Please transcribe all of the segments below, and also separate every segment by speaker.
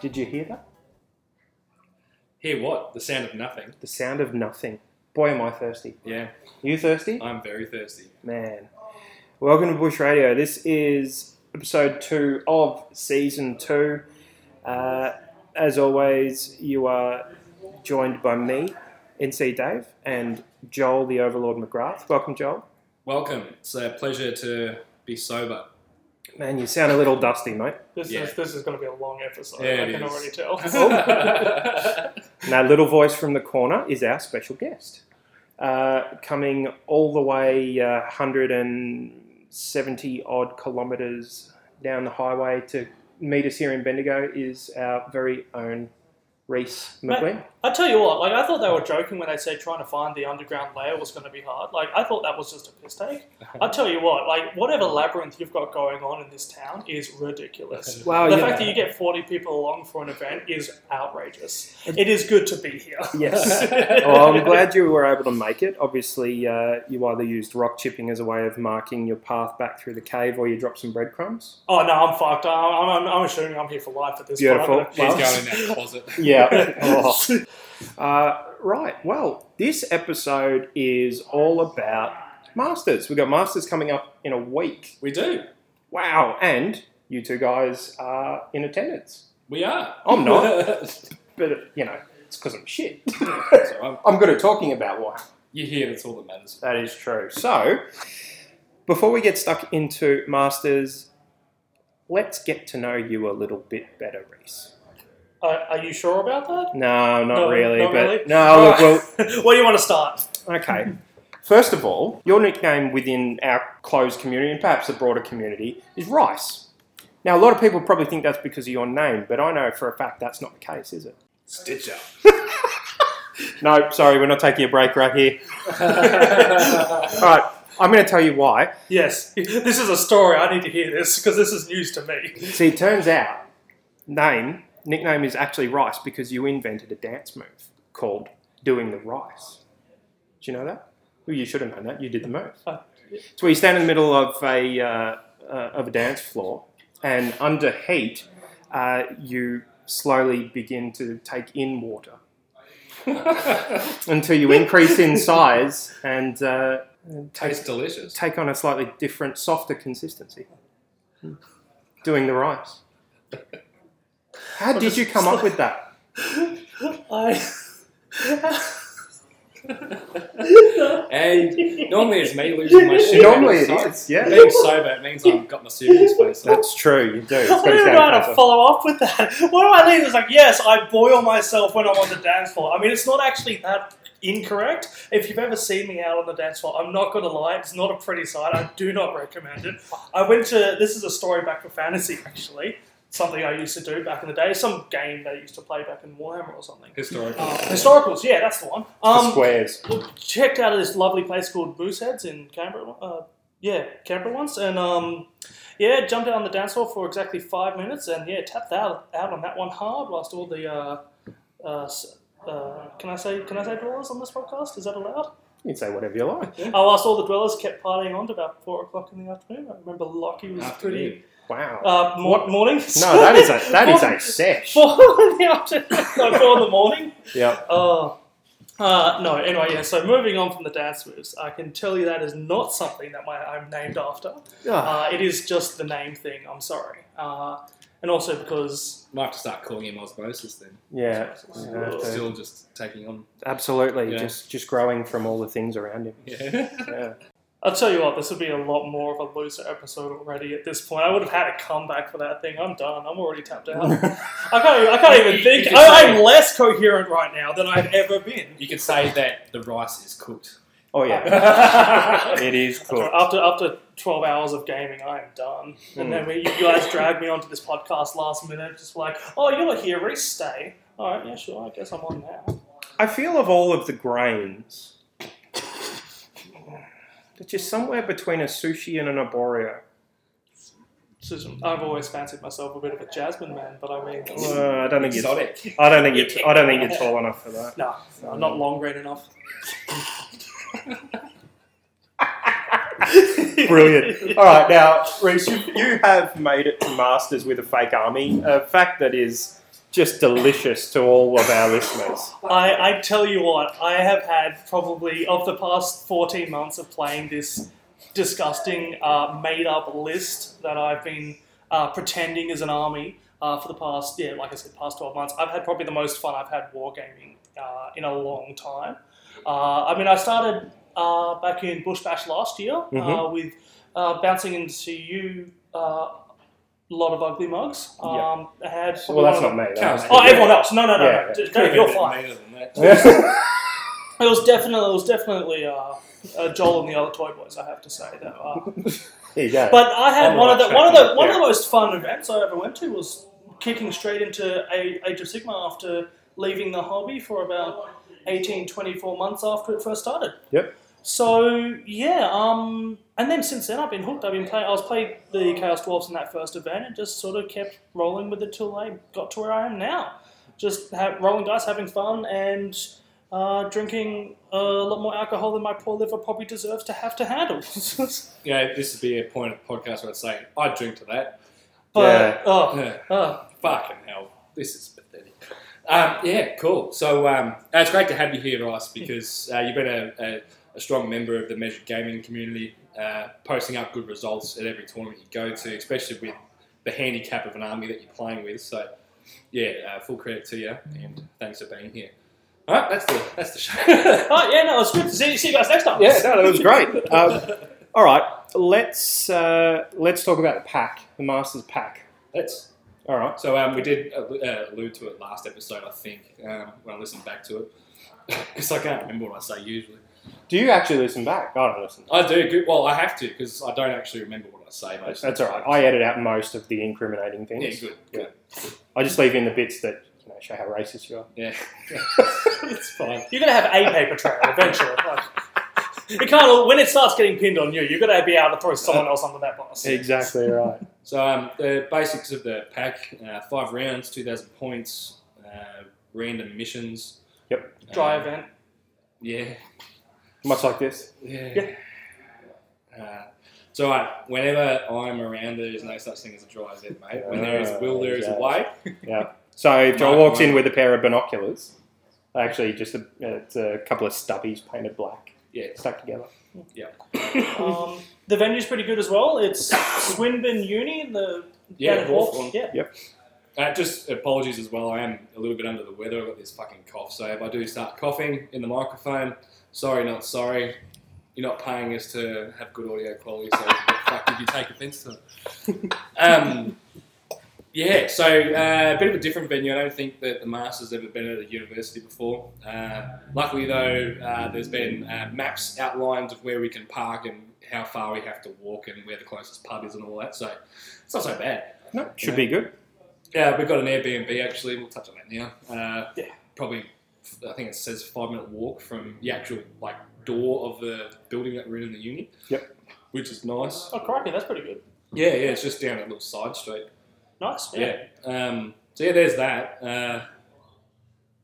Speaker 1: Did you hear that?
Speaker 2: Hear what? The sound of nothing.
Speaker 1: The sound of nothing. Boy, am I thirsty.
Speaker 2: Yeah,
Speaker 1: You thirsty?
Speaker 2: I'm very thirsty.
Speaker 1: Man. Welcome to Bush Radio. This is episode two of season two. Uh, as always, you are joined by me, NC Dave, and Joel the Overlord McGrath. Welcome, Joel.
Speaker 2: Welcome. It's a pleasure to be sober.
Speaker 1: Man, you sound a little dusty, mate.
Speaker 3: This
Speaker 2: Yeah.
Speaker 3: is this is going to be a long episode.
Speaker 2: Yeah,
Speaker 3: I
Speaker 2: it
Speaker 3: can
Speaker 2: is.
Speaker 3: already
Speaker 1: Oh.
Speaker 3: tell.
Speaker 1: And that little voice from the corner is our special guest, uh, coming all the way uh, 170 odd kilometres down the highway to meet us here in Bendigo is our very own Reese
Speaker 3: Mate.
Speaker 1: McLean.
Speaker 3: I tell you what, like I thought they were joking when they said trying to find the underground layer was going to be hard. Like I thought that was just a piss take. I tell you what, like whatever labyrinth you've got going on in this town is ridiculous.
Speaker 1: Wow,
Speaker 3: the
Speaker 1: Oh, yeah.
Speaker 3: fact that you get forty people along for an event is outrageous. It is good to be here.
Speaker 1: Yes. well, Oh, I'm glad you were able to make it. Obviously, uh, you either used rock chipping as a way of marking your path back through the cave or you dropped some breadcrumbs.
Speaker 3: Oh no, I'm fucked. I'm, I'm, I'm assuming I'm here for life at this
Speaker 1: Beautiful.
Speaker 3: point.
Speaker 2: He's
Speaker 1: Well-
Speaker 2: going in that closet.
Speaker 1: Yeah. Oh. Uh, right. Well, this episode is all about masters. We've got masters coming up in a week.
Speaker 2: We do.
Speaker 1: Wow. And you two guys are in attendance.
Speaker 2: We are.
Speaker 1: I'm
Speaker 2: not.
Speaker 1: But, you know, it's because I'm shit.
Speaker 2: so um, I'm,
Speaker 1: I'm good at talking about why.
Speaker 2: you're here. That's all that matters.
Speaker 1: That is true. So, before we get stuck into masters, let's get to know you a little bit better, Reese.
Speaker 3: Uh, are you sure about that?
Speaker 1: No, not really.
Speaker 3: Not
Speaker 1: but
Speaker 3: really?
Speaker 1: no, look, well,
Speaker 3: where do you want to start?
Speaker 1: Okay. First of all, your nickname within our closed community and perhaps the broader community is Rice. Now, a lot of people probably think that's because of your name, but I know for a fact that's not the case, is it?
Speaker 2: Stitch up.
Speaker 1: No, sorry, we're not taking a break right here. All
Speaker 2: All
Speaker 1: right, I'm going to tell you why.
Speaker 3: Yes, this is a story. I need to hear this because this is news to me.
Speaker 1: See, it turns out name, nickname is actually Rice because you invented a dance move called doing the rice. Do you know that? Well, you should have known that. You did the move.
Speaker 3: Oh.
Speaker 1: It's where you stand in the middle of a, uh, uh, of a dance floor and under heat, uh, you slowly begin to take in water until you increase in size and uh,
Speaker 2: Tastes delicious.
Speaker 1: take on a slightly different, softer consistency. Doing the rice. How did
Speaker 3: just-
Speaker 1: you come up with that?
Speaker 3: I.
Speaker 2: And normally it's me losing my shit.
Speaker 1: Normally
Speaker 2: It's
Speaker 1: it
Speaker 2: like-
Speaker 1: is, yeah.
Speaker 2: Being sober it means I've got my serious face on.
Speaker 1: That's true, you do. It's
Speaker 3: I
Speaker 1: got
Speaker 3: don't
Speaker 1: its
Speaker 3: even know how to
Speaker 1: own
Speaker 3: follow up with that. What do I leave? It's like, yes, I boil myself when I'm on the dance floor. I mean, it's not actually that incorrect. If you've ever seen me out on the dance floor, I'm not going to lie, it's not a pretty sight. I do not recommend it. I went to, this is a story back for fantasy, actually. Something I used to do back in the day. Some game that I used to play back in Warhammer or something.
Speaker 2: Historical.
Speaker 3: Uh, historicals, yeah, that's the one.
Speaker 1: The
Speaker 3: Um,
Speaker 1: squares.
Speaker 3: checked out of this lovely place called Booseheads in Canberra. Uh, yeah, Canberra once, and um, yeah, jumped out on the dance floor for exactly five minutes, and yeah, tapped out out on that one hard whilst all the uh, uh, s- uh, can I say can I say dwellers on this podcast? Is that allowed?
Speaker 1: You can say whatever you like.
Speaker 3: I whilst all the dwellers kept partying on to about four o'clock in the afternoon. I remember Lockie was pretty
Speaker 2: Afternoon.
Speaker 1: Wow.
Speaker 3: uh, mor-
Speaker 1: What?
Speaker 3: morning.
Speaker 1: no, that is a that is a sesh.
Speaker 3: four in the afternoon, no, four in the morning.
Speaker 1: Yep.
Speaker 3: Oh. Uh, no, anyway, yeah, so moving on from the dance moves, I can tell you that is not something that my, I'm named after.
Speaker 1: Ah,
Speaker 3: Uh, it is just the name thing, I'm sorry. Uh, and also because,
Speaker 2: Might have to start calling him osmosis then.
Speaker 1: yeah. yeah,
Speaker 2: Still-
Speaker 1: okay.
Speaker 2: Still just taking on.
Speaker 1: Absolutely.
Speaker 2: Yeah.
Speaker 1: Just just growing from all the things around him.
Speaker 2: Yeah.
Speaker 1: Yeah.
Speaker 3: I'll tell you what, this would be a lot more of a loser episode already at this point. I would have had a comeback for that thing. I'm done. I'm already tapped out. I can't even, I can't even think. I, I'm less coherent right now than I've ever been.
Speaker 2: You could say that the rice is cooked.
Speaker 1: Oh yeah.
Speaker 3: it
Speaker 1: It is cool.
Speaker 3: After after twelve hours of gaming, I am done. And then we, you guys dragged me onto this podcast last minute, just like, oh, you're here, Reese, stay. All right, yeah, sure. I guess I'm on now.
Speaker 1: I feel of all of the grains, that you're somewhere between a sushi and an arborio.
Speaker 3: Susan, I've always fancied myself a bit of a jasmine man, but I mean,
Speaker 1: Uh, I don't think you're.
Speaker 2: Exotic.
Speaker 1: I don't think you're. I don't think you're tall enough for that.
Speaker 3: no, no, I'm not long green enough.
Speaker 1: Brilliant. All right, now Reese, you, you have made it to masters with a fake army. A fact that is just delicious to all of our listeners.
Speaker 3: I, I tell you what, I have had probably of the past 14 months of playing this disgusting uh, made up list that I've been uh, pretending is an army uh, for the past, yeah, like I said, past 12 months. I've had probably the most fun I've had wargaming uh, in a long time. Uh, I mean, I started uh, back in Bush Bash last year uh,
Speaker 1: Mhm.
Speaker 3: with uh, bouncing into you. Uh, a lot of ugly mugs.
Speaker 1: Yeah.
Speaker 3: Um, I had
Speaker 1: Well, that's not me.
Speaker 2: Cows.
Speaker 1: That's
Speaker 3: Oh, everyone else. No, no, no,
Speaker 1: Yeah,
Speaker 3: no.
Speaker 1: yeah.
Speaker 3: Dave, you're fine. It was definitely, it was definitely uh, uh, Joel and the other Toy Boys. I have to say that. Uh,
Speaker 1: There you go.
Speaker 3: but I had
Speaker 1: I'm
Speaker 3: one of
Speaker 1: not
Speaker 3: the one of the
Speaker 1: checking,
Speaker 3: one of
Speaker 1: yeah.
Speaker 3: the most fun events I ever went to was kicking straight into A- Age of Sigma after leaving the hobby for about 18, 24 months after it first started.
Speaker 1: Yep.
Speaker 3: So yeah, um, and then since then I've been hooked. I've been playing. I was played the Chaos Dwarfs in that first event and just sort of kept rolling with it till I got to where I am now. Just ha rolling dice, having fun, and uh, drinking a lot more alcohol than my poor liver probably deserves to have to handle.
Speaker 2: yeah, this would be a point of the podcast where I'd say, I'd drink to that.
Speaker 3: but oh,
Speaker 2: Yeah.
Speaker 3: oh,
Speaker 2: Fucking hell, this is pathetic. Um, yeah, cool. So um, uh, it's great to have you here, Ross, because uh, you've been a, a, a strong member of the measured gaming community, uh, posting up good results at every tournament you go to, especially with the handicap of an army that you're playing with. So yeah, uh, full credit to you, and thanks for being here. All right, that's the that's the show.
Speaker 3: oh yeah, no, it's good. See, see you guys next time.
Speaker 1: yeah, no, that was great. Um, all right, let's uh, let's talk about the pack, the Masters pack.
Speaker 2: That's
Speaker 1: All right.
Speaker 2: so. Um, we did uh, uh, allude to it last episode, I think, um, when I listened back to it, because I can't remember what I say usually.
Speaker 1: Do you actually listen back? I don't listen.
Speaker 2: I do. Good. Well, I have to because I don't actually remember what I say most.
Speaker 1: That's
Speaker 2: of
Speaker 1: all
Speaker 2: the
Speaker 1: right.
Speaker 2: time.
Speaker 1: I edit out most of the incriminating things.
Speaker 2: Yeah, good. Good.
Speaker 1: I just leave in the bits that you know, show how racist you are.
Speaker 2: Yeah, it's fine.
Speaker 3: You're gonna have a paper trail eventually. like, you can't. all- When it starts getting pinned on you, you're gonna be able to throw someone else under that bus.
Speaker 1: Exactly right.
Speaker 2: So um, the basics of the pack: uh, five rounds, two thousand points, uh, random missions.
Speaker 1: Yep.
Speaker 2: Um,
Speaker 3: Dry event.
Speaker 2: Yeah.
Speaker 1: Much like this.
Speaker 2: Yeah. Uh, so I, whenever I'm around, there is no such thing as a dry event, mate. When there is will, there is a way.
Speaker 1: So if Joel
Speaker 2: Mark
Speaker 1: walks in
Speaker 2: one.
Speaker 1: with a pair of binoculars, actually just a, it's a couple of stubbies painted black,
Speaker 2: Yeah.
Speaker 1: stuck together.
Speaker 3: Um, the venue's pretty good as well. It's Swinburne Uni. The
Speaker 2: Yeah.
Speaker 3: down at Hawke.
Speaker 2: Hawthorne.
Speaker 3: Yeah.
Speaker 2: Uh, just apologies as well. I am a little bit under the weather. I've got this fucking cough. So if I do start coughing in the microphone, sorry, not sorry. You're not paying us to have good audio quality, so what the fuck did you take offence to? it? Um, yeah, so uh, a bit of a different venue. I don't think that the Masters ever been at a university before. Uh, luckily, though, uh, there's been uh, maps outlined of where we can park and how far we have to walk and where the closest pub is and all that. So it's not so bad.
Speaker 1: No, should be good.
Speaker 2: Yeah, we've got an Airbnb actually. We'll touch on that now. Uh,
Speaker 3: Yeah.
Speaker 2: Probably, I think it says five minute walk from the actual like door of the building that we're in in the uni.
Speaker 1: Yep.
Speaker 2: Which is nice.
Speaker 3: Oh crikey, that's pretty good.
Speaker 2: Yeah, yeah. It's just down a little side street.
Speaker 3: Nice. Yeah.
Speaker 2: Yeah. Um, so yeah, there's that. Uh,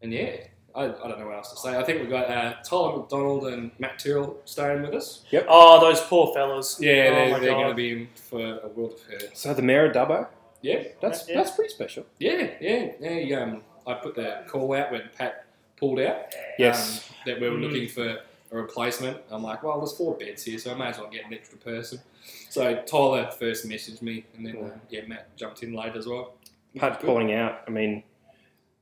Speaker 2: and yeah, I, I don't know what else to say. I think we've got uh, Tyler McDonald and Matt Tyrrell staying with us.
Speaker 3: Oh, those poor fellas.
Speaker 2: Yeah,
Speaker 3: Oh my
Speaker 2: they're, they're
Speaker 3: God.
Speaker 2: going to be in for a world of hurt.
Speaker 1: So the mayor of Dubbo,
Speaker 2: Yeah.
Speaker 1: that's
Speaker 3: Yeah.
Speaker 1: that's pretty special.
Speaker 2: Yeah, yeah, yeah. he, Um, I put the call out when Pat pulled out.
Speaker 1: Yes.
Speaker 2: um, that we were
Speaker 3: Mm.
Speaker 2: looking for a replacement. I'm like, well, there's four beds here, so I may as well get an extra person. So Tyler first messaged me, and then uh, yeah, Matt jumped in late as well.
Speaker 1: Pat
Speaker 2: Good.
Speaker 1: calling out. I mean,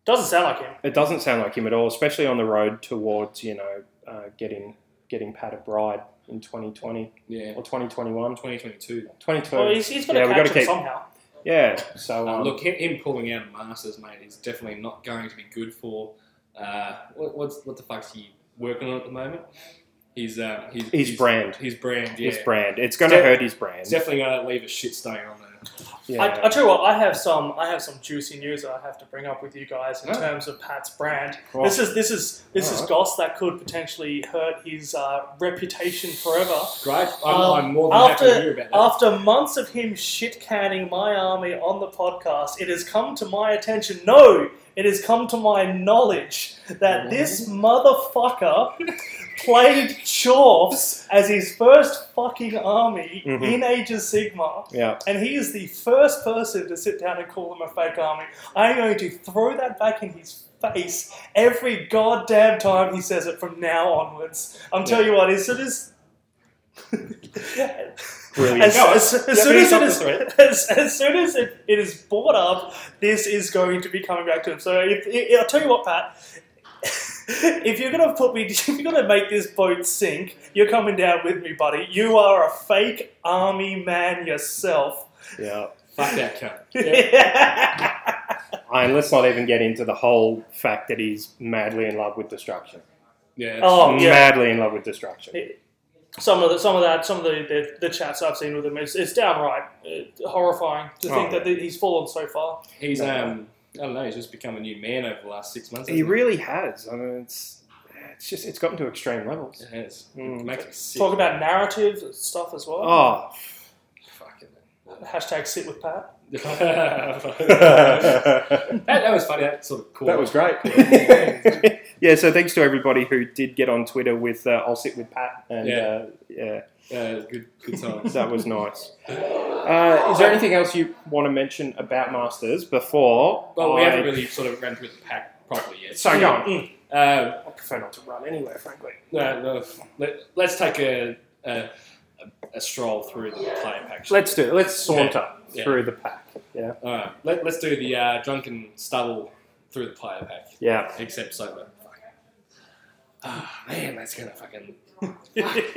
Speaker 3: Doesn't sound like him.
Speaker 1: it doesn't sound like him at all, especially on the road towards you know uh, getting getting Pat a bride in 2020
Speaker 2: Yeah,
Speaker 1: or 2021,
Speaker 2: 2022.
Speaker 1: 22.
Speaker 3: Well, he's, he's got
Speaker 1: yeah,
Speaker 3: to
Speaker 1: we
Speaker 3: catch
Speaker 1: gotta
Speaker 3: him
Speaker 1: keep-
Speaker 3: somehow.
Speaker 1: Yeah. So
Speaker 2: Uh,
Speaker 1: um,
Speaker 2: look, him, him pulling out of masters, mate, is definitely not going to be good for. Uh, what, what's what the fuck's he working on at the moment? He's um, he's,
Speaker 1: His brand.
Speaker 2: His brand. Yeah.
Speaker 1: his brand. It's going to
Speaker 2: Def-
Speaker 1: hurt his brand.
Speaker 2: It's definitely going to leave a shit stain on there.
Speaker 1: yeah.
Speaker 3: I, I tell you what, I have some I have some juicy news that I have to bring up with you guys in
Speaker 2: Oh.
Speaker 3: terms of Pat's brand.
Speaker 1: Well,
Speaker 3: This is this is this is
Speaker 1: Alright.
Speaker 3: goss that could potentially hurt his uh, reputation forever.
Speaker 2: Great. I'm,
Speaker 3: Um,
Speaker 2: I'm more than happy to
Speaker 3: after-
Speaker 2: hear about that.
Speaker 3: After months of him shit canning my army on the podcast, it has come to my attention. No, it has come to my knowledge that this motherfucker played Chorfs as his first fucking army
Speaker 1: Mhm.
Speaker 3: in Age of Sigma,
Speaker 1: yeah.
Speaker 3: and he is the first person to sit down and call him a fake army, I'm going to throw that back in his face every goddamn time he says it from now onwards. I'm telling you what, as soon as.
Speaker 1: Brilliant.
Speaker 3: As,
Speaker 2: No,
Speaker 3: as- as
Speaker 2: yeah,
Speaker 3: soon as
Speaker 2: finish
Speaker 3: it
Speaker 2: up
Speaker 3: is,
Speaker 2: the thread.
Speaker 3: as, as soon as it, it is brought up, this is going to be coming back to him. So if, if- I'll tell you what, Pat. If you're gonna put me, if you're gonna make this boat sink, you're coming down with me, buddy. You are a fake army man yourself.
Speaker 1: Yeah.
Speaker 2: Fuck that cunt.
Speaker 1: And let's not even get into the whole fact that he's madly in love with destruction.
Speaker 2: Yeah. it's-
Speaker 3: Oh, yeah.
Speaker 1: Madly in love with destruction.
Speaker 3: some of the, some of that, some of the, the, the chats I've seen with him, it's, it's downright uh, horrifying to
Speaker 1: Oh,
Speaker 3: think
Speaker 1: yeah.
Speaker 3: that he's fallen so far.
Speaker 2: He's
Speaker 1: Yeah.
Speaker 2: um, I don't know. He's just become a new man over the last six months.
Speaker 1: He
Speaker 2: hasn't
Speaker 1: really has. I mean, it's it's just it's gotten to extreme levels.
Speaker 2: It has.
Speaker 1: Mm.
Speaker 2: It makes me sick.
Speaker 3: Talk about narrative stuff as well.
Speaker 1: Oh,
Speaker 2: Fucking.
Speaker 3: Hashtag sit with Pat.
Speaker 2: that,
Speaker 1: that
Speaker 2: that was funny. That sort of cool.
Speaker 1: was great. yeah. So thanks to everybody who did get on Twitter with uh, "I'll sit with Pat" and
Speaker 2: Yeah.
Speaker 1: uh, yeah,
Speaker 2: Yeah, it was good. Good times.
Speaker 1: that was nice. Uh, is there anything else you want to mention about Masters before?
Speaker 2: Well, we
Speaker 1: I-
Speaker 2: haven't really sort of ran through the pack properly yet.
Speaker 1: So go on.
Speaker 3: Mm.
Speaker 2: Um,
Speaker 1: I prefer not to run anywhere, frankly.
Speaker 2: no, no, let, let's take a, a a- a stroll through the player pack. shall
Speaker 1: Let's do it. Let's saunter
Speaker 2: Yeah.
Speaker 1: through the pack. Yeah.
Speaker 2: we? All right. Let, let's do the uh, drunken stubble through the player pack,
Speaker 1: Yeah.
Speaker 2: except sober. Fuck. Ah, man, that's gonna fucking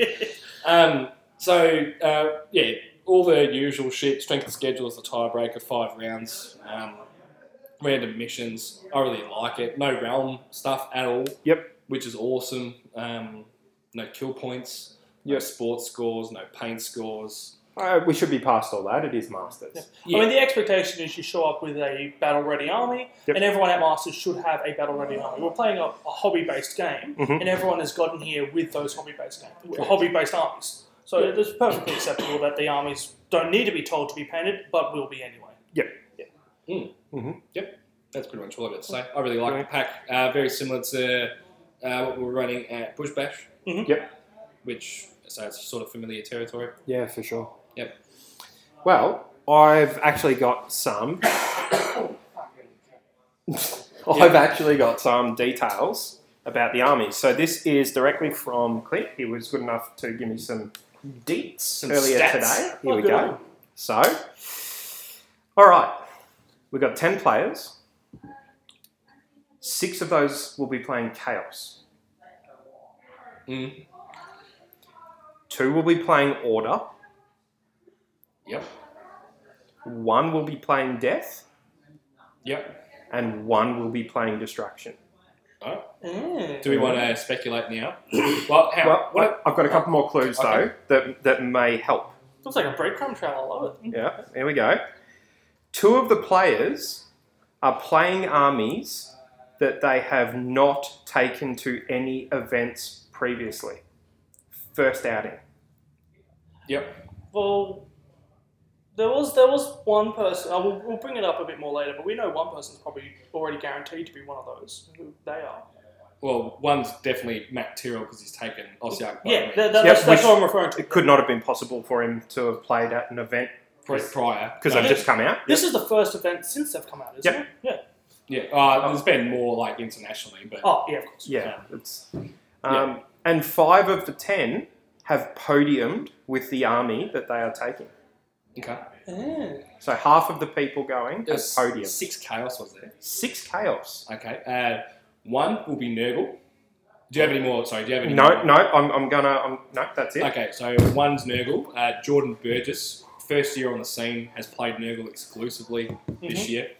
Speaker 2: Um, so uh, yeah, all the usual shit. Strength of schedule is the tiebreaker. Five rounds. Um, random missions. I really like it. No realm stuff at all.
Speaker 1: Yep.
Speaker 2: Which is awesome. Um, no kill points. No
Speaker 1: Yep.
Speaker 2: sports scores. No paint scores.
Speaker 1: Uh, we should be past all that. It is Masters.
Speaker 3: Yeah.
Speaker 2: Yeah.
Speaker 3: I mean, the expectation is you show up with a battle ready army,
Speaker 1: Yep.
Speaker 3: and everyone at Masters should have a battle ready army. We're playing a, a hobby based game,
Speaker 1: Mhm.
Speaker 3: and everyone has gotten here with those hobby based game, hobby based armies. So it's perfectly acceptable that the armies don't need to be told to be painted, but will be anyway.
Speaker 2: That's pretty much all I've got to say. I really like the pack. Uh, very similar to uh, what we we're running at Bush Bash.
Speaker 3: Mhm.
Speaker 1: Yep.
Speaker 2: Which so it's sort of familiar territory.
Speaker 1: Yeah, for sure.
Speaker 2: Yep.
Speaker 1: Well, I've actually got some. I've actually got some details about the army. So this is directly from Clint. He was good enough to give me some deets earlier
Speaker 2: stats.
Speaker 1: today. Here
Speaker 3: Oh,
Speaker 1: we
Speaker 3: good
Speaker 1: go.
Speaker 3: on you.
Speaker 1: So, all right, we've got ten players. Six of those will be playing Chaos.
Speaker 2: Mm.
Speaker 1: Two will be playing Order.
Speaker 2: Yep.
Speaker 1: One will be playing Death,
Speaker 2: Yep.
Speaker 1: and one will be playing Destruction.
Speaker 2: All right.
Speaker 3: Mm.
Speaker 2: Do we want to speculate now? well, hang on.
Speaker 1: Well,
Speaker 2: What-
Speaker 1: I- I've got a couple more clues though
Speaker 2: Okay.
Speaker 1: that that may help.
Speaker 3: Looks like a breadcrumb trail. I love it.
Speaker 1: Yeah, here we go. Two of the players are playing armies that they have not taken to any events previously. First outing.
Speaker 2: Yep.
Speaker 3: Well, there was there was one person. Uh, we'll, we'll bring it up a bit more later, but we know one person's probably already guaranteed to be one of those. Who they are.
Speaker 2: Well, one's definitely Matt Tyrrell because he's taken Osiak.
Speaker 3: Yeah,
Speaker 2: Bowman
Speaker 3: that,
Speaker 1: Yep,
Speaker 3: that, that's, that's
Speaker 1: which-
Speaker 3: what I'm referring to.
Speaker 1: It could not have been possible for him to have played at an event
Speaker 2: pri- prior. Um,
Speaker 1: because
Speaker 2: No,
Speaker 1: they've just come out.
Speaker 3: This is the first event since they've come out, isn't
Speaker 1: Yep.
Speaker 3: it? Yeah.
Speaker 2: yeah. Uh,
Speaker 1: Oh.
Speaker 2: there's been more like internationally, but
Speaker 3: Oh, yeah, of course.
Speaker 1: Yeah, it's. Um, And five of the ten have podiumed with the army that they are taking.
Speaker 2: okay.
Speaker 3: Mm.
Speaker 1: So half of the people going have
Speaker 2: There's
Speaker 1: podium.
Speaker 2: Six chaos was there.
Speaker 1: Six chaos.
Speaker 2: Okay. Uh, one will be Nurgle. Do you have any more? Sorry. Do you have any?
Speaker 1: No,
Speaker 2: more?
Speaker 1: no, I'm, I'm gonna. I'm, no, that's it.
Speaker 2: Okay. So one's Nurgle. Uh, Jordan Burgess, first year on the scene, has played Nurgle exclusively this
Speaker 1: Mm-hmm.
Speaker 2: year.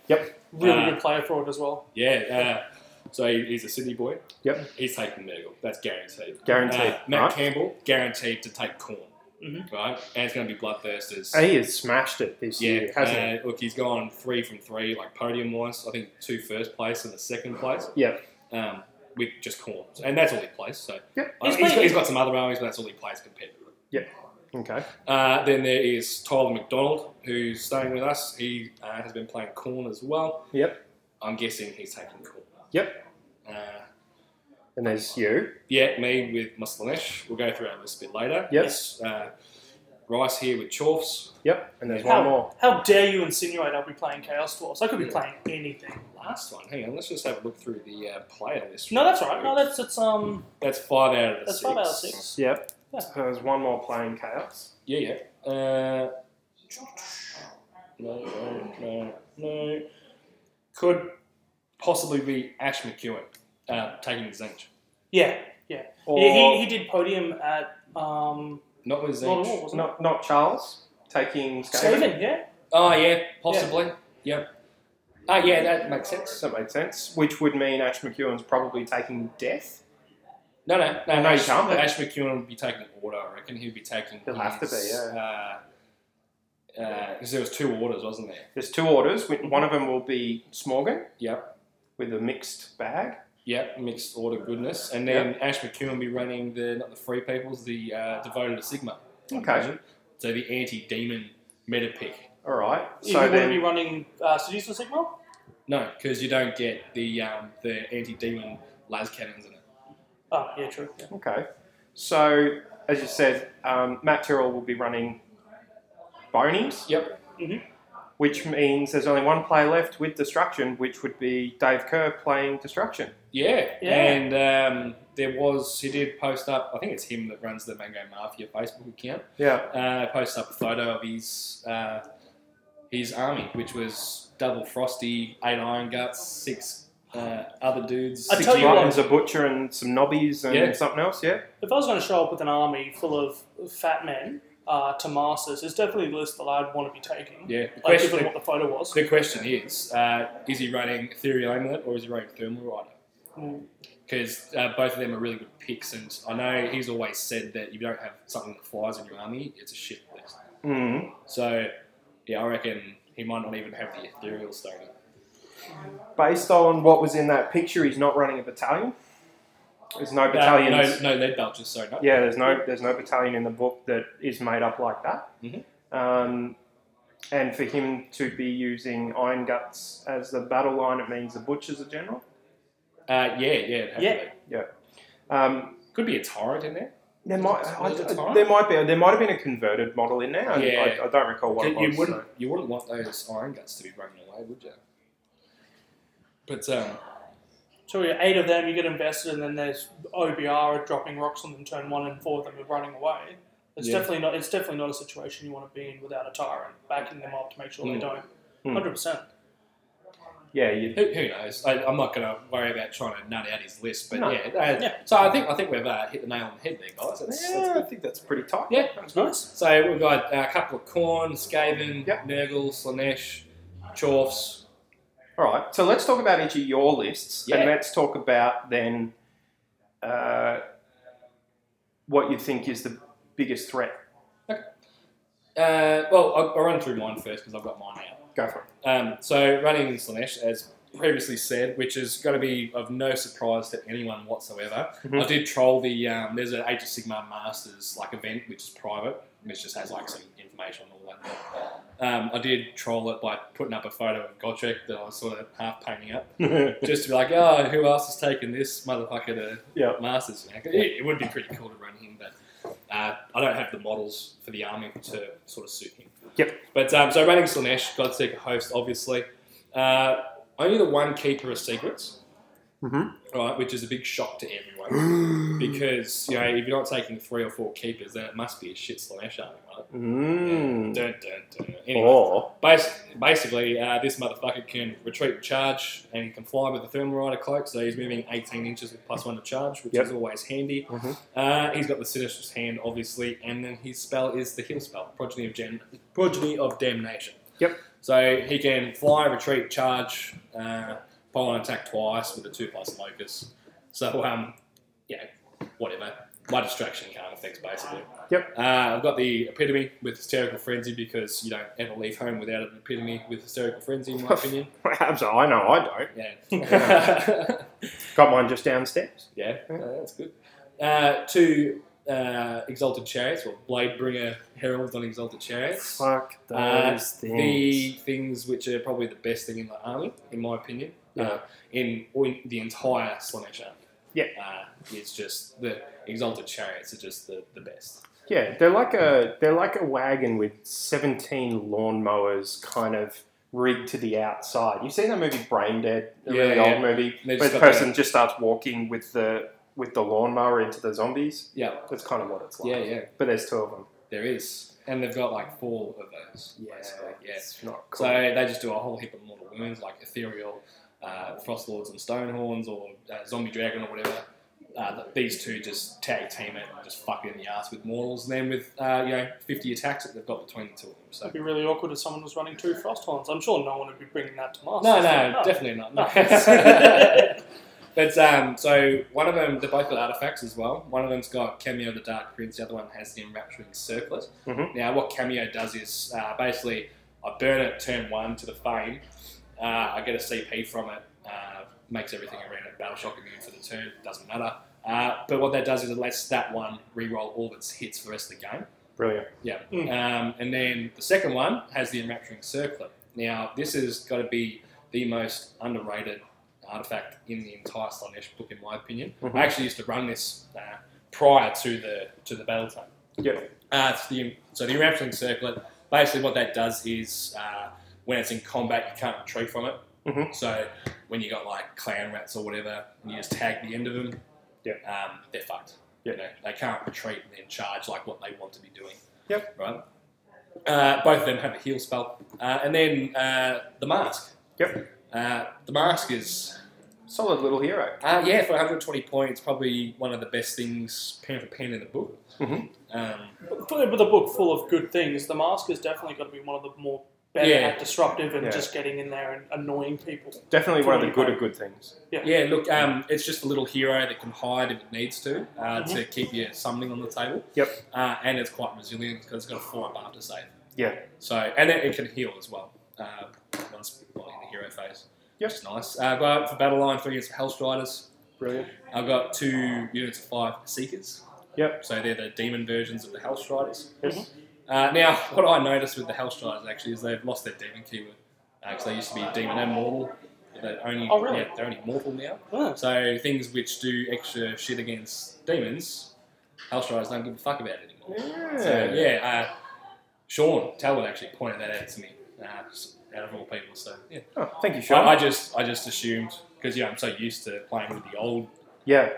Speaker 3: Really
Speaker 2: Uh,
Speaker 3: good player for it as well.
Speaker 2: Yeah. Uh, so he- he's a Sydney boy.
Speaker 1: Yep.
Speaker 2: He's taking Nurgle. That's guaranteed.
Speaker 1: Guaranteed.
Speaker 2: Uh, Matt
Speaker 1: right?
Speaker 2: Campbell guaranteed to take corn,
Speaker 3: Mhm.
Speaker 2: right? And it's going to be bloodthirsters.
Speaker 1: He has smashed it this
Speaker 2: yeah,
Speaker 1: year, hasn't he?
Speaker 2: uh, look, he's gone three from three, like podium wise. I think two first place and the second place.
Speaker 1: Yeah.
Speaker 2: Um, with just corn, and that's all he plays. So
Speaker 1: Yep.
Speaker 2: Uh, he's
Speaker 3: He's
Speaker 2: got,
Speaker 3: playing-
Speaker 2: he's got some other armies, but that's all he plays compared to it.
Speaker 1: Okay.
Speaker 2: Uh, then there is Tyler McDonald, who's staying with us. He uh, has been playing corn as well.
Speaker 1: Yep.
Speaker 2: I'm guessing he's taking corn.
Speaker 1: Yep.
Speaker 2: Uh,
Speaker 1: And there's you.
Speaker 2: Yeah, me with Muslanesh. We'll go through our list a bit later.
Speaker 1: Yep.
Speaker 2: Uh, Rice here with Chorfs.
Speaker 1: Yep, and there's
Speaker 3: How-
Speaker 1: one more.
Speaker 3: How dare you insinuate I'll be playing Chaos Dwarfs? I could be
Speaker 2: Yeah.
Speaker 3: playing anything.
Speaker 2: Last one. Hang on, let's just have a look through the uh, player list.
Speaker 3: No, that's all right. No, that's it's um.
Speaker 2: That's five out of the
Speaker 3: That's
Speaker 2: six.
Speaker 3: five out of six.
Speaker 1: Yep.
Speaker 3: Yeah.
Speaker 1: So there's one more playing chaos.
Speaker 2: Yeah, yeah. Uh, no, no, no, no. Could possibly be Ash McEwen uh, taking Zench.
Speaker 3: Yeah,
Speaker 1: Or
Speaker 3: yeah. He, he did podium at um.
Speaker 2: Not with
Speaker 3: Lord of
Speaker 2: Zench.
Speaker 3: War, wasn't
Speaker 1: not not Charles taking
Speaker 3: it?
Speaker 1: Skaven.
Speaker 3: Skaven, yeah.
Speaker 2: Oh, yeah, possibly. Yep. Ah, yeah, that makes sense.
Speaker 1: That made sense. Which would mean Ash McEwen's probably taking death.
Speaker 2: No, no, no,
Speaker 1: No, you
Speaker 2: Ash,
Speaker 1: can't, but-
Speaker 2: Ash McEwen would be taking order, I reckon. He'd be taking.
Speaker 1: He'll have to be,
Speaker 2: yeah. Because there was two orders, wasn't there?
Speaker 1: There's two orders. Wi- One of them will be Smorgon.
Speaker 2: Yep.
Speaker 1: With a mixed bag.
Speaker 2: Yep, mixed order goodness. And then Ash McEwen will be running the not the Free Peoples, the uh, Devoted to Sigma. I
Speaker 1: Okay.
Speaker 2: imagine. So the anti-demon meta pick.
Speaker 1: All right.
Speaker 3: you
Speaker 1: So
Speaker 3: wouldn't be
Speaker 1: then,
Speaker 3: running uh, Cities for Sigma.
Speaker 2: No, because you don't get the um, the anti-demon las cannons in it.
Speaker 3: Oh, yeah, true. Yeah.
Speaker 1: okay. So as you said, um, Matt Tyrrell will be running Bonies,
Speaker 2: Yep.
Speaker 1: which means there's only one player left with Destruction, which would be Dave Kerr playing Destruction.
Speaker 2: Yeah.
Speaker 3: Yeah.
Speaker 2: And um, there was he did post up. I think it's him that runs the Mango Mafia Facebook account.
Speaker 1: Yeah.
Speaker 2: uh, posts up a photo of his uh, his army, which was double frosty, eight iron guts, six uh, other dudes.
Speaker 3: I
Speaker 2: six
Speaker 3: tell you what-
Speaker 1: Martin's a butcher and some nobbies and
Speaker 2: Yeah.
Speaker 1: something else. Yeah.
Speaker 3: If I was going to show up with an army full of fat men uh, to masters, it's definitely the list that I'd want to be taking.
Speaker 2: Yeah. The
Speaker 3: Like, given
Speaker 2: question,
Speaker 3: what the photo was.
Speaker 2: the question is: uh, Is he running Ethereal Amulet or is he running Thermal Rider?
Speaker 3: Mm.
Speaker 2: Because uh, both of them are really good picks, and I know he's always said that if you don't have something that flies in your army, it's a shit list.
Speaker 1: Mm.
Speaker 2: Mm-hmm. So, yeah, I reckon he might not even have the Ethereal starting.
Speaker 1: based on what was in that picture, he's not running a battalion. There's no battalions.
Speaker 2: No, no, no lead belchers, sorry. No.
Speaker 1: Yeah, there's no there's no battalion in the book that is made up like that.
Speaker 2: Mhm.
Speaker 1: Um, and for him to be using Iron Guts as the battle line, it means the Butcher's a general.
Speaker 2: Uh, yeah, yeah. it'd have to
Speaker 3: Yeah.
Speaker 2: be.
Speaker 1: Um,
Speaker 2: Could be a torrent in there.
Speaker 1: there might I,
Speaker 2: Was it
Speaker 1: I-
Speaker 2: Tyrant?
Speaker 1: there might be there might have been a converted model in there. and
Speaker 2: Yeah.
Speaker 1: I, I don't recall what it
Speaker 2: You
Speaker 1: was.
Speaker 2: wouldn't,
Speaker 1: so-
Speaker 2: you wouldn't want those iron guts to be running away, would you? But um,
Speaker 3: So we got eight of them, you get invested, and then there's OBR dropping rocks on them turn one, and four of them are running away. It's
Speaker 2: Yeah.
Speaker 3: definitely not. It's definitely not a situation you want to be in without a tyrant backing them up to make sure
Speaker 2: Mm.
Speaker 3: they don't.
Speaker 1: Mm.
Speaker 3: Hundred percent.
Speaker 1: Yeah, you,
Speaker 2: who, who knows? I, I'm not going to worry about trying to nut out his list. But
Speaker 1: No.
Speaker 2: yeah, uh,
Speaker 3: Yeah.
Speaker 2: So I think I think we've uh, hit the nail on the head there, guys. That's, that's
Speaker 1: yeah, I
Speaker 2: good.
Speaker 1: think that's pretty tight.
Speaker 2: Yeah.
Speaker 1: that's good.
Speaker 3: Nice.
Speaker 2: So we've got uh, a couple of corn, Skaven,
Speaker 1: Yep.
Speaker 2: Nurgle, Slanesh, Chorfs.
Speaker 1: All right, so let's talk about each of your lists,
Speaker 2: Yeah.
Speaker 1: and let's talk about then uh, what you think is the biggest threat.
Speaker 2: Uh, well, I'll, I'll run through mine first because I've got mine out.
Speaker 1: Go for
Speaker 2: Um, so running Slanesh, as previously said, which is going to be of no surprise to anyone whatsoever.
Speaker 1: Mhm.
Speaker 2: I did troll the um, there's an Age of Sigma Masters like event which is private, which just has like some information on all that. But, um, I did troll it by putting up a photo of Gotrek that I was sort of half painting up,
Speaker 1: it.
Speaker 2: just to be like, oh, who else has taken this motherfucker to
Speaker 1: yeah.
Speaker 2: Masters? You know? 'Cause It, it would be pretty cool to run him, but. Uh, I don't have the models for the army to sort of suit him.
Speaker 1: Yep.
Speaker 2: But um, so running Slanesh, Godseeker host, obviously. Uh, only the one keeper of secrets,
Speaker 1: Mhm.
Speaker 2: right? Which is a big shock to everyone because you know if you're not taking three or four keepers, then it must be a shit Slanesh army, right?
Speaker 1: Mm.
Speaker 2: Dun, dun, dun. Anyway,
Speaker 1: Or
Speaker 2: bas- basically, uh, this motherfucker can retreat and charge, and he can fly with the thermal rider cloak, so he's moving 18 inches with plus one to charge, which
Speaker 1: Yep.
Speaker 2: is always handy.
Speaker 1: Mhm.
Speaker 2: Uh, he's got the sinister's hand, obviously, and then his spell is the heal spell, progeny of Gen- progeny of damnation.
Speaker 1: Yep.
Speaker 2: So he can fly, retreat, charge, uh, pile and attack twice with a two plus locus. So um, yeah, whatever. My distraction can't affect basically.
Speaker 1: Yep.
Speaker 2: Uh, I've got the epitome with hysterical frenzy because you don't ever leave home without an epitome with hysterical frenzy, in my opinion.
Speaker 1: perhaps I know I don't.
Speaker 2: Yeah.
Speaker 1: Got mine just downstairs.
Speaker 2: Yeah, uh, that's good. Uh, two uh, exalted chariots, or blade bringer heralds on exalted chariots.
Speaker 1: Fuck
Speaker 2: Uh,
Speaker 1: things.
Speaker 2: The things which are probably the best thing in the army, in my opinion, uh, in, or in the entire Slanesh army.
Speaker 1: Yeah.
Speaker 2: uh, it's just the exalted chariots are just the, the best.
Speaker 1: Yeah, they're like a they're like a wagon with seventeen lawnmowers kind of rigged to the outside. You see that movie Brain Dead, a
Speaker 2: Yeah,
Speaker 1: really
Speaker 2: yeah.
Speaker 1: old movie,
Speaker 2: They
Speaker 1: where
Speaker 2: just
Speaker 1: the
Speaker 2: got
Speaker 1: person just starts walking with the with the lawnmower into the zombies.
Speaker 2: Yeah.
Speaker 1: That's kind of what it's like.
Speaker 2: Yeah, yeah.
Speaker 1: But there's two of them.
Speaker 2: There is. And they've got like four of those, basically. Yeah.
Speaker 1: It's not
Speaker 2: So
Speaker 1: cool.
Speaker 2: they just do a whole heap of mortal wounds like ethereal, uh, frost lords and stonehorns, or uh, zombie dragon or whatever. Uh, th- these two just tag team it and just fuck it in the ass with mortals. And then with uh, you know fifty attacks that they've got between the two of them. So
Speaker 3: It'd be really awkward if someone was running two frost horns. I'm sure no one would be bringing that to Masters.
Speaker 2: no, no, definitely not. No.
Speaker 3: No.
Speaker 2: but um, so one of them, they both got artifacts as well. One of them's got cameo of the Dark Prince. The other one has the enrapturing circlet.
Speaker 1: Mhm.
Speaker 2: Now, what cameo does is uh, basically I burn it turn one to the fame. Uh, I get a CP from it. Uh, makes everything around it battle shock immune for the turn. Doesn't matter. Uh, but what that does is it lets that one reroll all of its hits for the rest of the game.
Speaker 1: Brilliant.
Speaker 2: Yeah.
Speaker 3: Mm.
Speaker 2: Um, and then the second one has the enrapturing circlet. Now, this has got to be the most underrated artifact in the entire Slanesh book, in my opinion.
Speaker 1: Mhm.
Speaker 2: I actually used to run this uh, prior to the to the battle time.
Speaker 1: Yep.
Speaker 2: Uh, it's the, so the enrapturing circlet, basically what that does is uh, when it's in combat, you can't retreat from it.
Speaker 1: Mhm.
Speaker 2: So when you got like clan rats or whatever, and you just tag the end of them,
Speaker 1: Yeah.
Speaker 2: um, they're fucked.
Speaker 1: Yeah.
Speaker 2: You know, they can't retreat and then charge like what they want to be doing.
Speaker 1: Yep.
Speaker 2: Right. Uh, both of them have a heal spell, uh, and then uh, the mask.
Speaker 1: Yep.
Speaker 2: Uh, the mask is
Speaker 1: Solid little hero.
Speaker 2: uh, yeah for 120 points, probably one of the best things pen for pen in the book.
Speaker 1: Mhm.
Speaker 2: Um,
Speaker 3: But with a book full of good things, the mask is definitely got to be one of the more better
Speaker 2: Yeah.
Speaker 3: at disruptive and
Speaker 1: Yeah.
Speaker 3: just getting in there and annoying people.
Speaker 1: Definitely one of the good
Speaker 3: Pretty
Speaker 1: of good things.
Speaker 2: Yeah, look, um, it's just a little hero that can hide if it needs to uh, to keep you something on the table.
Speaker 1: Mm-hmm. Yep.
Speaker 2: Uh, and it's quite resilient because it's got a four up after save.
Speaker 1: Yeah.
Speaker 2: So and it, it can heal as well uh, once well, in the hero phase.
Speaker 1: Yep.
Speaker 2: Which is nice. Uh, but for battle line, three against Hellstriders.
Speaker 1: Brilliant.
Speaker 2: I've got two units of five Seekers.
Speaker 1: Yep.
Speaker 2: So they're the demon versions of the Hellstriders.
Speaker 1: Yes.
Speaker 2: Uh, now, what I noticed with the Hellstriders actually is they've lost their demon keyword because they used to be demon and mortal. They're only
Speaker 3: Oh, really?
Speaker 2: yeah, they're only mortal now.
Speaker 3: Yeah.
Speaker 2: So things which do extra shit against demons, Hellstriders don't give a fuck about anymore.
Speaker 1: Yeah.
Speaker 2: So yeah, uh, Sean Talbot actually pointed that out to me. Uh, s- out of all people, so yeah.
Speaker 1: Oh, thank you, Sean.
Speaker 2: I, I just I just assumed because yeah, I'm so used to playing with the old
Speaker 1: yeah.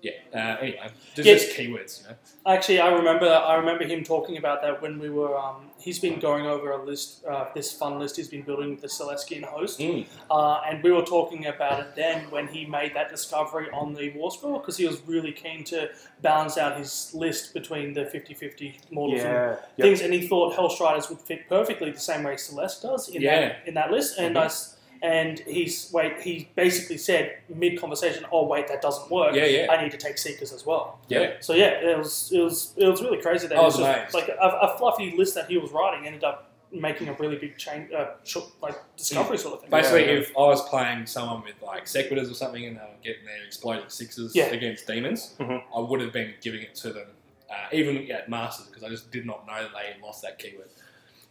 Speaker 2: yeah. Uh, anyway, just,
Speaker 3: Yeah.
Speaker 2: just keywords, you know.
Speaker 3: Actually, I remember I remember him talking about that when we were. Um, he's been going over a list, uh, this fun list he's been building with the Celestian host,
Speaker 2: Mm-hmm.
Speaker 3: uh, and we were talking about it then when he made that discovery on the War Scroll because he was really keen to balance out his list between the 50-50 mortals and
Speaker 1: Yeah. Yep.
Speaker 3: things, and he thought Hellstriders would fit perfectly the same way Celeste does in
Speaker 2: Yeah. Mm-hmm.
Speaker 3: that in that list. And I s and he's wait, he basically said mid conversation, "Oh wait, that doesn't work.
Speaker 2: Yeah, yeah.
Speaker 3: I need to take Seekers as well."
Speaker 2: Yeah. Oh,
Speaker 3: So yeah, it was it was it was really crazy that
Speaker 2: I
Speaker 3: it was
Speaker 2: was
Speaker 3: just,
Speaker 2: amazed.
Speaker 3: like a, a fluffy list that he was writing ended up making a really big change, uh, short, like
Speaker 2: Mm.
Speaker 3: discovery sort of thing.
Speaker 2: Basically,
Speaker 1: Yeah.
Speaker 2: if I was playing someone with like sequiturs or something and they were getting their exploding sixes
Speaker 3: Yeah.
Speaker 2: against demons,
Speaker 1: Mhm.
Speaker 2: I would have been giving it to them, uh, even at masters, because I just did not know that they lost that keyword.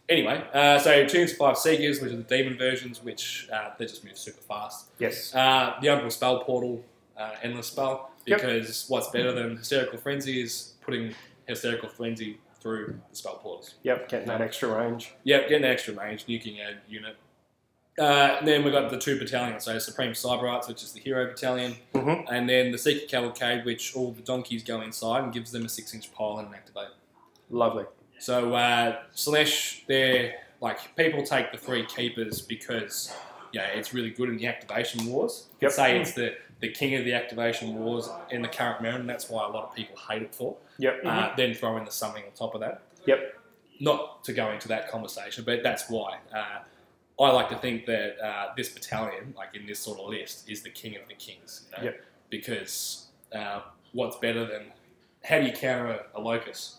Speaker 2: Anyway, uh, so two into five seekers, which are the demon versions, which uh, they just move super fast.
Speaker 1: Yes.
Speaker 2: Uh, the uncle spell portal, uh, endless spell,
Speaker 1: Yep.
Speaker 2: because what's better than hysterical frenzy is putting hysterical frenzy through the spell portals.
Speaker 1: Yep. Getting that extra range.
Speaker 2: Yep, getting extra range, nuking a unit. Uh, and then we've got the two battalions, so Supreme Cyberites, which is the hero battalion,
Speaker 1: Mhm.
Speaker 2: and then the Seeker Cavalcade, which all the donkeys go inside and gives them a six-inch pile and an activate.
Speaker 1: Lovely.
Speaker 2: So uh, Slanesh, they're like people take the three keepers because yeah, it's really good in the activation wars. You
Speaker 1: Yep.
Speaker 2: could say it's the, the king of the activation wars in the current meta, and that's why a lot of people hate it for.
Speaker 1: Yep. Mm-hmm.
Speaker 2: Uh, then throw in the something on top of that.
Speaker 1: Yep.
Speaker 2: Not to go into that conversation, but that's why. Uh, I like to think that uh, this battalion, like in this sort of list, is the king of the kings. You know?
Speaker 1: Yep.
Speaker 2: Because uh, what's better than how do you counter a, a locust?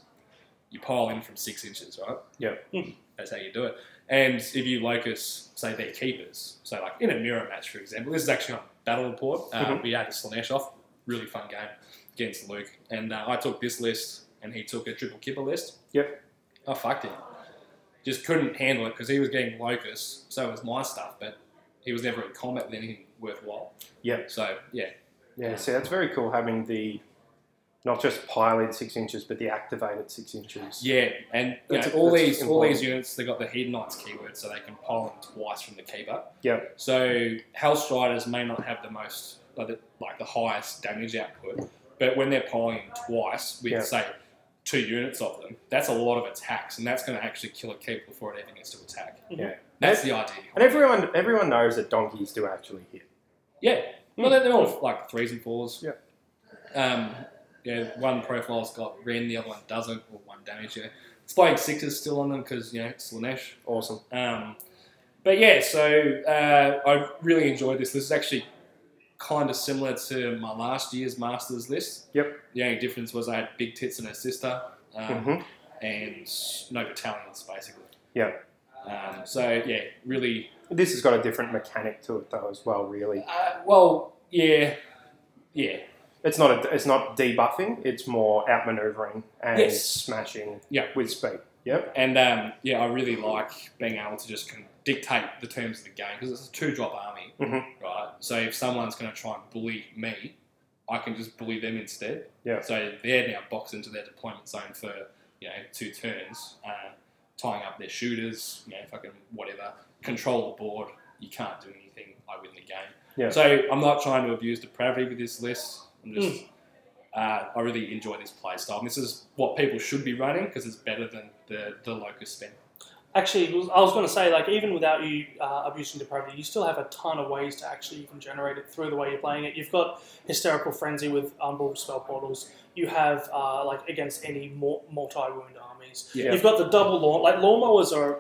Speaker 2: You pile in from six inches, right? Hmm.
Speaker 1: Yep.
Speaker 3: Mm.
Speaker 2: That's how you do it. And if you locust, say they're keepers, so like in a mirror match, for example, this is actually on Battle Report. Uh,
Speaker 1: Mhm.
Speaker 2: We had Slanesh off, really fun game against Luke. And uh, I took this list, and he took a triple kipper list.
Speaker 1: Yep.
Speaker 2: I fucked him. Just couldn't handle it because he was getting locust, so it was my stuff, but he was never in combat with anything worthwhile.
Speaker 1: Yep.
Speaker 2: So, yeah.
Speaker 1: Yeah. See, that's very cool having the not just piloted six inches, but the activated six inches.
Speaker 2: Yeah, and you
Speaker 1: That's-
Speaker 2: know, all
Speaker 1: that's
Speaker 2: these all
Speaker 1: important.
Speaker 2: these units they got the Hedonites keyword, so they can pile them twice from the keeper.
Speaker 1: Yep.
Speaker 2: So Hellstriders may not have the most like the, like the highest damage output, but when they're piling them twice with
Speaker 1: Yeah.
Speaker 2: say two units of them, that's a lot of attacks, and that's going to actually kill a keeper before it even gets to attack.
Speaker 1: Yeah.
Speaker 2: That's the idea.
Speaker 1: And everyone everyone knows that donkeys do actually hit.
Speaker 2: Yeah. Well, they're, they're all like threes and fours.
Speaker 1: Yeah.
Speaker 2: Um, yeah, one profile's got Ren, the other one doesn't, or one damage. Yeah. Splaying sixes still on them because, you know, it's Lanesh.
Speaker 1: Awesome.
Speaker 2: Um, but yeah, so uh, I really enjoyed this. This is actually kind of similar to my last year's Masters list.
Speaker 1: Yep.
Speaker 2: The only difference was I had big tits and a sister, um,
Speaker 1: hmm
Speaker 2: and no battalions basically.
Speaker 1: Yeah.
Speaker 2: Um, so yeah, really.
Speaker 1: This has got a different mechanic to it though as well. Really,
Speaker 2: Uh, well, yeah, yeah,
Speaker 1: it's not a, it's not debuffing. It's more outmaneuvering and
Speaker 2: Yes.
Speaker 1: smashing.
Speaker 2: Yeah.
Speaker 1: with speed. Yep.
Speaker 2: and um, yeah, I really like being able to just con- dictate the terms of the game because it's a two-drop army,
Speaker 1: Mhm.
Speaker 2: right? So if someone's going to try and bully me, I can just bully them instead.
Speaker 1: Yeah.
Speaker 2: So they're now boxed into their deployment zone for you know two turns, uh, tying up their shooters, you know, fucking whatever. Control the board. You can't do anything. I win the game.
Speaker 1: Yeah.
Speaker 2: So I'm not trying to abuse depravity with this list. I'm
Speaker 1: Hmm.
Speaker 2: just. Uh, I really enjoy this playstyle. And This is what people should be running because it's better than the, the locust spin.
Speaker 3: Actually, it was- I was going to say, like, even without you uh, abusing depravity, you still have a ton of ways to actually even generate it through the way you're playing it. You've got hysterical frenzy with unblockable spell portals. You have uh, like against any mor- multi wound armies.
Speaker 2: Yeah.
Speaker 3: You've got the double lawn. Like lawnmowers are.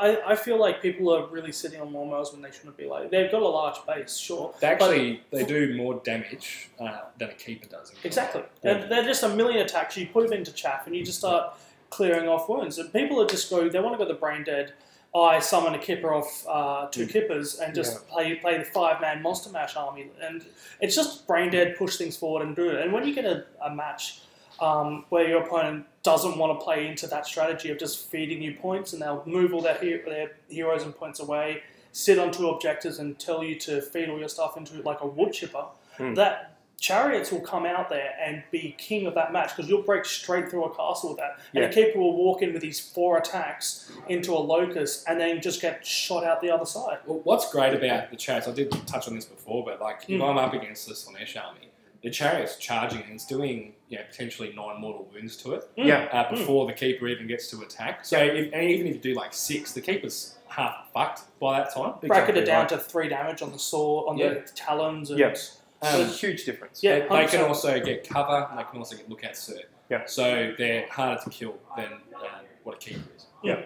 Speaker 3: I, I feel like people are really sitting on lawnmowers when they shouldn't be. Like they've got a large base, sure.
Speaker 2: They actually they do more damage uh, than a keeper does. in combat.
Speaker 3: Exactly. They're, they're just a million attacks. You put them into chaff and you just start clearing off wounds. And people are just go, they want to go the brain dead. I summon a kipper off uh, two kippers and just play play the five man monster mash army. And it's just brain dead, push things forward and do it. And when you get a, a match um, where your opponent doesn't want to play into that strategy of just feeding you points and they'll move all their, he- their heroes and points away, sit on two objectives and tell you to feed all your stuff into like a wood chipper,
Speaker 1: Hmm.
Speaker 3: that chariots will come out there and be king of that match because you'll break straight through a castle with that. And
Speaker 1: Yeah.
Speaker 3: a keeper will walk in with these four attacks into a locust and then just get shot out the other side.
Speaker 2: Well, what's great about the chariots? I did touch on this before, but like if
Speaker 3: Mm.
Speaker 2: I'm up against the Slanesh army, the chariot's charging and it's doing you know potentially nine mortal wounds to it
Speaker 3: Mm.
Speaker 1: Yeah.
Speaker 2: uh, before the keeper even gets to attack. So if, and even if you do like six, the keeper's half fucked by that time.
Speaker 3: Bracket
Speaker 2: Exactly
Speaker 3: it down
Speaker 2: right.
Speaker 3: to three damage on the sword, on the talons, and
Speaker 1: Yeah.
Speaker 2: Um,
Speaker 1: so huge difference.
Speaker 3: Yeah.
Speaker 2: They- they can
Speaker 3: 100%.
Speaker 2: also get cover and they can also get look at cert.
Speaker 1: Yeah.
Speaker 2: So they're harder to kill than uh, what a keeper is.
Speaker 1: Yeah.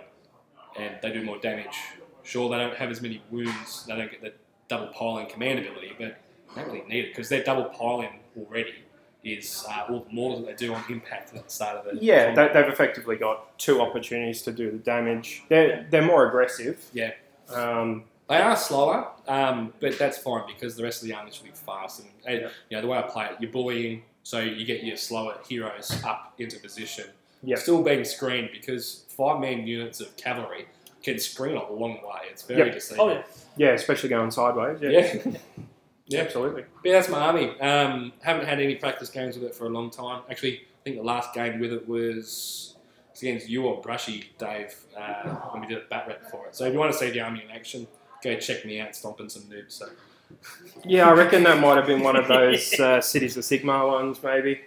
Speaker 2: And they do more damage. Sure, they don't have as many wounds. They don't get the double piling command ability, but they don't really need it because their double piling already is uh, all the mortals that they do on impact at the start of the
Speaker 1: Yeah,
Speaker 2: combat.
Speaker 1: they, they've effectively got two opportunities to do the damage. They're they're more aggressive.
Speaker 2: Yeah.
Speaker 1: Um,
Speaker 2: They are slower, um, but that's fine because the rest of the army should be fast. And, and,
Speaker 1: Yeah.
Speaker 2: you know the way I play it, you're bullying, so you get your slower heroes up into position.
Speaker 1: Yeah.
Speaker 2: Still being screened because five man units of cavalry can screen a long way. It's very
Speaker 1: Yeah.
Speaker 2: deceiving.
Speaker 3: Oh, yeah.
Speaker 1: yeah, especially going sideways. Yeah.
Speaker 2: yeah. But Yeah.
Speaker 1: Absolutely.
Speaker 2: that's my army. Um, haven't had any practice games with it for a long time. Actually, I think the last game with it was it's against you or Brushy, Dave, uh, when we did a bat rep for it. So if you want to see the army in action, go check me out stomping some noobs. So.
Speaker 1: Yeah, I reckon that might have been one of those uh, cities of Sigma ones, maybe.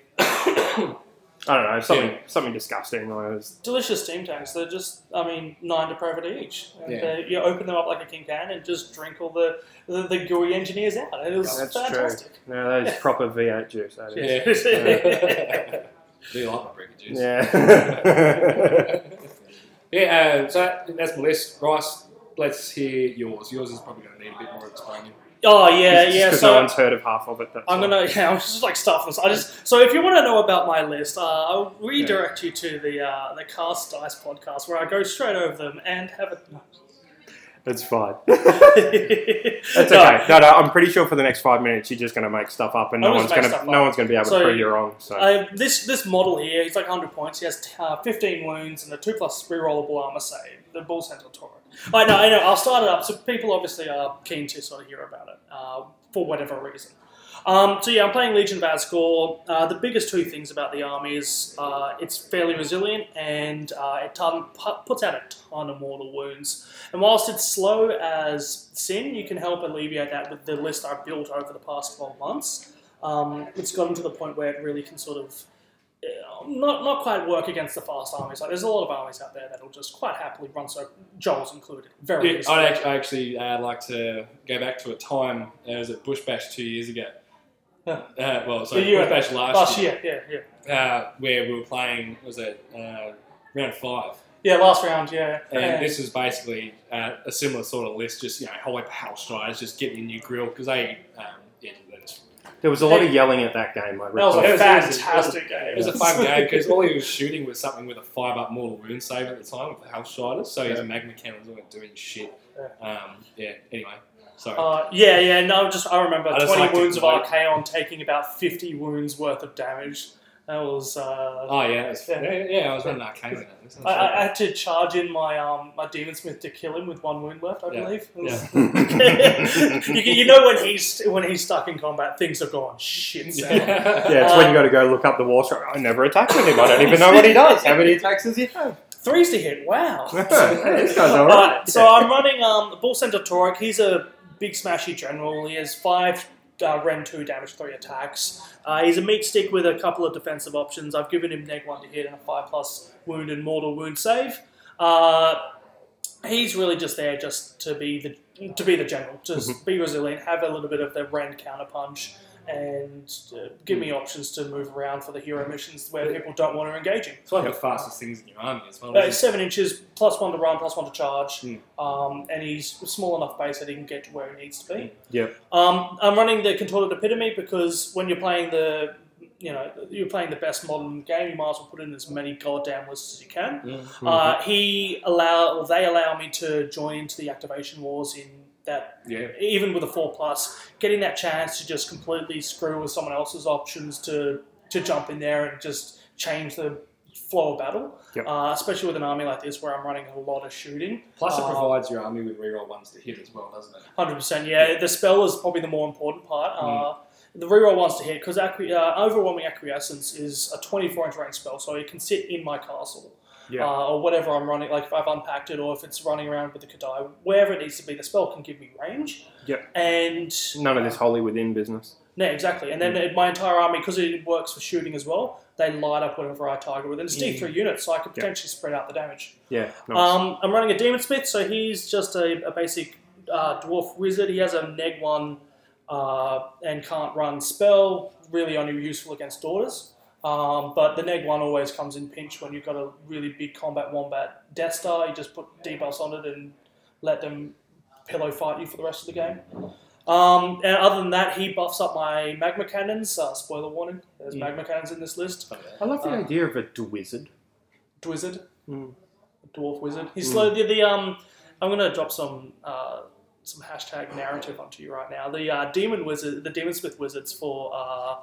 Speaker 1: I don't know, something something disgusting. Like it was,
Speaker 3: Delicious steam tanks. They're just, I mean, nine depravity each. And
Speaker 2: Yeah.
Speaker 3: they- You open them up like a king can and just drink all the, the, the gooey engineers out. It was
Speaker 1: Yeah, that's
Speaker 3: fantastic.
Speaker 1: no, that is proper V8 juice. That is.
Speaker 2: Yeah.
Speaker 3: Yeah.
Speaker 2: Do you like my brick juice?
Speaker 1: Yeah.
Speaker 2: yeah, uh, so that's my list. Bryce, let's hear yours. Yours is probably going to need a bit more explaining.
Speaker 3: Oh, yeah,
Speaker 1: Just
Speaker 3: yeah.
Speaker 1: 'cause
Speaker 3: so
Speaker 1: no one's heard of half of it. That's
Speaker 3: I'm
Speaker 1: all.
Speaker 3: gonna yeah, I'm just like stuff this. I just so if you want to know about my list, uh, I'll redirect you to the uh, the Cast Dice podcast where I go straight over them and have a.
Speaker 1: It's fine.
Speaker 3: That's
Speaker 1: That's okay. No, no, I'm pretty sure for the next five minutes you're just going to make stuff up, and no
Speaker 3: I'll
Speaker 1: one's
Speaker 3: just
Speaker 1: going
Speaker 3: make
Speaker 1: to
Speaker 3: stuff
Speaker 1: no
Speaker 3: up.
Speaker 1: one's going to be able
Speaker 3: So-
Speaker 1: to prove you wrong. So
Speaker 3: Uh, this this model here, he's like 100 points. He has uh, 15 wounds and a 2 plus rerollable armor save. The Bull Centaur Torrent. I know, I know. I'll start it up. So people obviously are keen to sort of hear about it uh, for whatever reason. Um, so yeah, I'm playing Legion of Azkor. Uh, the biggest two things about the army is uh, it's fairly resilient and uh, it ton, pu- puts out a ton of mortal wounds. And whilst it's slow as sin, you can help alleviate that with the list I built over the past 12 months. Um, it's gotten to the point where it really can sort of uh, not not quite work against the fast armies. Like there's a lot of armies out there that'll just quite happily run. So Joel's included, very
Speaker 2: Yeah, I'd actually, I actually uh, like to go back to a time uh, it was at Bush Bash two years ago.
Speaker 3: Huh.
Speaker 2: Uh, well,
Speaker 3: The
Speaker 2: sorry,
Speaker 3: year-
Speaker 2: Bush Bash last,
Speaker 3: last
Speaker 2: year,
Speaker 3: year. Yeah, yeah,
Speaker 2: Uh, where we were playing was it uh, round five,
Speaker 3: yeah. Last round, yeah.
Speaker 2: and
Speaker 3: Yeah.
Speaker 2: this was basically uh, a similar sort of list, just you know, whole house strides, just getting a new grill because they, um, yeah, they just
Speaker 1: There was a lot of yelling at that game. I
Speaker 3: that was
Speaker 1: recall.
Speaker 2: It
Speaker 3: a
Speaker 2: was- it was-
Speaker 3: fantastic game.
Speaker 2: It was a fun game because all he was shooting was something with a five up mortal wound save at the time with the health striders, so his
Speaker 1: Yeah.
Speaker 2: magma cannons weren't doing shit. Um, yeah, anyway, sorry.
Speaker 3: Uh, yeah, yeah, no, just I remember
Speaker 2: I just
Speaker 3: 20
Speaker 2: liked it
Speaker 3: wounds of
Speaker 2: like-
Speaker 3: Archaon taking about 50 wounds worth of damage. That was. Uh,
Speaker 2: oh, yeah, it was,
Speaker 3: yeah.
Speaker 2: yeah. yeah, I was running arcane with it.
Speaker 3: I, I I had to charge in my um, my demon smith to kill him with one wound left, I
Speaker 2: Yeah.
Speaker 3: believe. It was-
Speaker 2: Yeah.
Speaker 3: you, can- you know when he's when he's stuck in combat, things have gone shit. Sam.
Speaker 1: yeah, it's when
Speaker 3: Um,
Speaker 1: you got to go look up the wall. So I never attacked with him. I don't even know what he does. How many attacks does he have?
Speaker 3: Threes to hit. Wow.
Speaker 1: Hey, this guy's all right.
Speaker 3: So I'm running um, Bull Center Torek. He's a big smashy general. He has five uh, Ren 2 damage, three attacks. Uh, he's a meat stick with a couple of defensive options. I've given him neg 1 to hit and a 5 plus wound and mortal wound save. Uh, he's really just there just to be the to be the general, just
Speaker 1: Mm-hmm.
Speaker 3: be resilient, have a little bit of the Ren counterpunch. And uh, give me options to move around for the hero missions where people don't want to engage him.
Speaker 2: it's one of the fastest things in your army as well.
Speaker 3: Uh,
Speaker 2: isn't
Speaker 3: he's seven inches, plus one to run, plus one to charge,
Speaker 2: Mm.
Speaker 3: um, and he's small enough base that he can get to where he needs to be.
Speaker 1: Yep.
Speaker 3: Um, I'm running the contorted epitome because when you're playing the, you know, you're playing the best modern game, you might as well put in as many goddamn lists as you can.
Speaker 2: it? Mm.
Speaker 1: Mm-hmm.
Speaker 3: Uh, he allow, or they allow me to join into the activation wars in that
Speaker 2: Yeah.
Speaker 3: even with a four plus, getting that chance to just completely screw with someone else's options to to jump in there and just change the flow of battle.
Speaker 1: Yep.
Speaker 3: Uh, especially with an army like this where I'm running a lot of shooting.
Speaker 2: Plus, it
Speaker 3: Uh,
Speaker 2: provides your army with reroll ones to hit as well, doesn't it?
Speaker 3: 100%. Yeah, the spell is probably the more important part.
Speaker 1: Mm.
Speaker 3: Uh, the reroll wants to hit because acqui- uh, overwhelming acquiescence is a 24 inch range spell, so it can sit in my castle.
Speaker 1: Yeah.
Speaker 3: Uh, or whatever I'm running, like if I've unpacked it or if it's running around with the Kadai, wherever it needs to be, the spell can give me range.
Speaker 1: Yep.
Speaker 3: And
Speaker 1: None of this wholly within business.
Speaker 3: No, exactly. And then
Speaker 1: Mm.
Speaker 3: it- my entire army, because it works for shooting as well, they light up whenever I target with it. It's D3 units, so I could
Speaker 1: Yeah.
Speaker 3: potentially spread out the damage.
Speaker 1: Yeah. Nice.
Speaker 3: Um, I'm running a Demon Smith, so he's just a, a basic uh, Dwarf Wizard. He has a neg 1 uh, and can't run spell, really only useful against daughters. Um, but the neg 1 always comes in pinch when you've got a really big combat wombat Death Star. You just put debuffs on it and let them pillow fight you for the rest of the game. Um, and other than that, he buffs up my magma cannons. Uh, spoiler warning: there's
Speaker 2: Mm.
Speaker 3: magma cannons in this list.
Speaker 1: I love the
Speaker 3: uh,
Speaker 1: idea of a wizard.
Speaker 3: Wizard,
Speaker 1: Mm.
Speaker 3: dwarf wizard. He's
Speaker 1: Mm.
Speaker 3: slow. The, the um, I'm gonna drop some uh, some hashtag narrative onto you right now. The uh, demon wizard, the demon smith wizards for uh,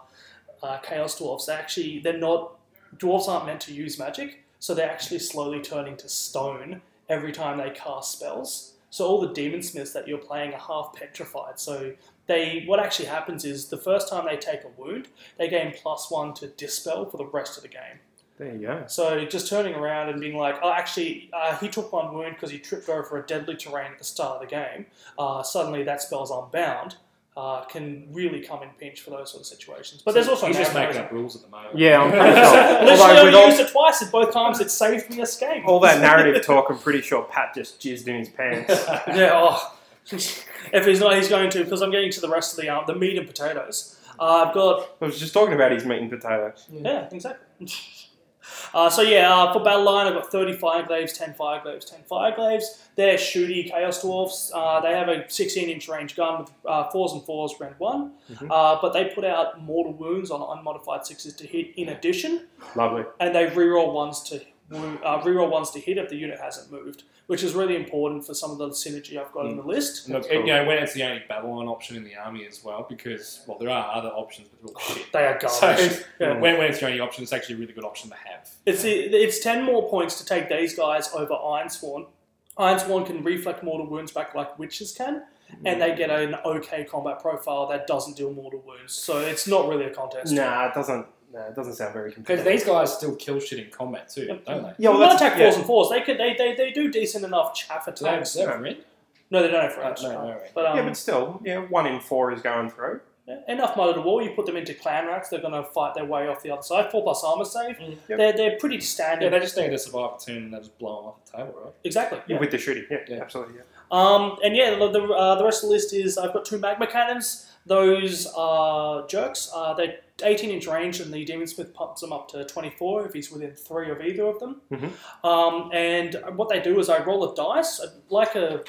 Speaker 3: uh, chaos dwarfs. Actually, they're not dwarfs aren't meant to use magic, so they're actually slowly turning to stone every time they cast spells. So all the demon smiths that you're playing are half petrified. So they what actually happens is the first time they take a wound, they gain plus one to dispel for the rest of the game.
Speaker 1: There you go.
Speaker 3: So just turning around and being like, oh, actually, uh, he took one wound because he tripped over a deadly terrain at the start of the game. Uh, suddenly, that spell's unbound. Uh, can really come in pinch for those sort of situations. But there's also
Speaker 2: He's just
Speaker 3: narrative.
Speaker 2: making up rules at the moment.
Speaker 1: Yeah, I'm pretty sure.
Speaker 3: Literally,
Speaker 1: Although with
Speaker 3: I
Speaker 1: all-
Speaker 3: used it twice, and both times it saved me a game.
Speaker 1: All that narrative talk, I'm pretty sure Pat just jizzed in his pants.
Speaker 3: yeah. Oh. if he's not, he's going to because I'm getting to the rest of the um, the meat and potatoes. Uh, I've got
Speaker 1: I was just talking about his meat and potato.
Speaker 3: Yeah, exactly. Uh, so yeah, uh, for battle line, I've got 30 fireglaves, 10 fireglaves, 10 fireglaves. They're shooty chaos dwarfs. Uh, they have a 16-inch range gun with uh, fours and fours, round one.
Speaker 1: Mhm.
Speaker 3: Uh, but they put out mortal wounds on unmodified sixes to hit in addition,
Speaker 1: Lovely.
Speaker 3: and they reroll ones to wo- uh, reroll ones to hit if the unit hasn't moved, which is really important for some of the synergy I've got in the list.
Speaker 2: And look,
Speaker 1: That's
Speaker 2: you know, when it's the only battle line option in the army as well, because, well, there are other options, but they're all shit.
Speaker 3: They are
Speaker 2: So,
Speaker 3: garbage. Yeah.
Speaker 2: when, when it's your only option, it's actually a really good option to have.
Speaker 3: It's it's ten more points to take these guys over Ironsworn, Ironsworn can reflect mortal wounds back like witches can, and they get an okay combat profile that doesn't deal mortal wounds. So it's not really a contest.
Speaker 1: Nah, it doesn't. Nah, it doesn't sound very
Speaker 2: Because
Speaker 1: competitive.
Speaker 2: these guys still kill shit in combat too, don't they?
Speaker 1: yeah, well,
Speaker 3: not
Speaker 1: that's,
Speaker 3: attack
Speaker 1: yeah.
Speaker 3: fours and fours. They could they, they, they do decent enough chaff
Speaker 2: Do they have
Speaker 3: attacks.
Speaker 2: seven, right?
Speaker 3: No, they don't have
Speaker 2: Uh,
Speaker 3: friends.
Speaker 2: no, no, right.
Speaker 3: But, um, e,
Speaker 1: yeah, but still, yeah, one in four is going through.
Speaker 3: enough mud at the wall. You put them into clan racks. They're going to fight their way off the other side. Four plus armor save.
Speaker 2: Mm.
Speaker 1: Yep.
Speaker 3: They're they're pretty
Speaker 2: Yeah,
Speaker 3: standard.
Speaker 2: they just need to survive a turn and they just blow them off the table, right?
Speaker 3: exactly. Yeah.
Speaker 1: With the shooting, yeah,
Speaker 2: Yeah.
Speaker 1: absolutely. Yeah.
Speaker 3: Um, and yeah, the the, uh, the rest of the list is I've got two magma cannons. Those are jerks. Uh, they're 18 inch range, and the demon smith pumps them up to 24 if he's within three of either of them. Um, and what they do is I roll a dice, uh, like a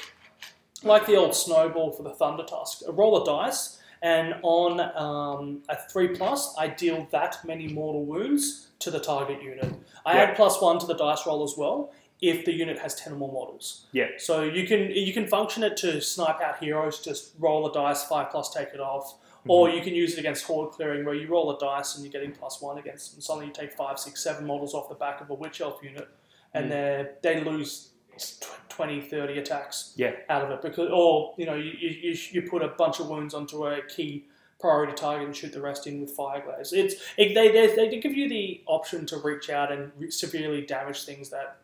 Speaker 3: like the old snowball for the thunder tusk. I roll a dice, and on um, a three plus, I deal that many mortal wounds to the target unit. I
Speaker 1: Yeah.
Speaker 3: add plus one to the dice roll as well if the unit has 10 or more models. So you can you can function it to snipe out heroes, just roll a dice, five plus, take it off. Or you can use it against horde clearing, where you roll a dice and you're getting plus one against, and suddenly you take five, six, seven models off the back of a witch elf unit, and they're they lose tw- 20, 30 attacks
Speaker 1: Yeah.
Speaker 3: out of it because, or you know, you, you, you sh- you put a bunch of wounds onto a key priority target and shoot the rest in with fire glaze. It's it, they, they they give you the option to reach out and re- severely damage things that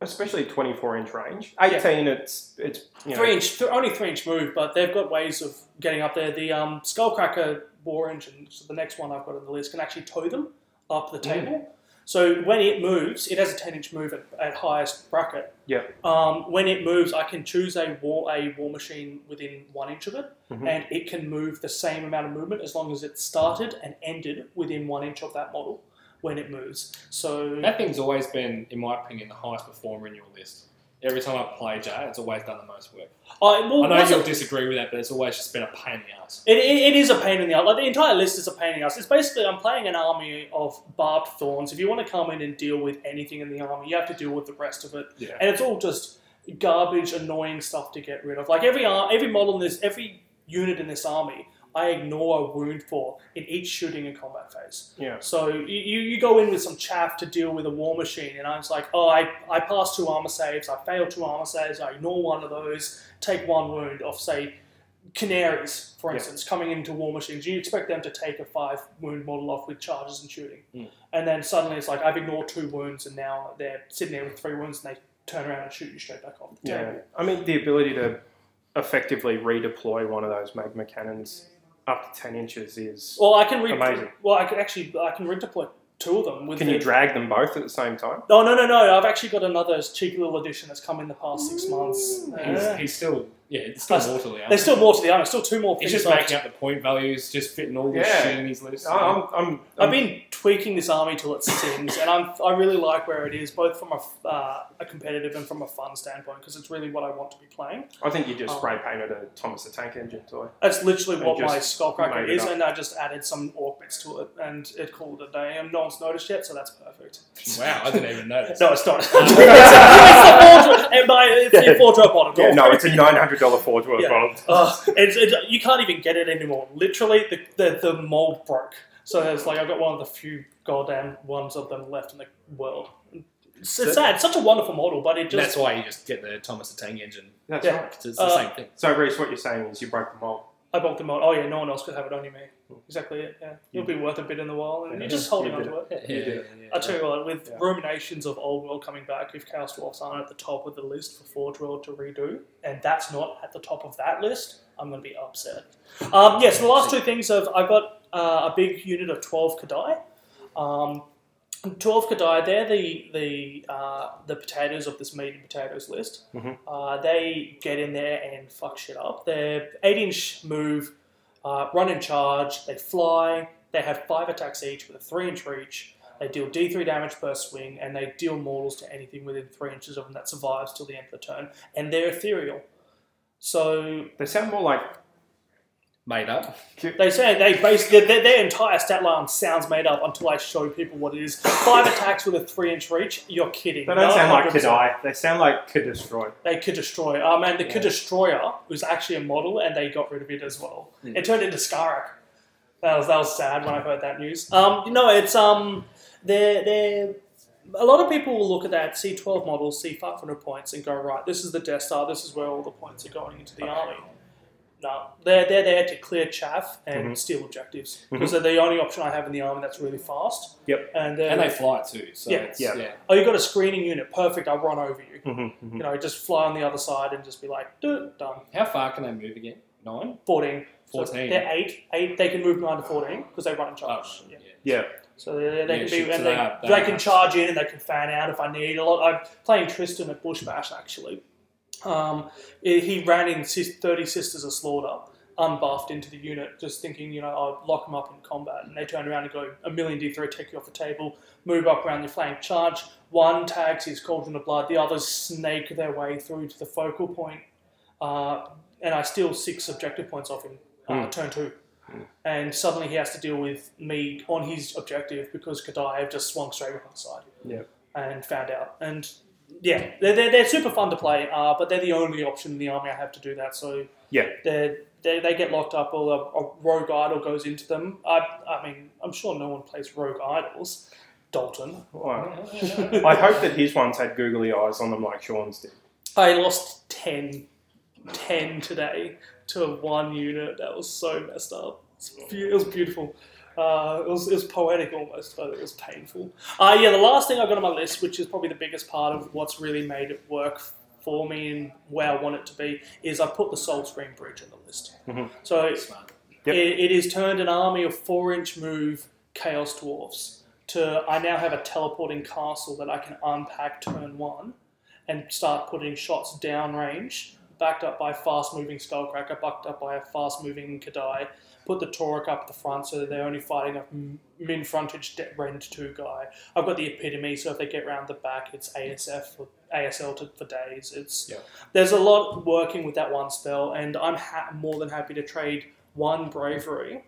Speaker 1: Especially twenty-four inch range.
Speaker 3: Yeah.
Speaker 1: Eighteen, it's it's you know,
Speaker 3: Three inch, th- only three inch move, but they've got ways of getting up there. The um, Skullcracker war engine, so the next one I've got on the list, can actually tow them up the table. So when it moves, it has a ten inch move at, at highest bracket.
Speaker 1: Yeah.
Speaker 3: Um, when it moves, I can choose a war a war machine within one inch of it,
Speaker 1: Mhm.
Speaker 3: and it can move the same amount of movement as long as it started and ended within one inch of that model when it moves. So
Speaker 2: That thing's always been, in my opinion, the highest performer in your list. Every time I play Jay, it's always done the most work.
Speaker 3: I, well,
Speaker 2: I know
Speaker 3: that's a-
Speaker 2: you'll disagree with that, but it's always just been a pain in the ass.
Speaker 3: It, it, it is a pain in the ass. Like the entire list is a pain in the ass. It's basically I'm playing an army of barbed thorns. If you want to come in and deal with anything in the army, you have to deal with the rest of it.
Speaker 2: Yeah.
Speaker 3: And it's all just garbage, annoying stuff to get rid of. Like every ar- every model in this, every unit in this army, I ignore a wound for in each shooting and combat phase.
Speaker 1: Yeah.
Speaker 3: So you, you you go in with some chaff to deal with a war machine, and I was like, oh, I, I pass two armor saves, I fail two armor saves, I ignore one of those, take one wound off, say, canaries, for
Speaker 1: Yeah.
Speaker 3: instance, coming into war machines. You expect them to take a five wound model off with charges and shooting.
Speaker 1: Hmm.
Speaker 2: Mm.
Speaker 3: And then suddenly it's like, I've ignored two wounds, and now they're sitting there with three wounds, and they turn around and shoot you straight back off the
Speaker 1: Yeah,
Speaker 3: table.
Speaker 1: I mean the ability to effectively redeploy one of those magma cannons up to ten inches is.
Speaker 3: Well, I can re-
Speaker 1: Amazing.
Speaker 3: Well, I can actually I can redeploy two of them with
Speaker 1: Can
Speaker 3: the-
Speaker 1: you drag them both at the same time?
Speaker 3: No, no, no, no. I've actually got another cheeky little edition that's come in the past six months.
Speaker 2: He's,
Speaker 3: Yeah.
Speaker 2: he's still, yeah, it's still
Speaker 3: That's-
Speaker 2: more to the ass.
Speaker 3: There's still more to the army. Still two more
Speaker 2: He's
Speaker 3: things.
Speaker 2: just
Speaker 3: left.
Speaker 2: making up the point values, just fitting all this
Speaker 1: Yeah. Oh,
Speaker 2: shit in his list.
Speaker 1: I'm, I'm,
Speaker 3: I've been tweaking this army till it sings, and I'm, I really like where it is, both from a, uh, a competitive and from a fun standpoint, because it's really what I want to be playing.
Speaker 1: I think you just
Speaker 3: Oh.
Speaker 1: spray painted a Thomas the Tank Engine toy.
Speaker 3: That's literally
Speaker 1: And
Speaker 3: what my
Speaker 1: just
Speaker 3: Skullcracker
Speaker 1: made it
Speaker 3: is,
Speaker 1: up.
Speaker 3: and I just added some orc bits to it, and it called it a day, and no one's noticed yet, so that's perfect.
Speaker 2: Wow, I didn't even notice.
Speaker 3: No, it's not. it's, a, it's a wardrobe, and my, it's a
Speaker 1: Yeah.
Speaker 3: wardrobe bottom.
Speaker 1: Yeah, no, it's a nine hundred dollar Forge World
Speaker 3: Yeah.
Speaker 1: bottle.
Speaker 3: Uh, it's, it's, you can't even get it anymore. Literally, the, the, the mold broke. So it's like I've got one of the few goddamn ones of them left in the world. It's, it's
Speaker 2: So-
Speaker 3: sad. It's such a wonderful model, but
Speaker 2: And
Speaker 3: it
Speaker 2: that's
Speaker 3: just.
Speaker 2: why you just get the Thomas the Tank engine.
Speaker 1: That's
Speaker 3: Yeah.
Speaker 1: right.
Speaker 2: 'cause It's the
Speaker 3: Uh,
Speaker 2: same thing.
Speaker 1: So, Reese, what you're saying is you broke the mold.
Speaker 3: I bought the mold. Oh, yeah, no one else could have it, only me.
Speaker 2: Hmm.
Speaker 3: Exactly it, yeah. It'll be worth a bit in the while, and
Speaker 1: Yeah,
Speaker 3: you're just holding
Speaker 1: you
Speaker 3: on
Speaker 1: did
Speaker 3: to it.
Speaker 1: you do.
Speaker 3: I'll tell you what, with
Speaker 1: Yeah.
Speaker 3: ruminations of Old World coming back, if Chaos Dwarfs aren't at the top of the list for Forge World to redo, and that's not at the top of that list, I'm going to be upset. Um, yes, the last two things of I've got uh, a big unit of 12 Kadai. Um, 12 Kadai, they're the the uh, the potatoes of this meat and potatoes list.
Speaker 1: Mhm.
Speaker 3: Uh, they get in there and fuck shit up. They're 8 inch move, uh, run and charge, they fly, they have 5 attacks each with a 3 inch reach. They deal D3 damage per swing, and they deal mortals to anything within 3 inches of them that survives till the end of the turn. And they're ethereal. So
Speaker 1: They sound more like
Speaker 2: Made up.
Speaker 3: they say they base their, their, their entire stat line sounds made up until I show people what it is. Five attacks with a three inch reach. You're kidding.
Speaker 1: they don't sound like
Speaker 3: 100%.
Speaker 1: Kadai. They sound like Could Destroy.
Speaker 3: They could destroy. Oh man, the
Speaker 2: Yeah.
Speaker 3: could destroyer was actually a model, and they got rid of it as well.
Speaker 2: Mm.
Speaker 3: It turned into Skarak.
Speaker 2: Hmm.
Speaker 3: That was that was sad when I heard that news. Um, you know, it's um, they're they're a lot of people will look at that, see 12 models, see 500 points, and go, right, this is the Death Star, this is where all the points are going into the army. No, they're, they're there to clear chaff and
Speaker 2: Mm-hmm.
Speaker 1: Mhm.
Speaker 3: steal objectives. Because they're the only option I have in the army that's really fast.
Speaker 1: Yep.
Speaker 3: And then,
Speaker 2: And they fly too, so
Speaker 3: Yeah.
Speaker 2: it's,
Speaker 1: Yeah.
Speaker 2: yeah.
Speaker 3: oh, you got a screening unit, perfect, I'll run over you.
Speaker 1: Mm-hmm,
Speaker 3: You know, just fly on the other side and just be like, do it, done.
Speaker 2: How far can they move again? Nine?
Speaker 3: 14. So
Speaker 2: 14.
Speaker 3: they're 8. 8. They can move 9 to 14 because they run in charge.
Speaker 2: Oh,
Speaker 3: yeah.
Speaker 2: yeah.
Speaker 1: Yeah.
Speaker 3: So they, they, they
Speaker 2: Yeah,
Speaker 3: can
Speaker 2: shit,
Speaker 3: be,
Speaker 2: so
Speaker 3: and
Speaker 2: they
Speaker 3: they,
Speaker 2: are-
Speaker 3: they,
Speaker 2: they are-
Speaker 3: can charge in and they can fan out if I need. A lot. I'm playing Tristan at Bush Bash actually. Um, he he ran in Sis- Thirty Sisters of Slaughter, unbuffed into the unit, just thinking, you know, I'll lock him up in combat. And they turn around and go, a million D3 take you off the table, move up around your flank, charge. One tags his Cauldron of Blood, the others snake their way through to the focal point, uh, and I steal six objective points off him, uh,
Speaker 2: Hmm.
Speaker 1: Mm.
Speaker 3: turn two and suddenly he has to deal with me on his objective because Kadaev just swung straight up on the side.
Speaker 1: Yep.
Speaker 3: And found out. And yeah, they're, they're, they're super fun to play, uh, but they're the only option in the army I have to do that. So
Speaker 1: Yeah.
Speaker 3: they're, they they get locked up, or a, a rogue idol goes into them. I, I mean, I'm sure no one plays rogue idols. Dalton.
Speaker 1: Wow. I hope that his ones had googly eyes on them like Sean's did.
Speaker 3: I lost 10, 10 today to one unit. That was so messed up. It's beau- It was beautiful. Uh, it, was, it was poetic almost, but it was painful. Uh, yeah, the last thing I got on my list, which is probably the biggest part of what's really made it work for me and where I want it to be, is I put the Soul Screen Bridge on the list.
Speaker 1: Mhm.
Speaker 3: So
Speaker 2: Smart.
Speaker 1: Yep.
Speaker 3: it, it has turned an army of four inch move Chaos Dwarfs to I now have a teleporting castle that I can unpack turn one and start putting shots downrange, backed up by fast moving Skullcracker, backed up by a fast moving Kadai. Put the Torek up the front so that they're only fighting a m- min frontage de- rend 2 guy. I've got the Epitome, so if they get round the back, it's ASF for, ASL to, for days. It's
Speaker 2: Yeah.
Speaker 3: There's a lot working with that one spell, and I'm ha- more than happy to trade one bravery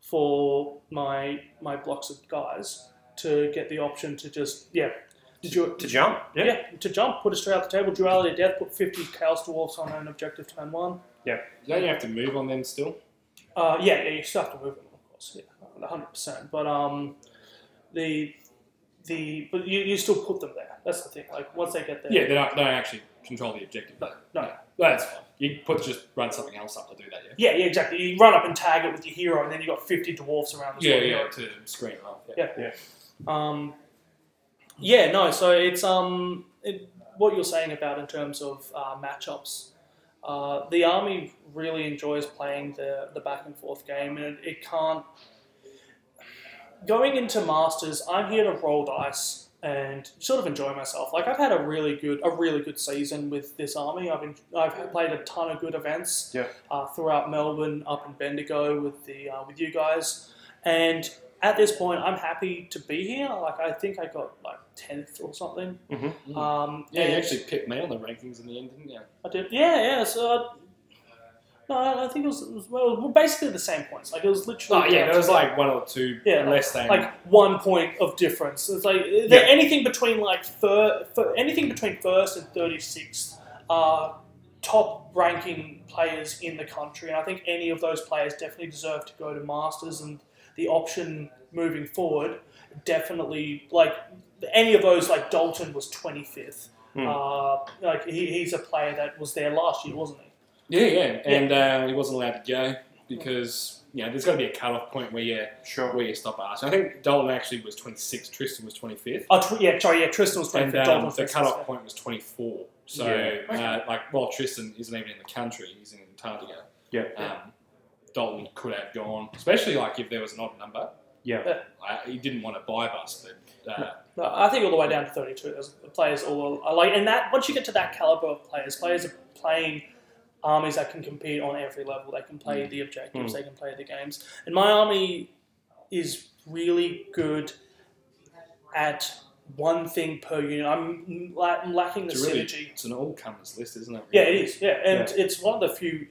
Speaker 3: for my my blocks of guys to get the option to just yeah did you
Speaker 1: To jump?
Speaker 3: yeah. to jump put it straight out the table duality of death put 50 chaos dwarfs on an objective turn one
Speaker 2: Don't you have to move on them still?
Speaker 3: uh, yeah yeah you still have to move them of course yeah 100% but um the the but you, you still put them there that's the thing like once they get there
Speaker 2: Yeah, they don't, they don't actually control the objective.
Speaker 3: no, no.
Speaker 2: That's fine. You put just run something else up to do that, yeah?
Speaker 3: Yeah, yeah, exactly. You run up and tag it with your hero, and then you've got 50 dwarfs around the
Speaker 2: Yeah,
Speaker 3: squad
Speaker 2: yeah,
Speaker 3: hero.
Speaker 2: to screen it up.
Speaker 3: Yeah. Um, yeah, no. So it's um, it, what you're saying about in terms of uh, matchups. Uh, the army really enjoys playing the the back and forth game, and it, it can't. Going into masters, I'm here to roll dice and sort of enjoy myself. Like I've had a really good a really good season with this army. I've en- I've played a ton of good events.
Speaker 1: Yeah.
Speaker 3: Uh, throughout Melbourne, up in Bendigo with the uh, with you guys, and at this point, I'm happy to be here. Like I think I got like tenth or something.
Speaker 1: Mhm.
Speaker 2: Mhm.
Speaker 3: Um,
Speaker 2: Yeah,
Speaker 3: and
Speaker 2: you actually picked me on the rankings in the end, didn't you?
Speaker 3: I did. Yeah, yeah. So I, no, I- I think it was, it was well, basically the same points. Like it was literally.
Speaker 2: Oh, yeah, there was like one or two
Speaker 3: Yeah,
Speaker 2: less than.
Speaker 3: like one point of difference. It's like uh, there- anything between like thir- fir- anything between first and thirty sixth are top ranking players in the country, and I think any of those players definitely deserve to go to masters. And the option moving forward, definitely like any of those like Dalton was twenty fifth.
Speaker 1: Hmm.
Speaker 3: Uh, like he, he's a player that was there last year, wasn't he?
Speaker 2: yeah, yeah. And Uh, he wasn't allowed to go because, you know, there's got to be a cutoff point where you,
Speaker 1: Sure.
Speaker 2: where you stop asking. I think Dalton actually was 26th, Tristan was 25th.
Speaker 3: Oh, tw- yeah, sorry, yeah, Tristan was twenty
Speaker 2: And
Speaker 3: fifth.
Speaker 2: um,
Speaker 3: Dalton was
Speaker 2: the
Speaker 3: 26th,
Speaker 2: cutoff
Speaker 3: yeah.
Speaker 2: point was 24. So,
Speaker 1: Yeah.
Speaker 2: uh, like, while Tristan isn't even in the country, he's in Antarctica.
Speaker 1: Yeah.
Speaker 2: Um, Dalton could have gone, especially like if there was an odd number.
Speaker 1: Yeah.
Speaker 3: Yeah.
Speaker 2: I, he didn't want to buy bus, but uh,
Speaker 3: No, I think all the way down to 32. There's players all I like, and that once you get to that caliber of players, players are playing armies that can compete on every level. They can play
Speaker 2: Mm.
Speaker 3: the objectives, they can play the games. And my army is really good at one thing per unit. I'm, la- I'm lacking the
Speaker 2: it's, a really,
Speaker 3: synergy.
Speaker 2: it's an all comers list, isn't it?
Speaker 3: Yeah, it is. Yeah, and it's one of the few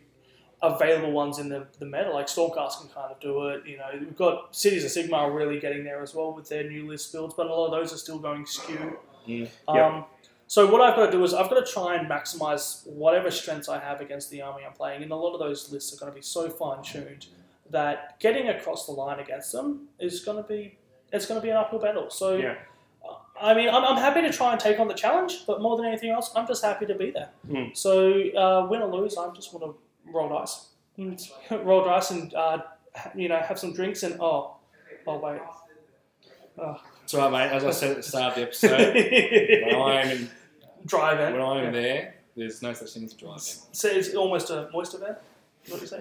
Speaker 3: available ones in the, the meta. Like Stormcast can kind of do it. You know, we've got Cities of Sigma are really getting there as well with their new list builds, but a lot of those are still going skew.
Speaker 2: Mm.
Speaker 3: Um, So what I've got to do is I've got to try and maximize whatever strengths I have against the army I'm playing, and a lot of those lists are going to be so fine tuned that getting across the line against them is going to be it's going to be an uphill battle. So
Speaker 1: Yeah.
Speaker 3: uh, I mean, I'm, I'm happy to try and take on the challenge, but more than anything else, I'm just happy to be there.
Speaker 1: Mm.
Speaker 3: So uh, win or lose, I just want to roll dice, Mm, roll dice, and uh, ha- you know have some drinks and oh, oh wait.
Speaker 2: That's right, mate. As I said at the start of the episode, when I'm in,
Speaker 3: Drive
Speaker 2: when
Speaker 3: in.
Speaker 2: I'm
Speaker 3: Yeah.
Speaker 2: there, there's no such thing as driving.
Speaker 3: So it's almost a moist event. What do you say?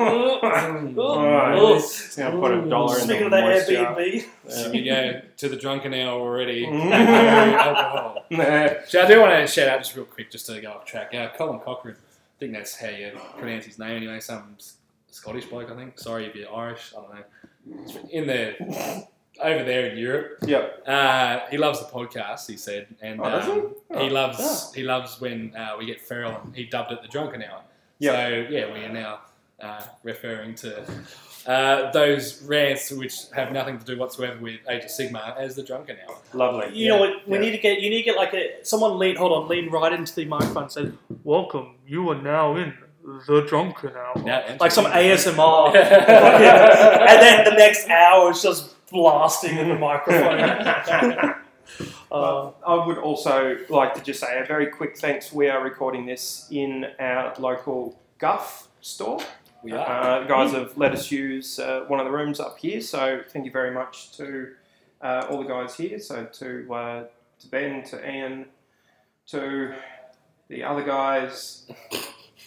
Speaker 1: Alright, this- yeah, put a dollar in
Speaker 3: Speaking
Speaker 1: the
Speaker 3: of that
Speaker 1: moist jar.
Speaker 3: Airbnb,
Speaker 2: So we go Um, to the drunken hour already.
Speaker 1: Mm.
Speaker 2: alcohol.
Speaker 1: Nah.
Speaker 2: So I do want to shout out just real quick, just to go off track. Uh, Colin Cochran, I think that's how you pronounce his name anyway. Some S- Scottish bloke, I think. Sorry if you're Irish. I don't know. It's in the over there in Europe,
Speaker 1: Yep.
Speaker 2: uh, he loves the podcast. He said, and
Speaker 1: Oh, does he?
Speaker 2: um,
Speaker 1: Oh,
Speaker 2: he loves he loves when uh, we get feral. He dubbed it the drunken hour.
Speaker 1: Yep.
Speaker 2: So yeah, we are now uh, referring to uh, those rants which have nothing to do whatsoever with Age of Sigma as the drunken hour.
Speaker 1: Lovely.
Speaker 3: you know what? We need to get. You need to get like a someone lean. Hold on, lean right into the microphone. And say, "Welcome. You are now in the drunken hour."
Speaker 2: Now,
Speaker 3: Like some ASMR.
Speaker 1: Yeah.
Speaker 3: and then the next hour is just blasting in the microphone. uh,
Speaker 1: Uh, I would also like to just say a very quick thanks. We are recording this in our local Guff store.
Speaker 2: We are.
Speaker 1: Uh, guys have let us use uh, one of the rooms up here, so thank you very much to uh, all the guys here. So to uh, to Ben, to Ian, to the other guys.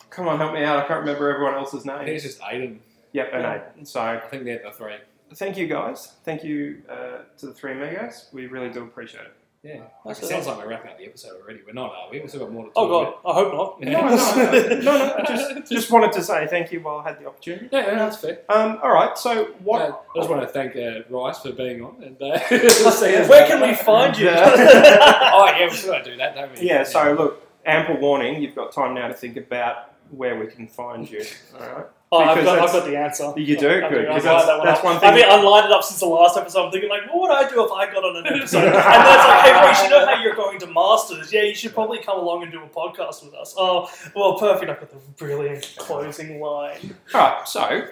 Speaker 1: Come on, help me out. I can't remember everyone else's
Speaker 2: I think
Speaker 1: name.
Speaker 2: it's just Aiden.
Speaker 1: Yep, and Aiden. So
Speaker 2: I think they're the three.
Speaker 1: thank you guys. Thank you uh, to the three megos. We really do appreciate it.
Speaker 2: Yeah.
Speaker 3: That's
Speaker 2: it
Speaker 3: it.
Speaker 2: sounds like we're wrapping up the episode already. We're not, are we? We've still got more to talk
Speaker 3: oh
Speaker 2: about.
Speaker 3: god, I hope not.
Speaker 2: Yeah.
Speaker 1: No, no, no, no, no, just, just wanted to say thank you while I had the opportunity.
Speaker 2: Yeah, yeah, that's fair.
Speaker 1: Um, all right, so what?
Speaker 2: Uh, I just want to thank uh, Rice for being on. And, uh,
Speaker 3: Where can we find you?
Speaker 1: Yeah.
Speaker 2: Oh, yeah, we should do that, don't we?
Speaker 1: yeah, so look, ample warning. You've got time now to think about where we can find you. All right.
Speaker 3: Oh, I've
Speaker 1: Because
Speaker 3: got, I've
Speaker 1: that's-
Speaker 3: got the answer.
Speaker 1: You do?
Speaker 3: I
Speaker 1: Good,
Speaker 3: do. I've
Speaker 1: because
Speaker 3: lined
Speaker 1: that's-
Speaker 3: that one
Speaker 1: that's
Speaker 3: up.
Speaker 1: one
Speaker 3: I
Speaker 1: thing-
Speaker 3: mean, I lined it up since the last episode. I'm thinking, like, what would I do if I got on an episode? and that's like, hey, Reece, you know how you're going to Masters? Yeah, you should probably come along and do a podcast with us. Oh, well, perfect. I've got the brilliant closing line.
Speaker 1: All right. So,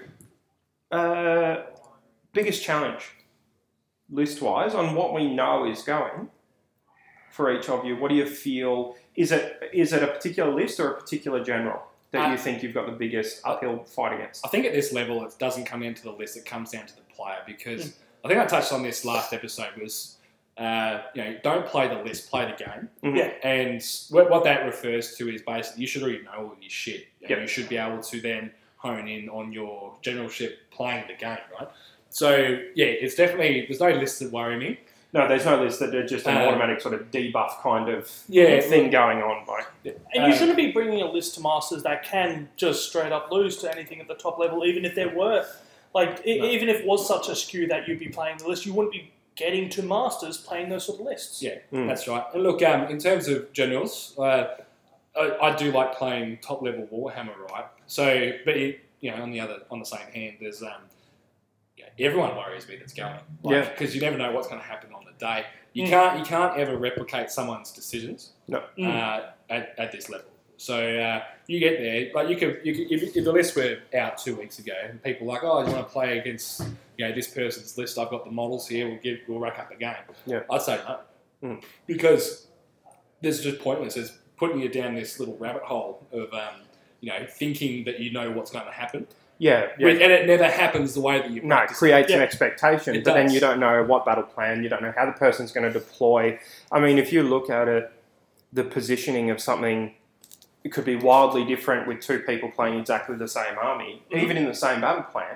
Speaker 1: uh, biggest challenge, list wise, on what we know is going for each of you. What do you feel? Is it is it a particular list or a particular general that you think you've got the biggest uphill fight against?
Speaker 2: I think at this level, it doesn't come into the list. It comes down to the player because
Speaker 1: Hmm.
Speaker 2: I think I touched on this last episode was, uh, you know, don't play the list, play the game.
Speaker 1: Mhm.
Speaker 3: Yeah.
Speaker 2: And what, what that refers to is basically you should already know all your shit. And
Speaker 1: Yep.
Speaker 2: You should be able to then hone in on your generalship playing the game, right? So yeah, it's definitely there's no lists that worry me.
Speaker 1: No, there's no list that are just an
Speaker 2: Uh,
Speaker 1: automatic sort of debuff kind of
Speaker 2: Yeah,
Speaker 1: thing going on. Like,
Speaker 3: And
Speaker 2: Uh,
Speaker 3: you shouldn't be bringing a list to Masters that can just straight up lose to anything at the top level, even if there were, like, e
Speaker 2: No.
Speaker 3: even if it was such a skew that you'd be playing the list, you wouldn't be getting to Masters playing those sort of lists.
Speaker 2: Yeah.
Speaker 1: Mm.
Speaker 2: That's right. And look, um, in terms of generals, uh, I, I do like playing top level Warhammer, right? So, but it, you know, on the other, on the same hand, there's um, you know, everyone worries me that's going, like,
Speaker 1: Yeah.
Speaker 2: because you never know what's going to happen on the day. You
Speaker 3: Mm.
Speaker 2: can't, you can't ever replicate someone's decisions
Speaker 3: Mm.
Speaker 2: uh, at, at this level. So uh, you get there, but you could, you could if, if the list were out two weeks ago, and people were like, oh, you want to play against, you know, this person's list? I've got the models here. We'll give, we'll rack up a game.
Speaker 1: Yeah.
Speaker 2: I'd say no,
Speaker 1: Mm.
Speaker 2: because this is just pointless. It's putting you down this little rabbit hole of, um, you know, thinking that you know what's going to happen,
Speaker 1: yeah, yeah.
Speaker 2: With- and it never happens the way that you.
Speaker 1: no, it creates an
Speaker 3: Yeah.
Speaker 1: expectation,
Speaker 2: It
Speaker 1: but then
Speaker 2: does.
Speaker 1: you don't know what battle plan, you don't know how the person's going to deploy. I mean, if you look at it, the positioning of something it could be wildly different with two people playing exactly the same army,
Speaker 2: Mm-hmm.
Speaker 1: even in the same battle plan.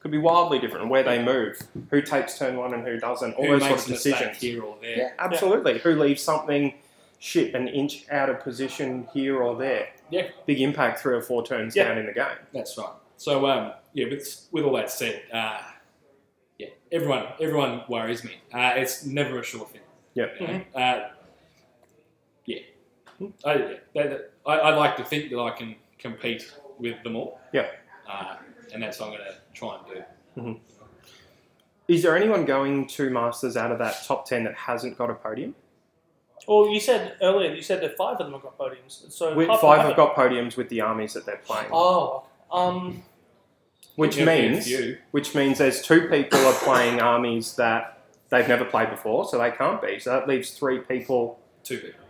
Speaker 1: Could be wildly different where they move, who takes turn one and who doesn't, all
Speaker 2: Who
Speaker 1: those
Speaker 2: makes
Speaker 1: sort of
Speaker 2: a mistake
Speaker 1: decisions.
Speaker 2: here or there?
Speaker 1: Yeah, absolutely. Who leaves something shit an inch out of position here or there?
Speaker 2: Yeah.
Speaker 1: Big impact three or four turns
Speaker 3: Yeah.
Speaker 1: down in the game.
Speaker 2: That's right. So um, yeah, with with all that said, uh, yeah, everyone everyone worries me. Uh, it's never a sure thing.
Speaker 1: Yep.
Speaker 2: You know? Uh, yeah. I, yeah. That- that- I, I like to think that I can compete with them all.
Speaker 1: Yeah.
Speaker 2: Uh, and that's what I'm going to try and do.
Speaker 1: Is there anyone going to Masters out of that top 10 that hasn't got a podium?
Speaker 3: Well, you said earlier, you said that five of them have got podiums. So
Speaker 1: With
Speaker 3: half
Speaker 1: five
Speaker 3: of
Speaker 1: have got podiums with the armies that they're playing,
Speaker 3: Oh, um,
Speaker 1: which
Speaker 2: There'll be a
Speaker 1: means
Speaker 2: few.
Speaker 1: which means there's two people are playing armies that they've never played before, so they can't be. So that leaves three people
Speaker 2: Two people.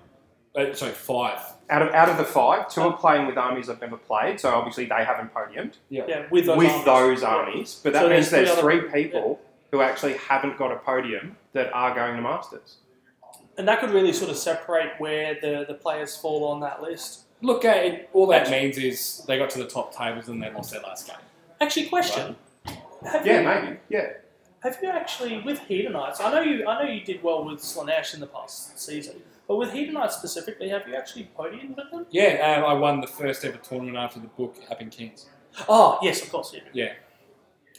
Speaker 2: Uh, sorry, five.
Speaker 1: out of out of the five. Two are playing with armies they've never played, so obviously they haven't podiumed
Speaker 3: Yeah, with those
Speaker 1: with
Speaker 3: armies.
Speaker 1: those
Speaker 3: Yeah.
Speaker 1: armies. But that
Speaker 3: So
Speaker 1: means
Speaker 3: there's
Speaker 1: there's
Speaker 3: three
Speaker 1: three people who actually haven't got a podium that are going to Masters.
Speaker 3: And that could really sort of separate where the, the players fall on that list.
Speaker 2: Look, at it, all that means is they got to the top tables and they lost their last game.
Speaker 3: Actually, question. Have you,
Speaker 1: Yeah, maybe. Yeah.
Speaker 3: Have you actually with Hedonites? I know you. I know you did well with Slanesh in the past season, but with Hedonites specifically, have you actually podiumed with them?
Speaker 2: Yeah, um, I won the first ever tournament after the book up in Kings.
Speaker 3: Oh yes, of course you did.
Speaker 2: Yeah.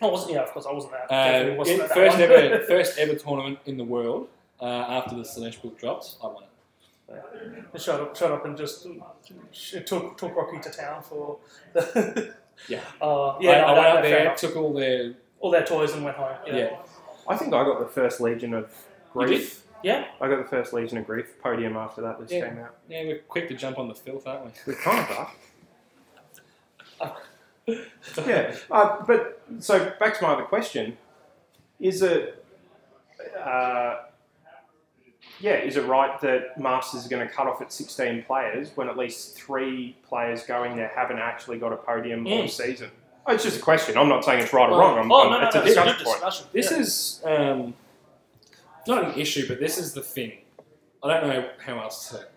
Speaker 3: I wasn't. Yeah, of course I wasn't there.
Speaker 2: Uh,
Speaker 3: Definitely wasn't
Speaker 2: yeah,
Speaker 3: at that
Speaker 2: first
Speaker 3: one.
Speaker 2: ever, first ever tournament in the world uh, after the Slanesh book drops. I won it.
Speaker 3: They showed up, showed up and just sh- took took Rocky to town for. The
Speaker 2: Yeah.
Speaker 3: Uh,
Speaker 2: I, I
Speaker 3: yeah.
Speaker 2: went
Speaker 3: no, no,
Speaker 2: up
Speaker 3: fair
Speaker 2: there,
Speaker 3: enough.
Speaker 2: took all their
Speaker 3: all their toys and went home. Yeah.
Speaker 2: Yeah.
Speaker 1: I think I got the first Legion of
Speaker 2: You
Speaker 1: Grief.
Speaker 3: Yeah.
Speaker 1: I got the first Legion of Grief podium after that list
Speaker 2: Yeah.
Speaker 1: came out.
Speaker 2: yeah, we're quick to jump on the filth, aren't we?
Speaker 1: We kind of are. yeah, uh, but so back to my other question: Is it, uh, yeah, is it right that Masters is going to cut off at sixteen players when at least three players going there haven't actually got a podium all
Speaker 3: Mm.
Speaker 1: season? Oh, it's just a question. I'm not saying it's right or wrong. I'm,
Speaker 3: oh
Speaker 1: I'm-
Speaker 3: no, no,
Speaker 1: it's
Speaker 3: no!
Speaker 1: a
Speaker 3: It's a
Speaker 1: discussion
Speaker 3: good
Speaker 1: point.
Speaker 3: discussion.
Speaker 2: This
Speaker 3: yeah.
Speaker 2: is um, not an issue, but this is the thing. I don't know how else to,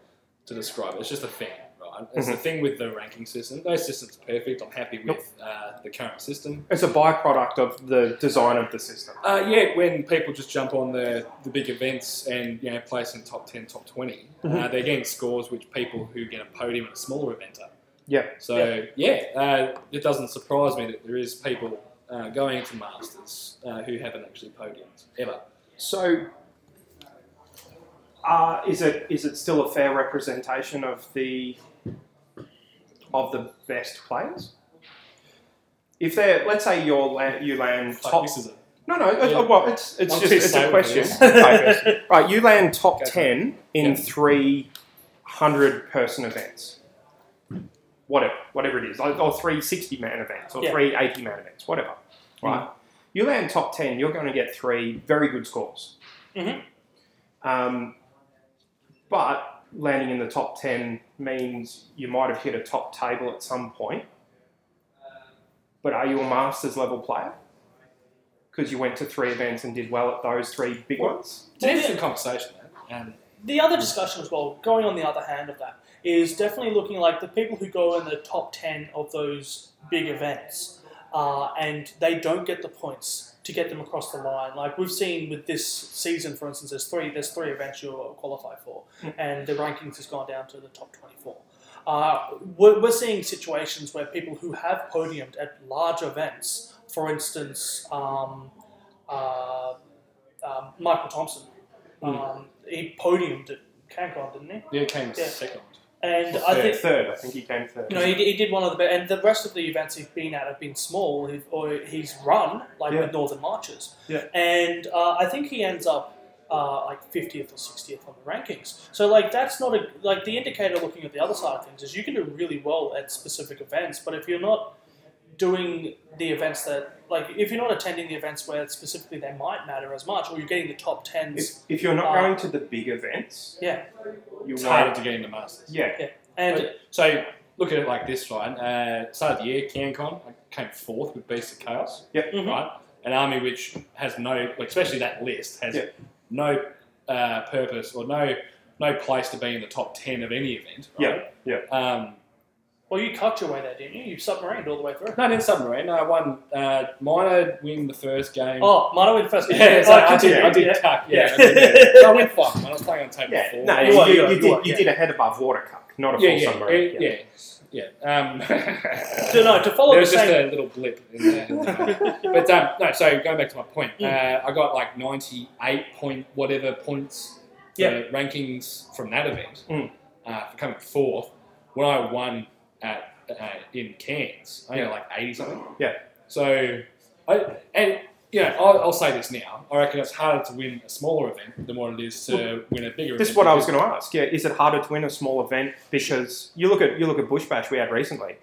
Speaker 2: to describe it. It's just a thing, right? It's
Speaker 1: Mm-hmm.
Speaker 2: the thing with the ranking system. No system's perfect. I'm happy with uh, the current system.
Speaker 1: It's a byproduct of the design of the system.
Speaker 2: Uh, yeah, when people just jump on the, the big events and you know place in top ten, top 20
Speaker 1: Mm-hmm.
Speaker 2: uh, they're getting scores which people who get a podium at a smaller event are.
Speaker 1: Yeah.
Speaker 2: So yeah, uh, it doesn't surprise me that there is people uh, going to masters uh, who haven't actually podiumed ever.
Speaker 1: So, uh, is it is it still a fair representation of the of the best players? If they're, let's say you're land, you land
Speaker 2: Fuck,
Speaker 1: top.
Speaker 2: this is a
Speaker 1: No, no, it-
Speaker 2: Yeah.
Speaker 1: well, it's it's
Speaker 2: I'm
Speaker 1: just
Speaker 2: too
Speaker 1: it's a
Speaker 2: sober for
Speaker 1: question.
Speaker 2: this.
Speaker 1: Okay. right, you land top
Speaker 2: Go for it.
Speaker 1: ten in
Speaker 2: Yeah.
Speaker 1: three hundred person events. Whatever, whatever it is, like, or three sixty man events, or
Speaker 3: Yeah.
Speaker 1: three eighty man events, whatever.
Speaker 2: Mm-hmm.
Speaker 1: Right, you land top ten, you're going to get three very good scores.
Speaker 3: Mhm.
Speaker 2: Mm-hmm.
Speaker 1: Um, but landing in the top 10 means you might have hit a top table at some point. But are you a masters level player? Because you went to three events and did well at those three big ones.
Speaker 2: It's an interesting conversation, man. And
Speaker 3: the other discussion as well, going on the other hand of that, is definitely looking like the people who go in the top 10 of those big events uh, and they don't get the points to get them across the line. Like we've seen with this season, for instance, there's three, there's three events you'll qualify for, and the rankings has gone down to the top 24. Uh, we're, we're seeing situations where people who have podiumed at large events, for instance, um, uh, um, Michael Thompson,
Speaker 2: Mm.
Speaker 3: um, he podiumed at CanCon, didn't he?
Speaker 2: yeah, it came
Speaker 3: Yeah.
Speaker 2: second.
Speaker 3: And
Speaker 2: Well,
Speaker 3: I
Speaker 2: fair.
Speaker 3: think
Speaker 1: Third, I think you came third.
Speaker 3: you know he, he did one of the best. And the rest of the events he's been at have been small, he- or he's run like
Speaker 1: Yeah.
Speaker 3: with Northern Marches.
Speaker 1: Yeah.
Speaker 3: And uh, I think he ends up. Uh, like 50th or 60th on the rankings. So, like, that's not a. Like, the indicator looking at the other side of things is you can do really well at specific events, but if you're not doing the events that. Like, if you're not attending the events where specifically they might matter as much, or you're getting the top 10s.
Speaker 1: if, if you're not
Speaker 3: Uh,
Speaker 1: going to the big events,
Speaker 3: yeah.
Speaker 1: you
Speaker 2: It's harder
Speaker 1: won't.
Speaker 2: to get into masters.
Speaker 1: Yeah,
Speaker 3: and
Speaker 2: But- so look at it like this, right? Uh, start of the year, CanCon I came fourth with Beast of Chaos,
Speaker 3: mhm.
Speaker 2: right? An army which has no, especially that list has
Speaker 1: Yeah.
Speaker 2: no uh, purpose or no no place to be in the top ten of any event. Right?
Speaker 1: Yeah,
Speaker 2: Um,
Speaker 3: Well, you cut your way there, didn't you? You submarined all the way through.
Speaker 2: no, I didn't submarine. No, I won. Uh, minor win the first game.
Speaker 3: Oh, Mono in first.
Speaker 2: yeah, so I, did. I did
Speaker 3: Yeah.
Speaker 2: cuck. Yeah, I, did,
Speaker 3: Yeah.
Speaker 2: yeah. I went five. man. I was playing on table
Speaker 1: yeah.
Speaker 2: four.
Speaker 1: No,
Speaker 3: You
Speaker 1: you,
Speaker 3: are,
Speaker 1: you,
Speaker 3: you are, you
Speaker 1: did,
Speaker 3: are,
Speaker 1: you
Speaker 3: yeah.
Speaker 1: did a head above water cup, not a full
Speaker 2: yeah, yeah,
Speaker 1: submarine.
Speaker 2: yeah, yeah, yeah. Um,
Speaker 3: So, no, to follow
Speaker 2: There's
Speaker 3: the
Speaker 2: just
Speaker 3: same.
Speaker 2: a little blip. In there. but um, no, so going back to my point, uh, I got like 98 point whatever points for
Speaker 3: Yeah. Hmm.
Speaker 2: rankings from that event
Speaker 1: Mm.
Speaker 2: uh, for coming fourth. When I won at uh, in Cairns, I think I got like 80 something.
Speaker 1: Yeah.
Speaker 2: So, I, and you know, I'll, I'll say this now. I reckon it's harder to win a smaller event than what it is to win a bigger.
Speaker 1: This
Speaker 2: event
Speaker 1: is what I was
Speaker 2: because-
Speaker 1: going to ask. Yeah, is it harder to win a small event because you look at you look at Bush Bash we had recently.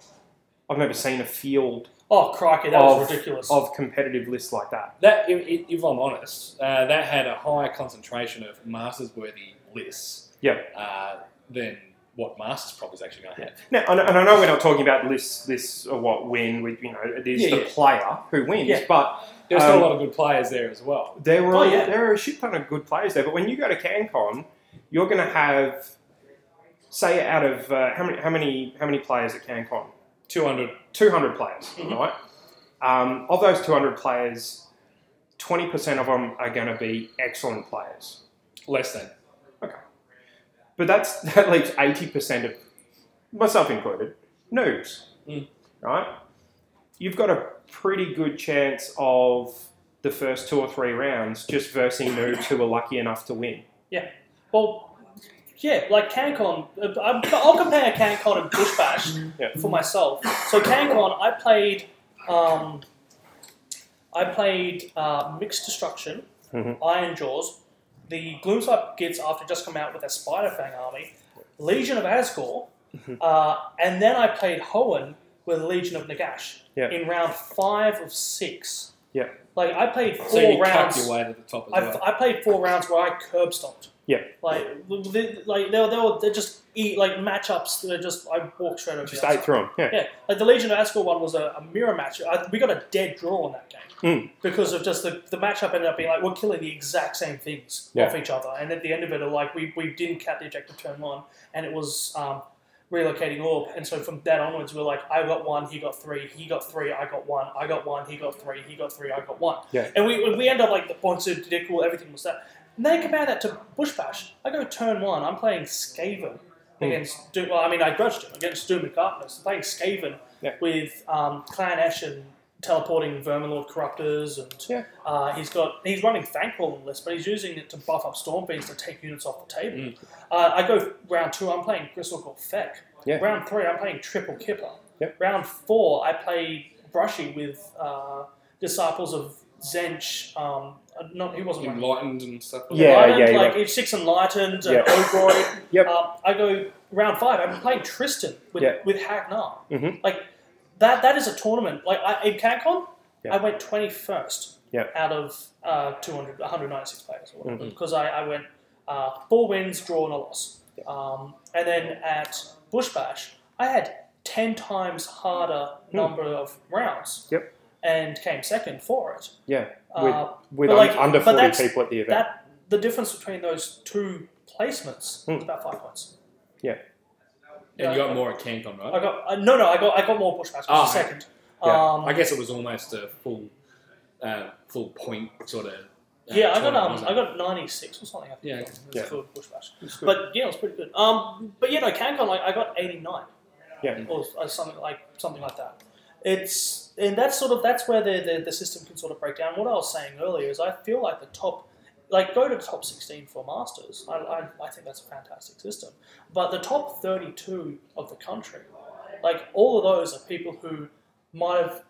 Speaker 1: I've never seen a field
Speaker 3: Oh crikey, that
Speaker 1: Of-
Speaker 3: was ridiculous.
Speaker 1: of competitive lists like that.
Speaker 2: That, if, if- if I'm honest, uh, that had a higher concentration of masters worthy lists
Speaker 1: Yeah.
Speaker 2: uh, than what masters prop is actually going to have.
Speaker 1: Now, and and I know we're not talking about lists, lists or what win. We, you know, it is
Speaker 2: Yeah,
Speaker 1: the
Speaker 2: yeah.
Speaker 1: player who wins,
Speaker 3: Yeah.
Speaker 1: but
Speaker 2: There's still
Speaker 1: Um,
Speaker 2: a lot of good players there as well.
Speaker 1: there were
Speaker 3: Oh, yeah.
Speaker 1: there are a shit ton of good players there. But when you go to CanCon, you're going to have, say, out of uh, how many how many how many players at CanCon?
Speaker 2: 200.
Speaker 1: 200 players,
Speaker 3: Mhm.
Speaker 1: right? Um, of those 200 players, 20% of them are going to be excellent players.
Speaker 2: Less than.
Speaker 1: But that's that leaves 80% of, myself included, noobs,
Speaker 2: Mm.
Speaker 1: right? You've got a pretty good chance of the first two or three rounds just versing noobs who were lucky enough to win.
Speaker 3: Well, yeah, like CanCon. uh, I'm- I'll compare CanCon and Bush Bash
Speaker 1: Yeah.
Speaker 3: for myself. So CanCon, I played, um, I played uh, Mixed Destruction,
Speaker 1: Mhm.
Speaker 2: Mm-hmm.
Speaker 3: Iron Jaws, the Gloomswipe Gits after just come out with their Spider Fang army, Legion of Asgore,
Speaker 2: Mm-hmm.
Speaker 3: uh, and then I played Hoenn with Legion of Nagash
Speaker 1: Yeah.
Speaker 3: in round five of six.
Speaker 1: Yeah.
Speaker 3: Like I played four
Speaker 2: So you
Speaker 3: rounds.
Speaker 2: cut your way to the top as
Speaker 3: I've,
Speaker 2: well.
Speaker 3: I played four rounds where I curb stomped.
Speaker 1: Yeah.
Speaker 3: Like, th- th- like they were, they were they're just eat like matchups. They're just I walked straight over.
Speaker 1: Just
Speaker 3: the
Speaker 1: ate
Speaker 3: outside.
Speaker 1: through them. Yeah.
Speaker 3: Yeah, like the Legion of Asgore one was a, a mirror match. I, we got a dead draw in that
Speaker 1: Hmm.
Speaker 3: game because of just the, the matchup ended up being like we're killing the exact same things
Speaker 1: Yeah.
Speaker 3: off each other, and at the end of it, like we, we didn't cap the objective turn one, and it was um, relocating orb, and so from that onwards, we are like I got one, he got three, he got three, I got one, I got one, he got three, he got three, I got one,
Speaker 1: Yeah.
Speaker 3: and we we end up like the points of ridiculous, everything was that. And then compare that to Bush Bash. I go turn one, I'm playing Skaven against Doom. Well, I mean, I grudged him against Doom and Darkness. I'm playing Skaven
Speaker 1: Yeah.
Speaker 3: with um, Clan Ash and teleporting Verminlord Corruptors, and
Speaker 1: Yeah.
Speaker 3: uh, he's got he's running Thankful on the list, but he's using it to buff up Stormbeast to take units off the table.
Speaker 2: Mm.
Speaker 3: Uh, I go round two, I'm playing Gristle called Feck.
Speaker 1: Yeah.
Speaker 3: Round three, I'm playing Triple Kipper.
Speaker 1: Yep.
Speaker 3: Round four, I play Brushy with uh, Disciples of Zench. Um, uh, not he wasn't running
Speaker 2: Enlightened and stuff like
Speaker 1: Yeah,
Speaker 2: that.
Speaker 3: Enlightened,
Speaker 1: yeah, you're
Speaker 3: like
Speaker 1: right.
Speaker 3: it's six enlightened,
Speaker 1: Yeah.
Speaker 3: and Ogroid.
Speaker 1: Yep.
Speaker 3: Uh, I go round five. I'm playing Tristan with
Speaker 1: Yeah.
Speaker 3: with Hagnar.
Speaker 1: Mhm.
Speaker 3: Like that. That is a tournament. Like I, in CanCon,
Speaker 1: Yeah.
Speaker 3: I went twenty first
Speaker 1: Yeah.
Speaker 3: out of uh, 200, 196 players or whatever,
Speaker 1: Mhm.
Speaker 3: because I, I went uh, four wins, draw, and a loss. Um, and then at Bush Bash, I had ten times harder
Speaker 1: Hmm.
Speaker 3: number of rounds.
Speaker 1: Yep.
Speaker 3: And came second for it.
Speaker 1: Yeah,
Speaker 3: Uh,
Speaker 1: With
Speaker 3: But
Speaker 1: un-
Speaker 3: like-
Speaker 1: under
Speaker 3: but
Speaker 1: 40
Speaker 3: that's-
Speaker 1: people at the event.
Speaker 3: that the difference between those two placements
Speaker 1: Hmm.
Speaker 3: was about five points.
Speaker 2: And you got more at CanCon, right?
Speaker 3: I got uh, no, no. I got I got more bushwhackers.
Speaker 2: Ah, okay.
Speaker 3: second.
Speaker 1: Yeah.
Speaker 3: Um,
Speaker 2: I guess it was almost a full, uh, full point sort of. uh,
Speaker 3: yeah, I got
Speaker 2: tournament,
Speaker 3: um,
Speaker 2: wasn't
Speaker 3: I
Speaker 2: it?
Speaker 3: got ninety six or something. I think
Speaker 2: Yeah,
Speaker 3: it was
Speaker 1: yeah.
Speaker 3: for bushwhackers.
Speaker 1: It's good.
Speaker 3: But yeah, it was pretty good. Um, but yeah, no, CanCon like I got eighty nine.
Speaker 1: Yeah.
Speaker 3: or, or something like something like that. It's and that's sort of that's where the, the the system can sort of break down. What I was saying earlier is I feel like the top, like go to top sixteen for masters. I I, I think that's a fantastic system. But the top thirty two of the country, like all of those are people who might have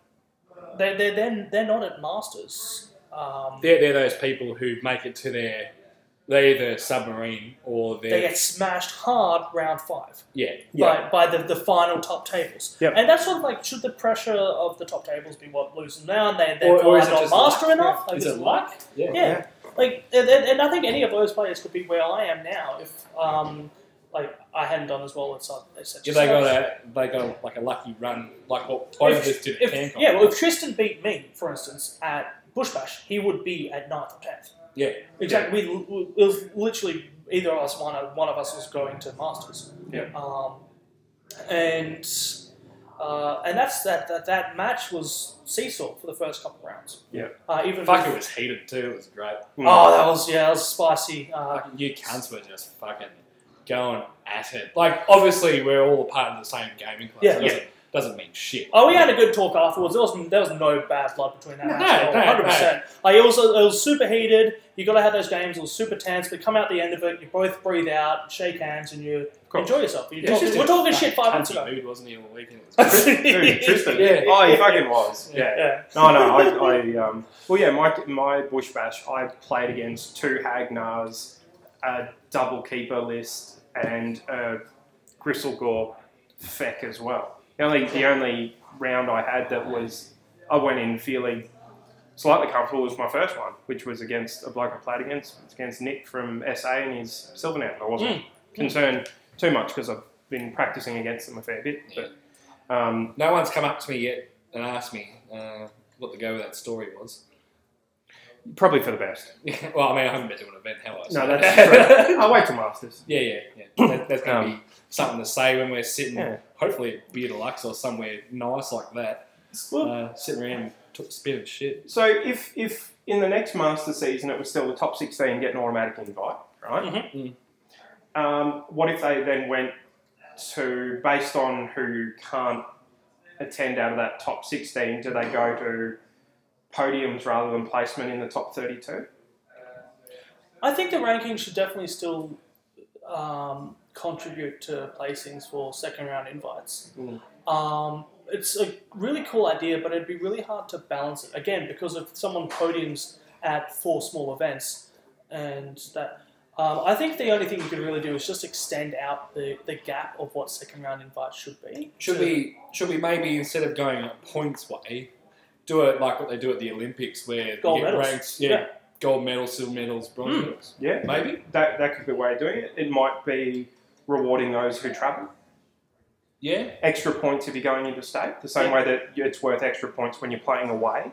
Speaker 3: they they then they're not at masters. Um,
Speaker 2: They're, they're those people who make it to their. They either submarine or
Speaker 3: they
Speaker 2: they're.
Speaker 3: get smashed hard round five.
Speaker 2: yeah.
Speaker 1: Yeah.
Speaker 3: by, by the, the final top tables.
Speaker 1: Yep.
Speaker 3: And that's sort of like, should the pressure of the top tables be what loses them down? They, they're
Speaker 2: Or- or is it
Speaker 3: not
Speaker 2: just
Speaker 3: master
Speaker 2: luck?
Speaker 3: enough?
Speaker 2: Yeah.
Speaker 3: Like,
Speaker 2: Is
Speaker 3: is
Speaker 2: it
Speaker 3: it luck?
Speaker 2: Yeah.
Speaker 1: Yeah.
Speaker 3: Yeah. Like, and, and, and I think any of those players could be where I am now if, um, like, I hadn't done as well as I, they said.
Speaker 2: Yeah, they got a they got like a lucky run, like what Toyo just did at
Speaker 3: if,
Speaker 2: CanCon.
Speaker 3: yeah, well, if Tristan beat me, for instance, at Bush Bash, he would be at 9th or 10th.
Speaker 2: yeah,
Speaker 3: Exactly. We, we, it was literally either of us, one, one of us was going to masters.
Speaker 1: Yeah.
Speaker 3: Um, and uh, and that's that, that. That match was seesaw for the first couple of rounds.
Speaker 1: Yeah.
Speaker 3: Uh, even
Speaker 2: Fuck,
Speaker 3: with-
Speaker 2: it was heated too. It was great.
Speaker 3: Oh, that was yeah, that was spicy. Uh,
Speaker 2: Fucking you cunts were just fucking going at it. Like obviously we're all a part of the same gaming club. so
Speaker 3: Yeah.
Speaker 2: it doesn't, doesn't mean shit.
Speaker 3: Oh, we had a good talk afterwards. There was there was no bad blood between that
Speaker 2: No,
Speaker 3: match.
Speaker 2: no,
Speaker 3: One hundred percent. Like it was it was super heated. You got to have those games. It was super tense. But come out the end of it, you both breathe out, shake hands, and you
Speaker 1: course.
Speaker 3: enjoy yourself. You
Speaker 2: Yeah, it's
Speaker 3: talk-
Speaker 2: just
Speaker 3: we're
Speaker 2: a
Speaker 3: talking shit
Speaker 2: fucking
Speaker 3: five months
Speaker 2: cunty
Speaker 3: ago.
Speaker 2: Mood wasn't he all weekend? It was great.
Speaker 1: Dude, Tristan.
Speaker 2: Yeah.
Speaker 1: Oh, he fucking was. Yeah.
Speaker 3: Yeah.
Speaker 1: No, no, I, I um, well, yeah, my, my bush bash, I played against two Hagnars, a double keeper list, and a Gristle Gore feck as well. The only, the only round I had that was I went in feeling slightly comfortable was my first one, which was against a bloke I played against, it's against Nick from SA and his silver net. I wasn't concerned too much because I've been practicing against them a fair bit, but. Um,
Speaker 2: No one's come up to me yet and asked me uh, what the go with that story was.
Speaker 1: probably for the best.
Speaker 2: well, I mean, I haven't been to an event, have I?
Speaker 1: No, that's true. I'll wait till Masters.
Speaker 2: yeah, yeah, yeah. That, that's going to be something to say when we're sitting,
Speaker 1: Yeah.
Speaker 2: hopefully at Beer Deluxe or somewhere nice like that, uh, sitting around and t- spitting shit.
Speaker 1: So if if in the next master season it was still the top sixteen get an automatic invite, right?
Speaker 2: Mhm.
Speaker 1: Um, what if they then went to based on who can't attend out of that top sixteen? Do they go to podiums rather than placement in the top thirty-two?
Speaker 3: I think the rankings should definitely still um, contribute to placings for second round invites.
Speaker 1: Mm.
Speaker 3: Um, it's a really cool idea, but it'd be really hard to balance it again because if someone podiums at four small events, and that um, I think the only thing you could really do is just extend out the, the gap of what second round invites should be.
Speaker 2: Should
Speaker 3: to-
Speaker 2: we should we maybe instead of going a points way, do it like what they do at the Olympics where
Speaker 3: Gold
Speaker 2: you get
Speaker 3: medals.
Speaker 2: ranked, yeah,
Speaker 3: Yeah.
Speaker 2: gold medals, silver medals, bronze
Speaker 3: Mm.
Speaker 2: medals,
Speaker 1: Yeah,
Speaker 2: maybe.
Speaker 1: that that could be a way of doing it. It might be rewarding those who travel.
Speaker 2: Yeah,
Speaker 1: Extra points if you're going into state, the same
Speaker 2: Yeah.
Speaker 1: way that it's worth extra points when you're playing away.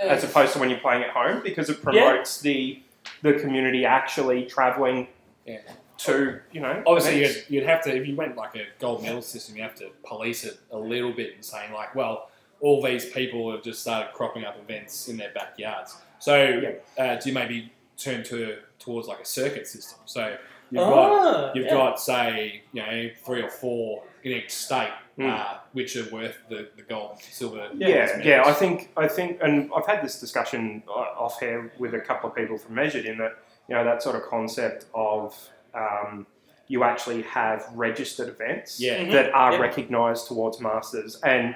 Speaker 1: as opposed to when you're playing at home because it promotes the the community actually traveling
Speaker 2: Yeah.
Speaker 1: to you know
Speaker 2: Obviously,
Speaker 1: events.
Speaker 2: you'd, you'd have to, if you went like a gold medal system, you have to police it a little bit and saying, like, well, all these people have just started cropping up events in their backyards. So, uh, do you maybe turn to towards like a circuit system? So, you've,
Speaker 1: Oh,
Speaker 2: got,
Speaker 3: Ah,
Speaker 2: you've
Speaker 3: yeah.
Speaker 2: got, say, you know, three or four in each state,
Speaker 1: Mm.
Speaker 2: uh, which are worth the, the gold, silver.
Speaker 1: yeah
Speaker 2: bronze
Speaker 1: yeah I
Speaker 2: medals.
Speaker 1: think I think and I've had this discussion o- off here with a couple of people from Measured in that you know that sort of concept of um, you actually have registered events
Speaker 2: Yeah.
Speaker 3: Mhm.
Speaker 1: that are
Speaker 3: Yep.
Speaker 1: recognised towards masters and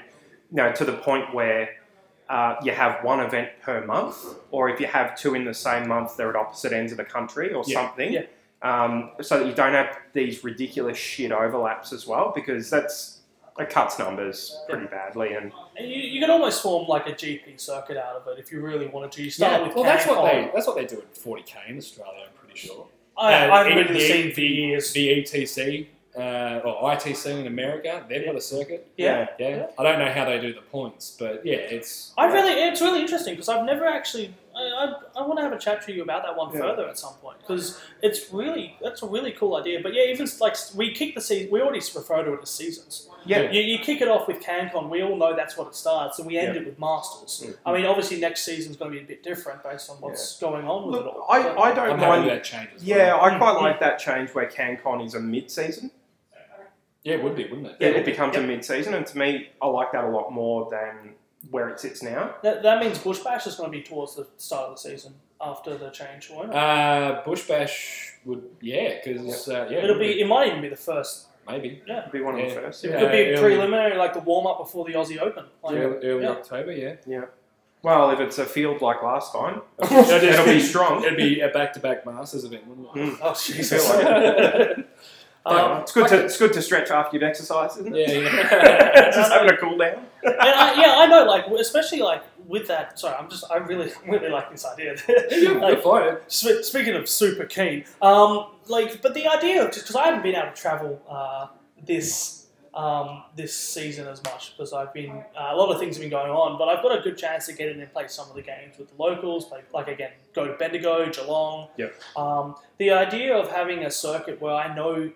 Speaker 1: you know to the point where uh, you have one event per month or if you have two in the same month they're at opposite ends of the country or
Speaker 2: Yeah.
Speaker 1: something
Speaker 3: Yeah.
Speaker 1: Um, so that you don't have these ridiculous shit overlaps as well because that's it cuts numbers pretty badly and
Speaker 3: And you, you can almost form like a GP circuit out of it if you really wanted to. You start
Speaker 2: Yeah,
Speaker 3: with
Speaker 2: well, that's what,
Speaker 3: Cancun.
Speaker 2: they, that's what they do at 40k in Australia, I'm pretty sure.
Speaker 3: I,
Speaker 2: Uh,
Speaker 3: I haven't
Speaker 2: in
Speaker 3: been to the
Speaker 2: the- E
Speaker 3: scene for years.
Speaker 2: the ETC uh, or ITC in America, they've got a circuit.
Speaker 3: yeah.
Speaker 2: Yeah.
Speaker 3: Yeah.
Speaker 2: I don't know how they do the points, but yeah, it's
Speaker 3: I really, it's really interesting because I've never actually. I, I, I want to have a chat to you about that one
Speaker 1: Yeah.
Speaker 3: further at some point because it's really that's a really cool idea. But yeah, even like we kick the season, we already refer to it as seasons.
Speaker 1: yeah,
Speaker 3: You, you kick it off with CanCon, we all know that's what it starts, and we end
Speaker 1: Yeah.
Speaker 3: it with Masters.
Speaker 1: Mm.
Speaker 3: I mean, obviously next season's going to be a bit different based on what's going on with it
Speaker 1: Look,
Speaker 3: all.
Speaker 1: I,
Speaker 3: But-
Speaker 1: I don't
Speaker 2: I'm happy
Speaker 1: mind.
Speaker 2: with that Hmm. change as well.
Speaker 1: Yeah, I quite
Speaker 3: Mm.
Speaker 1: like that change where CanCon is a mid-season.
Speaker 2: Yeah, it would be, wouldn't it?
Speaker 1: Yeah, it becomes a
Speaker 3: Yep.
Speaker 1: mid-season, and to me, I like that a lot more than where it sits now.
Speaker 3: that, that means Bush Bash is going to be towards the start of the season after the change. won't it?
Speaker 2: Uh, Bush Bash would, yeah, because uh, yeah, it
Speaker 3: It'll
Speaker 2: would
Speaker 3: be. It might even be the first.
Speaker 2: maybe
Speaker 1: It'd be one of
Speaker 2: Yeah.
Speaker 1: the first.
Speaker 3: It
Speaker 1: Yeah.
Speaker 3: could be
Speaker 2: Yeah,
Speaker 3: a
Speaker 2: yeah.
Speaker 3: preliminary, like the warm up before the Aussie Open. Like,
Speaker 2: early, early
Speaker 3: yeah.
Speaker 2: October. Yeah,
Speaker 1: Well, if it's a field like last time,
Speaker 2: It'd
Speaker 1: it'll be strong.
Speaker 2: It'd be a back-to-back Masters event, wouldn't it?
Speaker 1: Mm.
Speaker 3: Oh, Jesus.
Speaker 1: feel
Speaker 3: um,
Speaker 1: uh, it's good to it's good to stretch after you've exercised, isn't it?
Speaker 2: Yeah, yeah.
Speaker 1: Just having a cool down.
Speaker 3: and I, yeah, I know, like, especially, like, with that, sorry, I'm just, I really, really like this idea.
Speaker 2: You're
Speaker 3: like,
Speaker 2: fine.
Speaker 3: sp- speaking of super keen, um, like, but the idea of, just because I haven't been able to travel uh, this um, this season as much, because I've been, uh, a lot of things have been going on, but I've got a good chance to get in and play some of the games with the locals, play, like, again, go to Bendigo, Geelong.
Speaker 1: Yep.
Speaker 3: Um, the idea of having a circuit where I know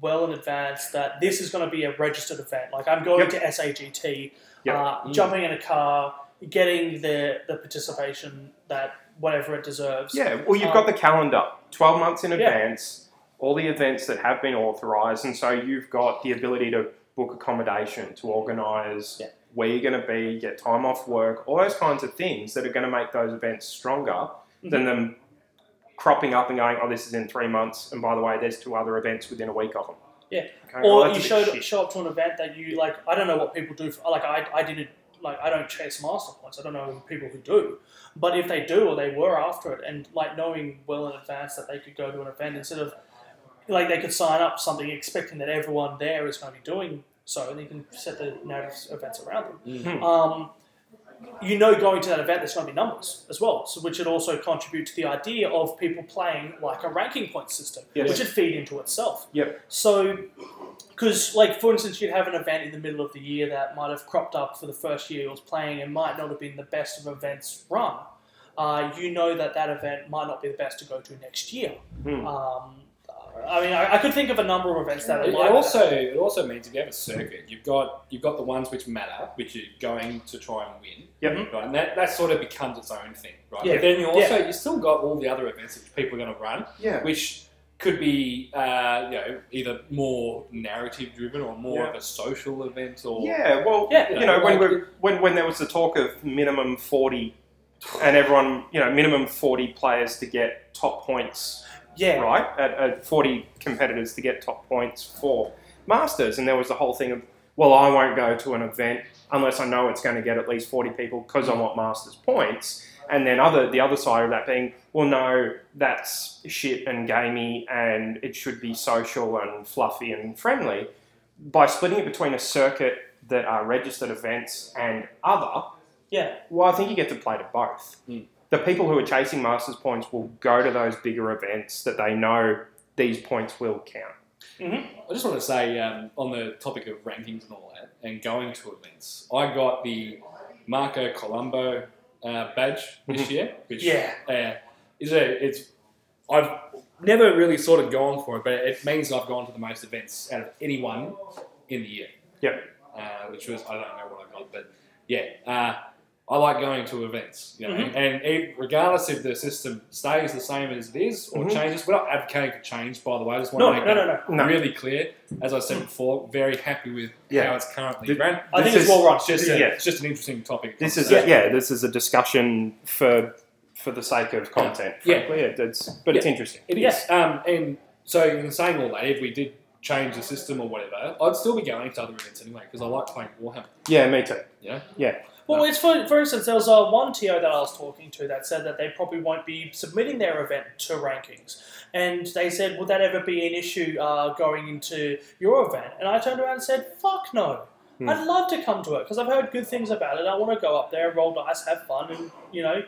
Speaker 3: well in advance that this is going to be a registered event. Like I'm
Speaker 1: Yep.
Speaker 3: going to SAGT,
Speaker 1: Yep.
Speaker 3: uh,
Speaker 2: Mm.
Speaker 3: jumping in a car, getting the the participation that whatever it deserves.
Speaker 1: Yeah, well, you've got the calendar 12 months in
Speaker 3: Yeah.
Speaker 1: advance, all the events that have been authorised, and so you've got the ability to book accommodation, to organise
Speaker 3: Yeah.
Speaker 1: where you're going to be, get time off work, all those kinds of things that are going to make those events stronger
Speaker 3: Mm-hmm.
Speaker 1: than them cropping up and going, oh, this is in three months, and by the way, there's two other events within a week of them.
Speaker 3: Yeah.
Speaker 1: Okay, well,
Speaker 3: Or
Speaker 1: Oh, that's
Speaker 3: you
Speaker 1: a bit
Speaker 3: showed,
Speaker 1: shit.
Speaker 3: show up to an event that you like. I don't know what people do. For, like I, I didn't like I don't chase master points. I don't know people who do. But if they do or they were after it, and like knowing well in advance that they could go to an event instead of like they could sign up something expecting that everyone there is going to be doing so you can set the narrative events around them.
Speaker 1: Mhm.
Speaker 3: Um, you know, going to that event, there's going to be numbers as well, so which would also contribute to the idea of people playing like a ranking point system,
Speaker 1: Yes.
Speaker 3: which would feed into itself.
Speaker 1: Yep.
Speaker 3: So, because like for instance, you'd have an event in the middle of the year that might have cropped up for the first year it was playing and might not have been the best of events run. Uh, you know that that event might not be the best to go to next year.
Speaker 1: Hmm.
Speaker 3: Um, I mean, I, I could think of a number of events that are
Speaker 2: It
Speaker 3: like
Speaker 2: also it also means if you have a circuit, you've got you've got the ones which matter, which you're going to try and win.
Speaker 1: Yep.
Speaker 2: Right, and that, that sort of becomes its own thing, right?
Speaker 3: Yeah.
Speaker 2: But then you also you still got all the other events which people are going to run,
Speaker 1: Yeah.
Speaker 2: which could be uh, you know either more narrative driven or more of a social event or
Speaker 1: Yeah, well,
Speaker 3: Yeah,
Speaker 1: you know, when,
Speaker 2: like-
Speaker 1: we when when there was the talk of minimum forty, and everyone, you know, minimum forty players to get top points,
Speaker 3: yeah,
Speaker 1: right? At, at forty competitors to get top points for masters, and there was the whole thing of, well, I won't go to an event unless I know it's going to get at least forty people because I want masters points. And then other the other side of that being, well, no, that's shit and gamey, and it should be social and fluffy and friendly. By splitting it between a circuit that are registered events and other,
Speaker 3: yeah,
Speaker 1: well, I think you get to play to both.
Speaker 2: Mm.
Speaker 1: The people who are chasing Masters points will go to those bigger events that they know these points will count.
Speaker 2: I just want to say um, on the topic of rankings and all that, and going to events, I got the Marco Colombo uh, badge this year, which
Speaker 3: yeah.
Speaker 2: uh, is a it's I've never really sort of gone for it, but it means I've gone to the most events out of anyone in the year.
Speaker 1: Yep.
Speaker 2: Uh, which was I don't know what I got, but yeah, uh, I like going to events. You know,
Speaker 3: Mm-hmm.
Speaker 2: and it, regardless if the system stays the same as it is or
Speaker 1: Mhm.
Speaker 2: changes, we're not advocating for change. By the way, I just want
Speaker 3: No,
Speaker 2: to make
Speaker 3: no,
Speaker 2: that
Speaker 3: no, no.
Speaker 1: No.
Speaker 2: really clear. As I said before, very happy with
Speaker 1: Yeah.
Speaker 2: how it's currently
Speaker 1: Th-
Speaker 2: ran.
Speaker 3: I
Speaker 1: This
Speaker 3: think it's
Speaker 1: is-
Speaker 3: well run.
Speaker 2: It's just, a,
Speaker 1: Yeah.
Speaker 2: it's just an interesting topic.
Speaker 1: This is
Speaker 2: So-
Speaker 1: yeah. this is a discussion for for the sake of content.
Speaker 2: Yeah.
Speaker 1: Frankly. It- it's but it's interesting.
Speaker 2: It is. Um, and so, in saying all that, if we did change the system or whatever, I'd still be going to other events anyway because I like playing Warhammer.
Speaker 1: Yeah, me too.
Speaker 3: Well, it's for, for instance, there was uh, one TO that I was talking to that said that they probably won't be submitting their event to rankings. And they said, would that ever be an issue uh, going into your event? And I turned around and said, fuck no.
Speaker 1: Hmm.
Speaker 3: I'd love to come to it because I've heard good things about it. I want to go up there, roll dice, have fun, and, you know,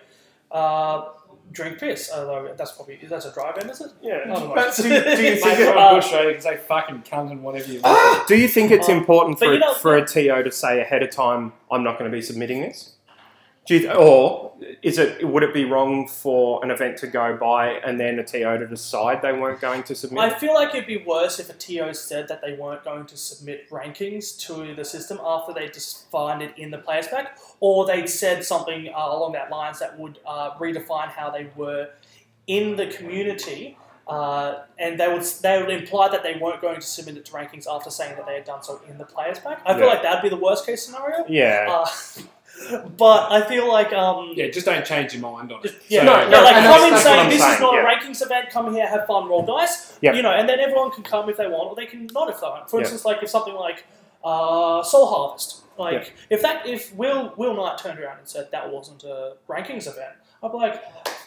Speaker 3: uh, drink piss. Although that's probably, that's a drive-in, is it?
Speaker 1: Yeah.
Speaker 3: Oh,
Speaker 1: but do, do you
Speaker 3: Mate,
Speaker 1: think
Speaker 2: Mate,
Speaker 1: it-
Speaker 2: I'm
Speaker 3: Uh,
Speaker 2: a bush you can say fucking cunt and whatever you want.
Speaker 1: Ah! do you think it's
Speaker 3: Uh,
Speaker 1: important
Speaker 3: but
Speaker 1: for,
Speaker 3: you know-
Speaker 1: for a TO to say ahead of time, I'm not going to be submitting this? Do you, or is it would it be wrong for an event to go by and then a TO to decide they weren't going to submit?
Speaker 3: I feel like it'd be worse if a TO said that they weren't going to submit rankings to the system after they defined it in the players pack, or they'd said something uh, along that lines that would uh, redefine how they were in the community, uh, and they would they would imply that they weren't going to submit it to rankings after saying that they had done so in the players pack. I feel
Speaker 1: Yeah.
Speaker 3: like that'd be the worst case scenario.
Speaker 1: yeah.
Speaker 3: Uh, but I feel like um,
Speaker 2: Yeah, just don't change your mind on it.
Speaker 3: yeah,
Speaker 2: So-
Speaker 1: No,
Speaker 3: yeah, like
Speaker 1: and
Speaker 3: come
Speaker 1: that's-
Speaker 3: in
Speaker 1: that's what
Speaker 3: saying
Speaker 1: I'm
Speaker 3: this is
Speaker 1: saying,
Speaker 3: not
Speaker 1: yeah.
Speaker 3: a rankings event. Come here, have fun, roll dice.
Speaker 1: Yep.
Speaker 3: You know, and then everyone can come if they want, or they can not if they want. For
Speaker 1: Yep.
Speaker 3: instance, like if something like uh, Soul Harvest, like if that if Will Will Knight turned around and said that wasn't a rankings event, I'd be like,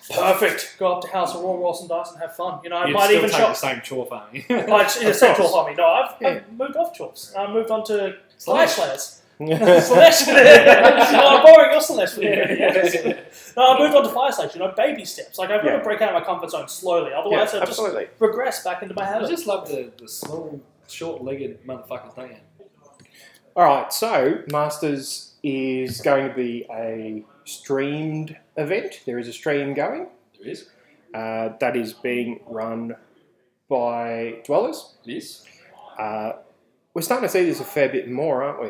Speaker 3: perfect. Go up to House of Raw, roll some dice, and have fun. You know, I
Speaker 2: You'd
Speaker 3: might
Speaker 2: still
Speaker 3: even
Speaker 2: take
Speaker 3: shop.
Speaker 2: the same chore for me.
Speaker 3: I'd say Chorp Army. No, I've,
Speaker 1: Yeah.
Speaker 3: I've moved off Chorps. I moved on to
Speaker 2: Slash.
Speaker 3: Slash Layers. Slash. no, I'm borrowing your Slash. for the
Speaker 2: Yeah,
Speaker 3: year.
Speaker 2: yeah.
Speaker 3: No, I moved on to fire station. You know, baby steps. Like I've got
Speaker 1: Yeah.
Speaker 3: to break out of my comfort zone slowly,
Speaker 1: yeah,
Speaker 3: otherwise I'll just
Speaker 1: absolutely.
Speaker 3: regress back into my
Speaker 2: I
Speaker 3: habit.
Speaker 2: just love the, the small, short legged motherfuckers, don't you?
Speaker 1: All right, so Masters is going to be a streamed event. There is a stream going
Speaker 2: There is.
Speaker 1: uh, that is being run by Dwellers.
Speaker 2: It is.
Speaker 1: Uh, we're starting to see this a fair bit more, aren't we?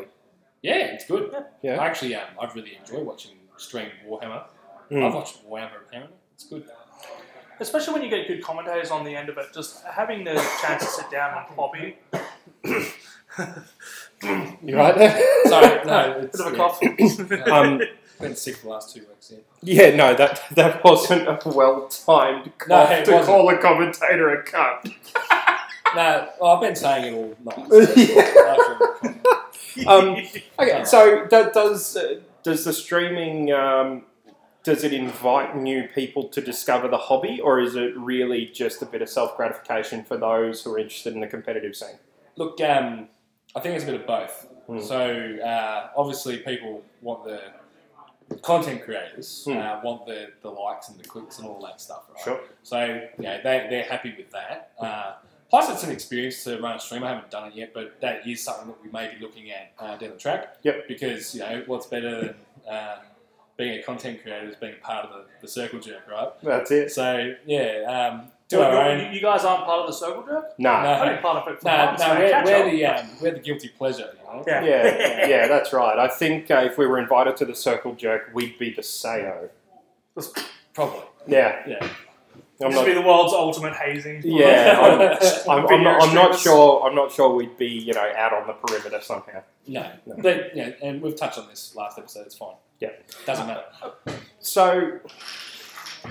Speaker 2: Yeah, it's good.
Speaker 1: Yeah.
Speaker 2: Actually, um, I've really enjoyed watching stream Warhammer.
Speaker 3: Hmm.
Speaker 1: Mm.
Speaker 2: I've watched Warhammer apparently. It's good.
Speaker 3: Especially when you get good commentators on the end of it, just having the chance to sit down and hobby.
Speaker 1: You right there?
Speaker 2: Sorry, no, it's
Speaker 3: Bit of
Speaker 2: yeah.
Speaker 3: a cough.
Speaker 2: Yeah.
Speaker 1: um,
Speaker 2: Been sick for the last two weeks. Yeah.
Speaker 1: yeah, no, that that wasn't a well timed
Speaker 2: No,
Speaker 1: cough
Speaker 2: it
Speaker 1: to
Speaker 2: wasn't.
Speaker 1: call a commentator a cunt.
Speaker 2: No, well, I've been saying it all night. so it's not
Speaker 1: Um, Okay, so that does uh, does the streaming um, does it invite new people to discover the hobby, or is it really just a bit of self gratification for those who are interested in the competitive scene?
Speaker 2: Look, um, I think it's a bit of both.
Speaker 1: Hmm.
Speaker 2: So uh, obviously, people want the content creators
Speaker 1: Hmm.
Speaker 2: uh, want the, the likes and the clicks and all that stuff, right?
Speaker 1: Sure.
Speaker 2: So yeah, they they're happy with that. Uh, plus, it's an experience to run a stream. I haven't done it yet, but that is something that we may be looking at uh, down the track.
Speaker 1: Yep.
Speaker 2: Because you know what's better than um, being a content creator is being part of the, the circle jerk, right?
Speaker 1: That's it.
Speaker 2: So yeah, um, do
Speaker 3: Well,
Speaker 2: our
Speaker 3: you-
Speaker 2: own.
Speaker 3: You, guys aren't part of the circle jerk?
Speaker 1: Uh-huh. Nah.
Speaker 2: No.
Speaker 3: I'm part of it. for
Speaker 2: No,
Speaker 3: once,
Speaker 2: no,
Speaker 3: man.
Speaker 2: we're,
Speaker 3: Catch
Speaker 2: we're
Speaker 3: up.
Speaker 2: the um, we're the guilty pleasure. You know?
Speaker 3: Yeah.
Speaker 1: Yeah, yeah, that's right. I think uh, if we were invited to the circle jerk, we'd be the Sayo.
Speaker 2: Probably.
Speaker 1: Yeah,
Speaker 2: Yeah.
Speaker 1: I'm
Speaker 3: this would
Speaker 1: not.
Speaker 3: be the world's ultimate hazing.
Speaker 1: Yeah,
Speaker 2: I'm-
Speaker 1: I'm, I'm, not, I'm not sure. I'm not sure we'd be, you know, out on the perimeter somehow.
Speaker 2: No.
Speaker 1: No.
Speaker 2: But, yeah, and we've touched on this last episode. It's fine.
Speaker 1: Yeah.
Speaker 2: Doesn't matter.
Speaker 1: So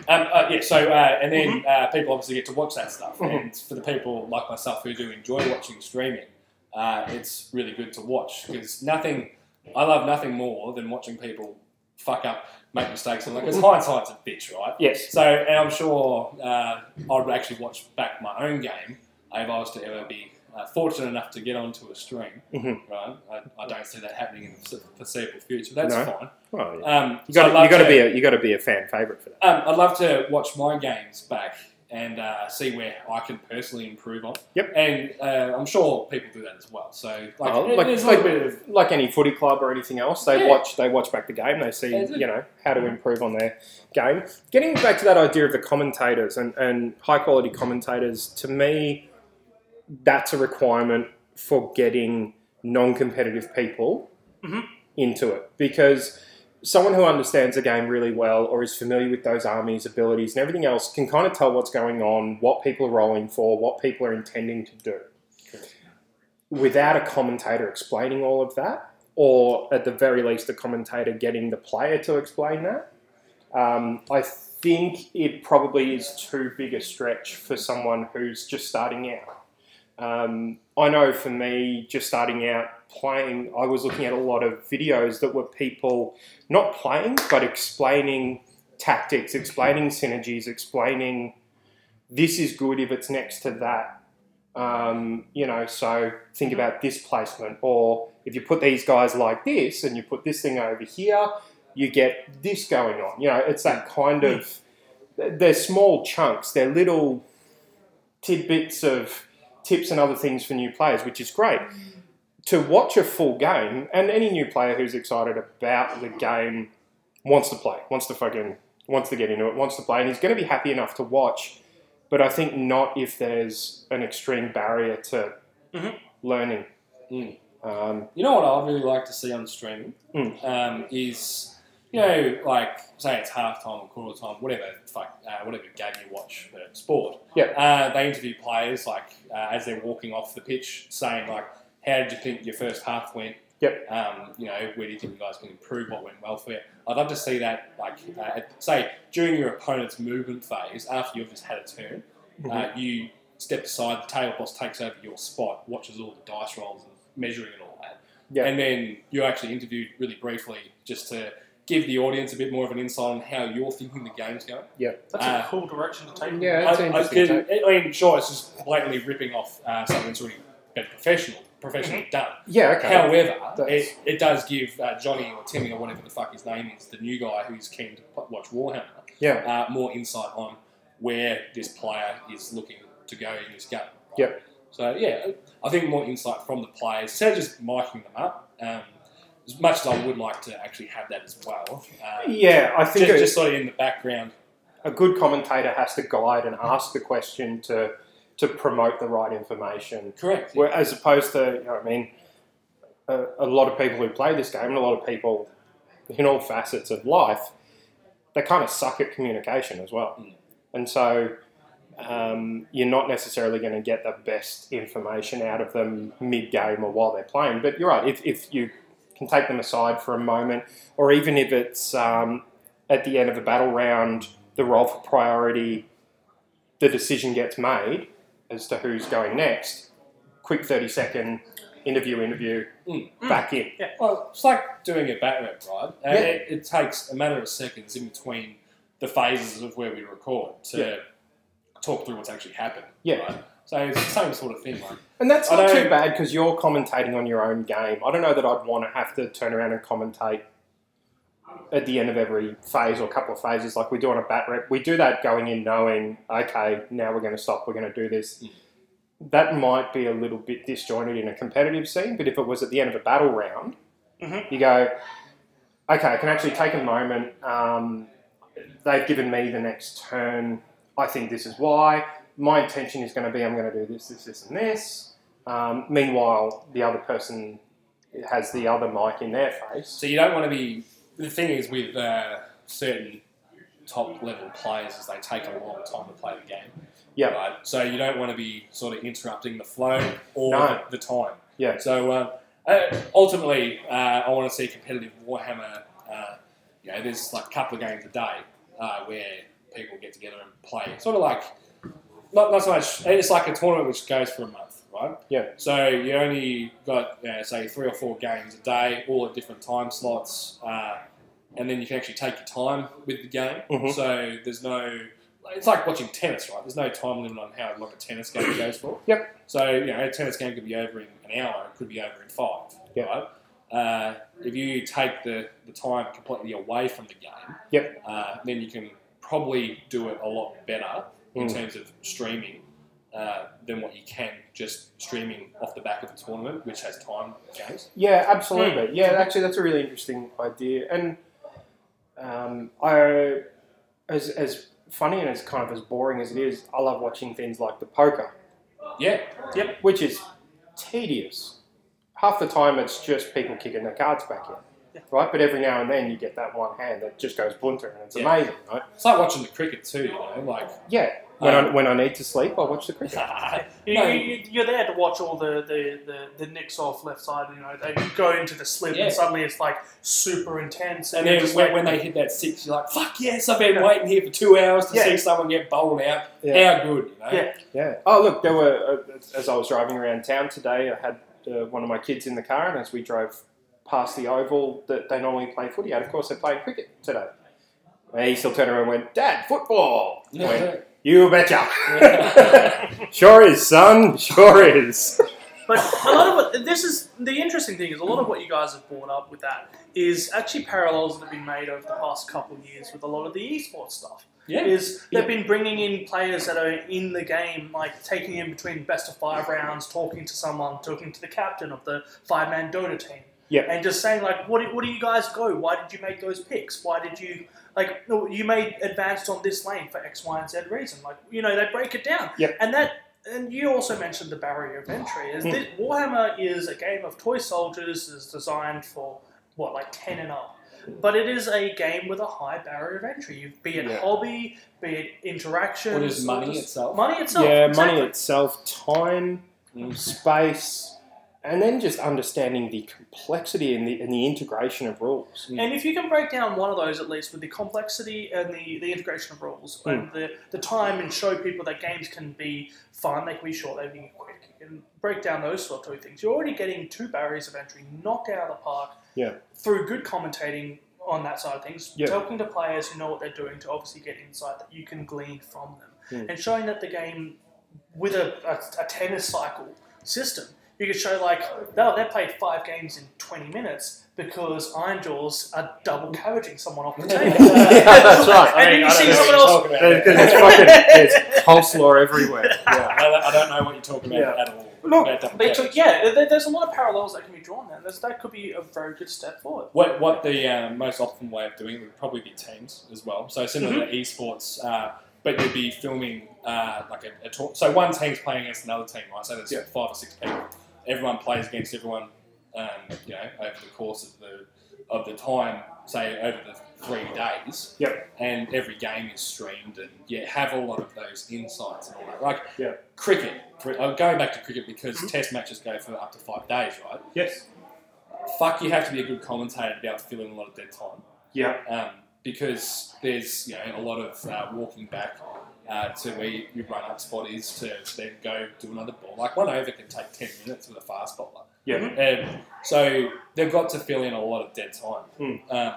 Speaker 2: Um, uh, yeah. So uh, and then
Speaker 3: Mm-hmm.
Speaker 2: uh, people obviously get to watch that stuff, and for the people like myself who do enjoy watching streaming, uh, it's really good to watch because nothing. I love nothing more than watching people fuck up, make mistakes, and like because hindsight's a bitch, right?
Speaker 1: yes,
Speaker 2: So, and I'm sure uh, I'd actually watch back my own game if I was to ever be uh, fortunate enough to get onto a stream.
Speaker 1: Mhm.
Speaker 2: Right? I, I don't see that happening in the foreseeable future. That's
Speaker 1: No.
Speaker 2: fine.
Speaker 1: oh, yeah.
Speaker 2: Um,
Speaker 1: you
Speaker 2: so I'd
Speaker 1: got
Speaker 2: love
Speaker 1: you got to
Speaker 2: to-
Speaker 1: be a you got to be a fan favorite for that.
Speaker 2: um, I'd love to watch my games back and uh, see where I can personally improve on.
Speaker 1: Yep.
Speaker 2: And uh, I'm sure people do that as well. So, like,
Speaker 1: Oh,
Speaker 2: it-
Speaker 1: like-
Speaker 2: there's a
Speaker 1: like-
Speaker 2: little bit of
Speaker 1: Like any footy club or anything else, they
Speaker 2: Yeah.
Speaker 1: watch they watch back the game. They see
Speaker 2: That's it.
Speaker 1: you know how to improve on their game. Getting back to that idea of the commentators and, and high quality commentators, to me, that's a requirement for getting non competitive people
Speaker 3: Mhm.
Speaker 1: into it because someone who understands the game really well or is familiar with those armies, abilities, and everything else can kind of tell what's going on, what people are rolling for, what people are intending to do. Without a commentator explaining all of that, or at the very least, the commentator getting the player to explain that, um, I think it probably is too big a stretch for someone who's just starting out. Um, I know for me, just starting out playing, I was looking at a lot of videos that were people not playing, but explaining tactics, explaining synergies, explaining this is good if it's next to that. Um, you know, so think about this placement, or if you put these guys like this and you put this thing over here, you get this going on. You know, it's that kind of, they're small chunks, they're little tidbits of tips and other things for new players, which is great. To watch a full game, and any new player who's excited about the game wants to play, wants to fucking, wants to get into it, wants to play, and he's going to be happy enough to watch. But I think not if there's an extreme barrier to
Speaker 3: Mhm.
Speaker 1: learning.
Speaker 2: Mm-hmm. Mm.
Speaker 1: Um,
Speaker 2: You know what I'd really like to see on streaming
Speaker 1: Mm.
Speaker 2: um, is, you know, like say it's halftime or quarter time, whatever, fuck, uh, whatever game you watch for sport.
Speaker 1: Yeah.
Speaker 2: Uh, they interview players like uh, as they're walking off the pitch, saying like, "How did you think your first half went?"
Speaker 1: Yep.
Speaker 2: Um, you know, where do you think you guys can improve? What went well for you? I'd love to see that, like, uh, at- say during your opponent's movement phase, after you've just had a turn,
Speaker 1: Mm-hmm.
Speaker 2: uh, you step aside, the table boss takes over your spot, watches all the dice rolls and measuring and all that.
Speaker 1: Yeah.
Speaker 2: And then you're actually interviewed really briefly just to give the audience a bit more of an insight on how you're thinking the game's going.
Speaker 3: That's
Speaker 2: Uh,
Speaker 3: a cool direction to take.
Speaker 1: yeah,
Speaker 2: I, I, can, I mean, sure, it's just blatantly ripping off uh, something that's already been professional, professionally done.
Speaker 1: yeah, okay.
Speaker 2: However,
Speaker 1: That's-
Speaker 2: it, it does give uh, Johnny or Timmy or whatever the fuck his name is, the new guy who's keen to pl- watch Warhammer,
Speaker 1: yeah,
Speaker 2: uh, more insight on where this player is looking to go in this game. Right?
Speaker 1: Yep.
Speaker 2: So yeah, I think more insight from the players instead of just miking them up. Um, as much as I would like to actually have that as well, um,
Speaker 1: yeah. I think
Speaker 2: just,
Speaker 1: it-
Speaker 2: just sort of in the background.
Speaker 1: a good commentator has to guide and ask the question to to promote the right information.
Speaker 2: Correct.
Speaker 1: Where, as opposed to, you know, what I mean, a, a lot of people who play this game and a lot of people in all facets of life, they kind of suck at communication as well.
Speaker 2: Mm.
Speaker 1: And so um, you're not necessarily going to get the best information out of them mid game or while they're playing. But you're right, if, if you can take them aside for a moment, or even if it's um, at the end of a battle round, the role for priority, the decision gets made as to who's going next. Quick 30 second interview, interview,
Speaker 2: Mm.
Speaker 1: back in.
Speaker 2: Well, it's like doing a bat rep, right? And
Speaker 1: Yeah.
Speaker 2: it, it takes a matter of seconds in between the phases of where we record to
Speaker 1: Yeah.
Speaker 2: talk through what's actually happened.
Speaker 1: Yeah.
Speaker 2: Right? So it's the same sort of thing, like
Speaker 1: And that's
Speaker 2: I
Speaker 1: not
Speaker 2: don't-
Speaker 1: too bad because you're commentating on your own game. I don't know that I'd want to have to turn around and commentate at the end of every phase or couple of phases like we do on a bat rep. We do that going in knowing, okay, now we're going to stop, we're going to do this. That might be a little bit disjointed in a competitive scene, but if it was at the end of a battle round,
Speaker 3: Mhm.
Speaker 1: you go, okay, I can actually take a moment. Um, they've given me the next turn. I think this is why. My intention is going to be I'm going to do this, this, this, and this. Um, meanwhile, the other person has the other mic in their face.
Speaker 2: So you don't want to be. The thing is with uh, certain top level players is they take a long time to play the game.
Speaker 1: Yeah.
Speaker 2: Right? So you don't want to be sort of interrupting the flow or
Speaker 1: No.
Speaker 2: the time.
Speaker 1: Yeah.
Speaker 2: So uh, uh, ultimately, uh, I want to see competitive Warhammer. Uh, you know, there's like a couple of games a day uh, where people get together and play. Sort of like not not so much. It's like a tournament which goes for a month, right?
Speaker 1: Yeah.
Speaker 2: So you only got uh, say three or four games a day, all at different time slots, uh, and then you can actually take your time with the game.
Speaker 1: Mhm.
Speaker 2: So there's no. It's like watching tennis, right? There's no time limit on how long a tennis game goes for.
Speaker 1: Yep.
Speaker 2: So you know, a tennis game could be over in an hour. It could be over in five.
Speaker 1: Yep.
Speaker 2: Right. Uh, if you take the, the time completely away from the game,
Speaker 1: Yep.
Speaker 2: uh, then you can probably do it a lot better in
Speaker 1: Mm.
Speaker 2: terms of streaming uh, than what you can just streaming off the back of a tournament, which has time games.
Speaker 1: Yeah, absolutely. Yeah, actually, that's a really interesting idea. And um, I, as, as funny and as kind of as boring as it is, I love watching things like the poker,
Speaker 2: Yeah,
Speaker 1: which is tedious. Half the time, it's just people kicking their cards back in, right? But every now and then, you get that one hand that just goes bunter, and it's
Speaker 2: Yeah.
Speaker 1: amazing, right?
Speaker 2: it's like watching the cricket too. You know, like
Speaker 1: Yeah. When,
Speaker 2: Um,
Speaker 1: I, when I need to sleep, I watch the cricket.
Speaker 3: You,
Speaker 2: No.
Speaker 3: you, you- you're there to watch all the, the, the, the nicks off left side. You know, they go into the slip,
Speaker 2: Yeah.
Speaker 3: and suddenly it's like super intense.
Speaker 2: and
Speaker 3: you're
Speaker 2: then
Speaker 3: just
Speaker 2: when,
Speaker 3: like-
Speaker 2: when they hit that six, you're like, "Fuck yes! I've been waiting here for two hours to
Speaker 1: Yeah.
Speaker 2: see someone get bowled out.
Speaker 1: Yeah.
Speaker 2: How good, you know?
Speaker 3: Yeah.
Speaker 1: Yeah. Oh, look, there were, uh, as I was driving around town today, I had uh, one of my kids in the car, and as we drove past the oval that they normally play footy at, of course, they're playing cricket today. And he still turned around and went, Dad, football! I went, you betcha! sure is, son, sure is.
Speaker 3: But a lot of what this is the interesting thing is a lot of what you guys have brought up with that is actually parallels that have been made over the past couple of years with a lot of the esports stuff.
Speaker 2: Yeah.
Speaker 3: Is they've been bringing in players that are in the game, like taking in between best of five rounds, talking to someone, talking to the captain of the five man Dota team.
Speaker 1: Yeah.
Speaker 3: And just saying like, what do, what do you guys go? Why did you make those picks? Why did you like no, you made advanced on this lane for X, Y, and Z reason? Like you know they break it down.
Speaker 1: Yep.
Speaker 3: And that and you also mentioned the barrier of entry. Is
Speaker 1: Mm.
Speaker 3: that Warhammer is a game of toy soldiers that's designed for what, like ten and up. But it is a game with a high barrier of entry. You be it
Speaker 1: Yeah.
Speaker 3: hobby, be it interaction,
Speaker 2: What is money itself?
Speaker 3: money itself.
Speaker 1: yeah,
Speaker 3: exactly.
Speaker 1: money itself, time,
Speaker 2: Mm.
Speaker 1: space, and then just understanding the complexity and the, and the integration of rules.
Speaker 3: And if you can break down one of those at least with the complexity and the, the integration of rules and the, the time and show people that games can be fun, they can be short, they can be quick, and break down those sort of things, you're already getting two barriers of entry knocked out of the park
Speaker 1: Yeah.
Speaker 3: through good commentating on that side of things,
Speaker 1: Yeah.
Speaker 3: talking to players who know what they're doing to obviously get insight that you can glean from them,
Speaker 1: Mm.
Speaker 2: Hmm.
Speaker 3: and showing that the game with a, a, a tennis cycle system. You could show like no, they played five games in twenty minutes because Iron Jaws are double cabbaging someone off the table.
Speaker 1: Yeah, that's right.
Speaker 3: And
Speaker 2: mean,
Speaker 3: then you
Speaker 2: I don't
Speaker 3: see
Speaker 2: know
Speaker 3: someone
Speaker 2: what
Speaker 3: else.
Speaker 2: you're talking
Speaker 1: There's,
Speaker 2: about.
Speaker 1: there's fucking there's coleslaw everywhere.
Speaker 2: Yeah, I don't- I don't know what you're talking about
Speaker 1: Yeah.
Speaker 2: at all.
Speaker 3: No,
Speaker 2: That doesn't
Speaker 3: They
Speaker 2: matter.
Speaker 3: took yeah. there- There's a lot of parallels that can be drawn there. There's, that could be a very good step forward.
Speaker 2: What what the uh, most optimal way of doing it would probably be teams as well. So similar
Speaker 1: Mm-hmm.
Speaker 2: to esports, uh, but you'd be filming uh, like a, a tour- so one team's playing against another team, right? So there's
Speaker 1: Yeah.
Speaker 2: five or six people. Everyone plays against everyone. Um, you know, over the course of the of the time, say over the three days.
Speaker 1: Yep.
Speaker 2: And every game is streamed, and yeah, have a lot of those insights and all that. Like
Speaker 1: Yeah. Mm-hmm.
Speaker 2: cricket. For, I'm going back to cricket because test matches go for up to five days, right?
Speaker 1: Yes.
Speaker 2: fuck, you have to be a good commentator to be able to fill in a lot of dead time.
Speaker 1: Yeah.
Speaker 2: Um, because there's you know a lot of uh, walking back uh, to where you, your run up spot is to then go do another ball. Like one over can take ten minutes with a fast bowler.
Speaker 1: Yeah.
Speaker 2: Um, so they've got to fill in a lot of dead time.
Speaker 1: Mm.
Speaker 2: Um,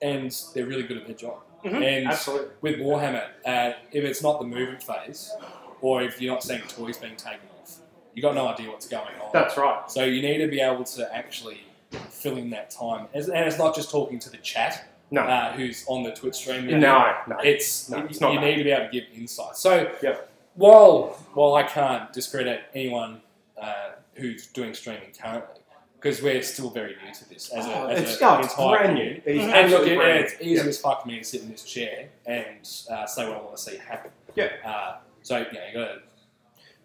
Speaker 2: and they're really good at their job.
Speaker 3: Mhm.
Speaker 2: And
Speaker 1: Absolutely.
Speaker 2: with Warhammer, uh, if it's not the movement phase, or if you're not seeing toys being taken off. You got no idea what's going on.
Speaker 1: That's right.
Speaker 2: So you need to be able to actually fill in that time, As- and it's not just talking to the chat
Speaker 1: No.
Speaker 2: uh, who's on the Twitch stream.
Speaker 1: no, no,
Speaker 2: it's,
Speaker 1: No,
Speaker 2: you-
Speaker 1: it's not
Speaker 2: you
Speaker 1: that.
Speaker 2: need to be able to give insight. So
Speaker 1: Yep.
Speaker 2: while while I can't discredit anyone uh, who's doing streaming currently, because we're still very new to this as a, as
Speaker 1: it's,
Speaker 2: a
Speaker 1: oh, it's
Speaker 2: entire
Speaker 1: brand
Speaker 2: community.
Speaker 1: new. It's
Speaker 3: Mhm.
Speaker 2: And look,
Speaker 1: absolutely
Speaker 2: it-
Speaker 1: brand
Speaker 2: it's
Speaker 1: new.
Speaker 2: easy
Speaker 1: Yeah.
Speaker 2: as fuck for me to sit in this chair and uh, say what I want to see happen.
Speaker 1: Yeah.
Speaker 2: Uh, so yeah, you got to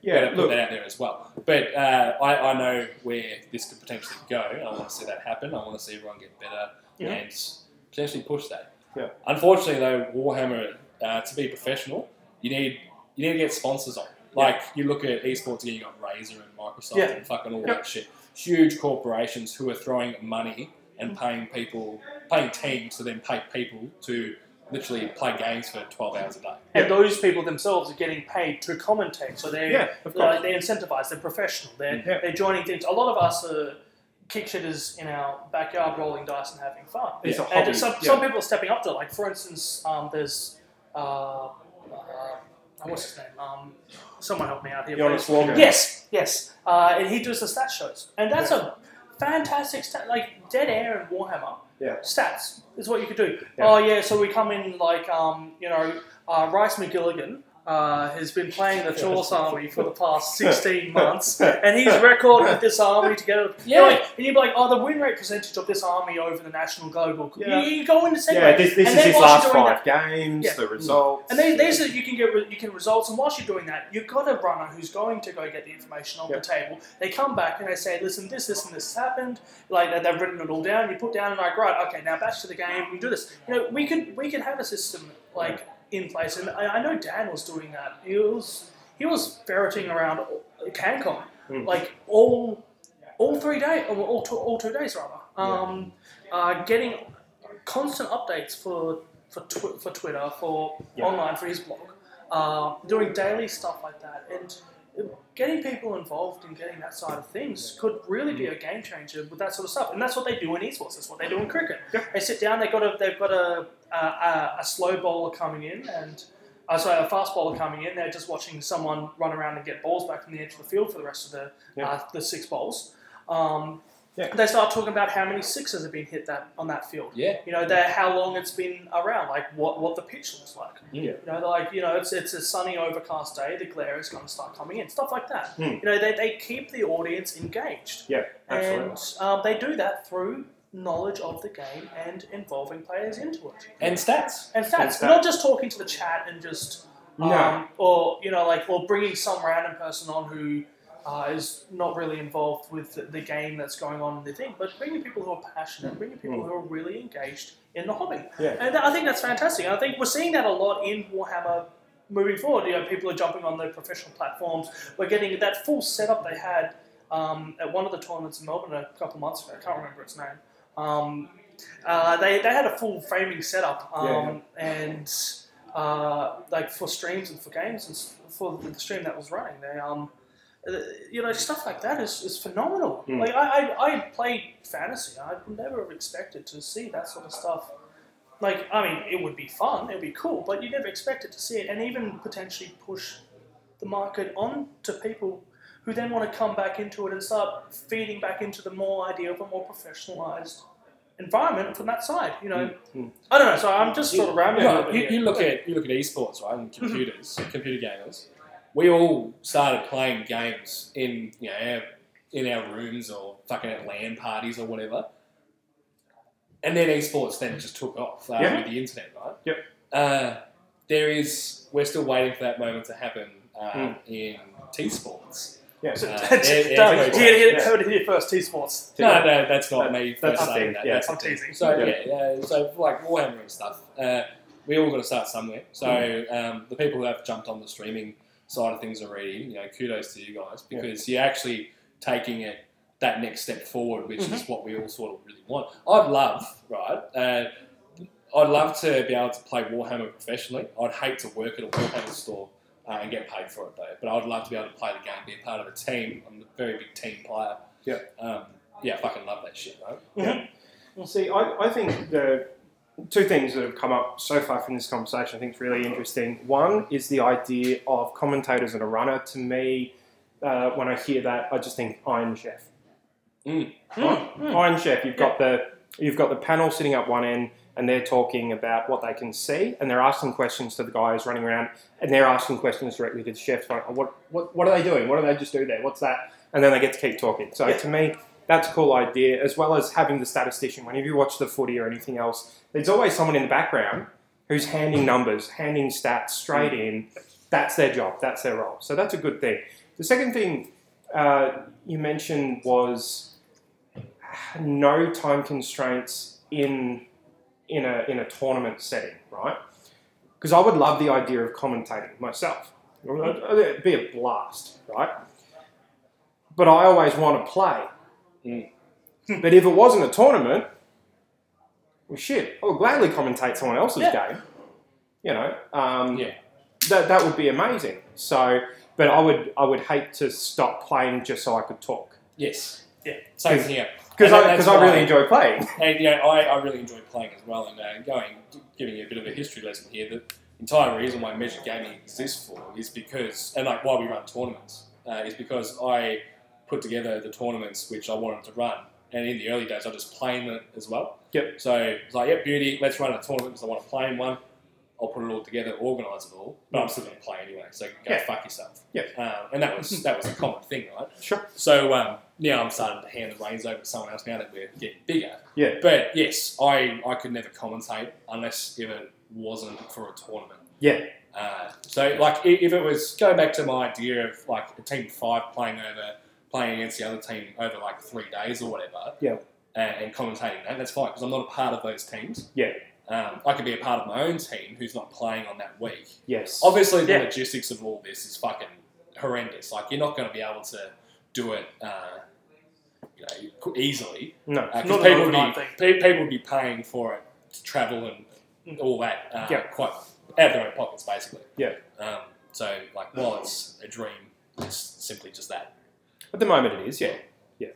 Speaker 1: Yeah,
Speaker 2: gotta put
Speaker 1: look,
Speaker 2: that out there as well. But uh, I, I know where this could potentially go. I want to see that happen. I want to see everyone get better
Speaker 3: Yeah.
Speaker 2: and potentially push that.
Speaker 1: Yeah.
Speaker 2: Unfortunately, though, Warhammer uh, to be professional, you need you need to get sponsors on. Like you look at esports again, you got Razer and Microsoft
Speaker 1: Yeah.
Speaker 2: and fucking all
Speaker 1: Yep.
Speaker 2: that shit. Huge corporations who are throwing money
Speaker 1: Mm.
Speaker 2: and paying people, paying teams to then pay people to literally play games for twelve hours a day.
Speaker 3: And those people themselves are getting paid to commentate, so they're
Speaker 1: yeah, of course.
Speaker 3: like, they're incentivized, they're professional, they're
Speaker 1: Yeah.
Speaker 3: they're joining things. A lot of us are kick shitters in our backyard, rolling dice and having fun.
Speaker 1: it's a hobby.
Speaker 3: And some,
Speaker 1: yeah.
Speaker 3: some people are stepping up to it. Like for instance, um, there's uh, uh, what's his name? Um, someone help me out here.
Speaker 1: Jonas
Speaker 3: please.
Speaker 1: Longer.
Speaker 3: Yes, yes. Uh, and he does the stat shows, and that's a fantastic stat. Like Dead Air and Warhammer.
Speaker 1: Yeah.
Speaker 3: Stats is what you could do.
Speaker 1: Yeah.
Speaker 3: Oh yeah, so we come in like um, you know uh, Rice McGilligan. Uh, has been playing the Chorus Army for the past 16 months, and his record with this army together.
Speaker 2: Yeah.
Speaker 3: Like, and you'd be like, oh, the win rate percentage of this army over the national global.
Speaker 1: Yeah.
Speaker 3: You, you go into segment.
Speaker 1: Yeah, this, this
Speaker 3: and
Speaker 1: is
Speaker 3: then
Speaker 1: his
Speaker 3: whilst
Speaker 1: last
Speaker 3: you're doing
Speaker 1: five games,
Speaker 3: Yeah.
Speaker 1: the results.
Speaker 3: That, and then there's you can get re- you can results, and whilst you're doing that, you've got a runner who's going to go get the information on
Speaker 1: Yeah.
Speaker 3: the table. They come back and they say, listen, this, this, and this has happened. Like they- they've written it all down. You put down and like, right, okay, now back to the game. We do this. You know, we could we could have a system like in place, and I, I know Dan was doing that. He was he was ferreting around CanCon
Speaker 1: Mm.
Speaker 3: like all all three days, all two, all two days rather. Um, uh, getting constant updates for for, tw- for Twitter, for
Speaker 1: Yeah.
Speaker 3: online, for his blog, uh, doing daily stuff like that, and getting people involved in getting that side of things could really
Speaker 1: Mm.
Speaker 3: be a game changer with that sort of stuff. And that's what they do in esports. That's what they do in cricket.
Speaker 1: Yeah.
Speaker 3: They sit down. They got a they've got a a, a, a slow bowler coming in and. Uh, sorry, a fast bowler coming in. They're just watching someone run around and get balls back from the edge of the field for the rest of the
Speaker 1: Yeah.
Speaker 3: uh, the six bowls. Um,
Speaker 1: Yeah.
Speaker 3: They start talking about how many sixes have been hit that on that field.
Speaker 2: Yeah.
Speaker 3: You know, that how long it's been around, like what what the pitch looks like.
Speaker 1: Yeah.
Speaker 3: You know, like you know, it's it's a sunny, overcast day. The glare is going to start coming in, stuff like that.
Speaker 1: Hmm.
Speaker 3: You know, they, they keep the audience engaged,
Speaker 1: yeah, absolutely.
Speaker 3: and um, they do that through knowledge of the game and involving players into it.
Speaker 2: And stats.
Speaker 3: And stats,
Speaker 1: stats.
Speaker 3: not just talking to the chat and just um,
Speaker 1: No.
Speaker 3: or you know, like, or bringing some random person on who uh, is not really involved with the, the game that's going on in the thing, but bringing people who are passionate, bringing people
Speaker 1: Mm.
Speaker 3: who are really engaged in the hobby,
Speaker 1: Yeah.
Speaker 3: and I think that's fantastic. I think we're seeing that a lot in Warhammer moving forward. You know, people are jumping on the professional platforms. We're getting that full setup they had um, at one of the tournaments in Melbourne a couple months ago. I can't remember its name. Um, uh, they, they had a full framing setup um, and uh, like for streams and for games and s- for the stream that was running. They um, uh, you know stuff like that is, is phenomenal.
Speaker 1: Mm.
Speaker 3: Like I, I I played fantasy. I would never have expected to see that sort of stuff. Like I mean, it would be fun. It would be cool, but you never expected to see it, and even potentially push the market on to people who then want to come back into it and start feeding back into the more idea of a more professionalized environment from that side. You know,
Speaker 2: Hmm.
Speaker 1: Mm.
Speaker 3: I don't know. So I'm just sort of rambling. a
Speaker 2: No,
Speaker 3: bit
Speaker 2: you,
Speaker 3: here.
Speaker 2: you look at you look at esports, right, and computers, computer gamers. We all started playing games in you know our, in our rooms or fucking at LAN parties or whatever, and then esports then just took off uh,
Speaker 1: Yeah.
Speaker 2: with the internet, right?
Speaker 1: Yep.
Speaker 2: Uh, there is we're still waiting for that moment to happen uh,
Speaker 1: Mm.
Speaker 2: in T sports.
Speaker 1: Yeah.
Speaker 3: So
Speaker 2: Uh,
Speaker 3: that's-
Speaker 2: yeah, yeah,
Speaker 3: done.
Speaker 2: yeah.
Speaker 3: You gotta hit it-
Speaker 1: Yeah.
Speaker 3: heard it here first. T Sports.
Speaker 2: No, no, that's not me.
Speaker 1: that's
Speaker 2: first
Speaker 1: the
Speaker 2: saying
Speaker 1: thing,
Speaker 2: that.
Speaker 1: yeah.
Speaker 2: That's the
Speaker 3: I'm
Speaker 2: thing.
Speaker 3: teasing.
Speaker 2: So
Speaker 1: Yeah.
Speaker 2: yeah, yeah, so for like Warhammer and stuff, uh, we all got to start somewhere. So
Speaker 1: Mm.
Speaker 2: um, the people who have jumped on the streaming side of things already, you know, kudos to you guys because you're actually taking it that next step forward, which is
Speaker 1: Mm-hmm.
Speaker 2: what we all sort of really want. I'd love, right? Uh, I'd love to be able to play Warhammer professionally. I'd hate to work at a Warhammer store uh, and get paid for it though. But I'd love to be able to play the game, be a part of a team. I'm a very big team player.
Speaker 1: Yeah.
Speaker 2: Um, yeah, I fucking love that shit, right?
Speaker 1: See, I, I think the two things that have come up so far from this conversation I think is really interesting. One is the idea of commentators and a runner. To me, uh, when I hear that, I just think Iron Chef.
Speaker 2: Mm.
Speaker 1: Right? Iron Chef. You've got the you've got the panel sitting up one end, and they're talking about what they can see, and they're asking questions to the guys running around, and they're asking questions directly to the chefs. Like, "Oh, what what what are they doing? What do they just do there? What's that? And then they get to keep talking. So
Speaker 3: Yeah.
Speaker 1: to me. That's a cool idea, as well as having the statistician. Whenever you watch the footy or anything else, there's always someone in the background who's handing numbers, handing stats straight in. That's their job. That's their role. So that's a good thing. The second thing uh, you mentioned was no time constraints in in a in a tournament setting, right? Because I would love the idea of commentating myself. It'd be a blast, right? But I always want to play. But if it wasn't a tournament, well, shit, I'll gladly commentate someone else's
Speaker 3: Yeah.
Speaker 1: game. You know, um,
Speaker 2: Yeah.
Speaker 1: that that would be amazing. So, but I would I would hate to stop playing just so I could talk
Speaker 2: Yes.
Speaker 3: Yeah.
Speaker 2: Same
Speaker 1: 'Cause-
Speaker 2: here.
Speaker 1: because
Speaker 2: And that-
Speaker 1: I
Speaker 2: that's
Speaker 1: because I
Speaker 2: why-
Speaker 1: really enjoy playing.
Speaker 2: And you know, I, I really enjoy playing as well. And uh, going, giving you a bit of a history lesson here. The entire reason why measured gaming exists for is because, and like why we run tournaments, uh, is because I put together the tournaments which I wanted to run. And in the early days, I just played them as well.
Speaker 1: Yep.
Speaker 2: So it's like, yep, beauty. Let's run a tournament because I want to play in one. I'll put it all together, organise it all. But I'm still going to play anyway. So go
Speaker 1: Yeah.
Speaker 2: fuck yourself.
Speaker 1: Yep.
Speaker 2: Um, and that was that was a common thing, right?
Speaker 1: Sure.
Speaker 2: So um, now I'm starting to hand the reins over to someone else now that we're getting bigger.
Speaker 1: Yeah.
Speaker 2: But yes, I, I could never commentate unless if it wasn't for a tournament.
Speaker 1: Yeah.
Speaker 2: Uh, so like i- if it was going back to my idea of like a team of five playing over playing against the other team over like three days or whatever.
Speaker 1: Yeah.
Speaker 2: a- And, commentating that that's fine because I'm not a part of those teams.
Speaker 1: Yeah.
Speaker 2: Um, I could be a part of my own team who's not playing on that week.
Speaker 1: Yes.
Speaker 2: Obviously, the
Speaker 3: Yeah.
Speaker 2: logistics of all this is fucking horrendous. Like, you're not going to be able to do it, uh, you know, qu- easily.
Speaker 1: No.
Speaker 2: Uh, 'cause
Speaker 3: Not an
Speaker 2: people, would
Speaker 3: overnight
Speaker 2: be, pe- people would be paying for it to travel
Speaker 3: Mm.
Speaker 2: and all that. Uh,
Speaker 1: Yeah.
Speaker 2: Quite out of their own pockets, basically.
Speaker 1: Yeah.
Speaker 2: Um, so, like, while it's a dream, it's simply just that.
Speaker 1: At the moment, it is, yeah, yeah.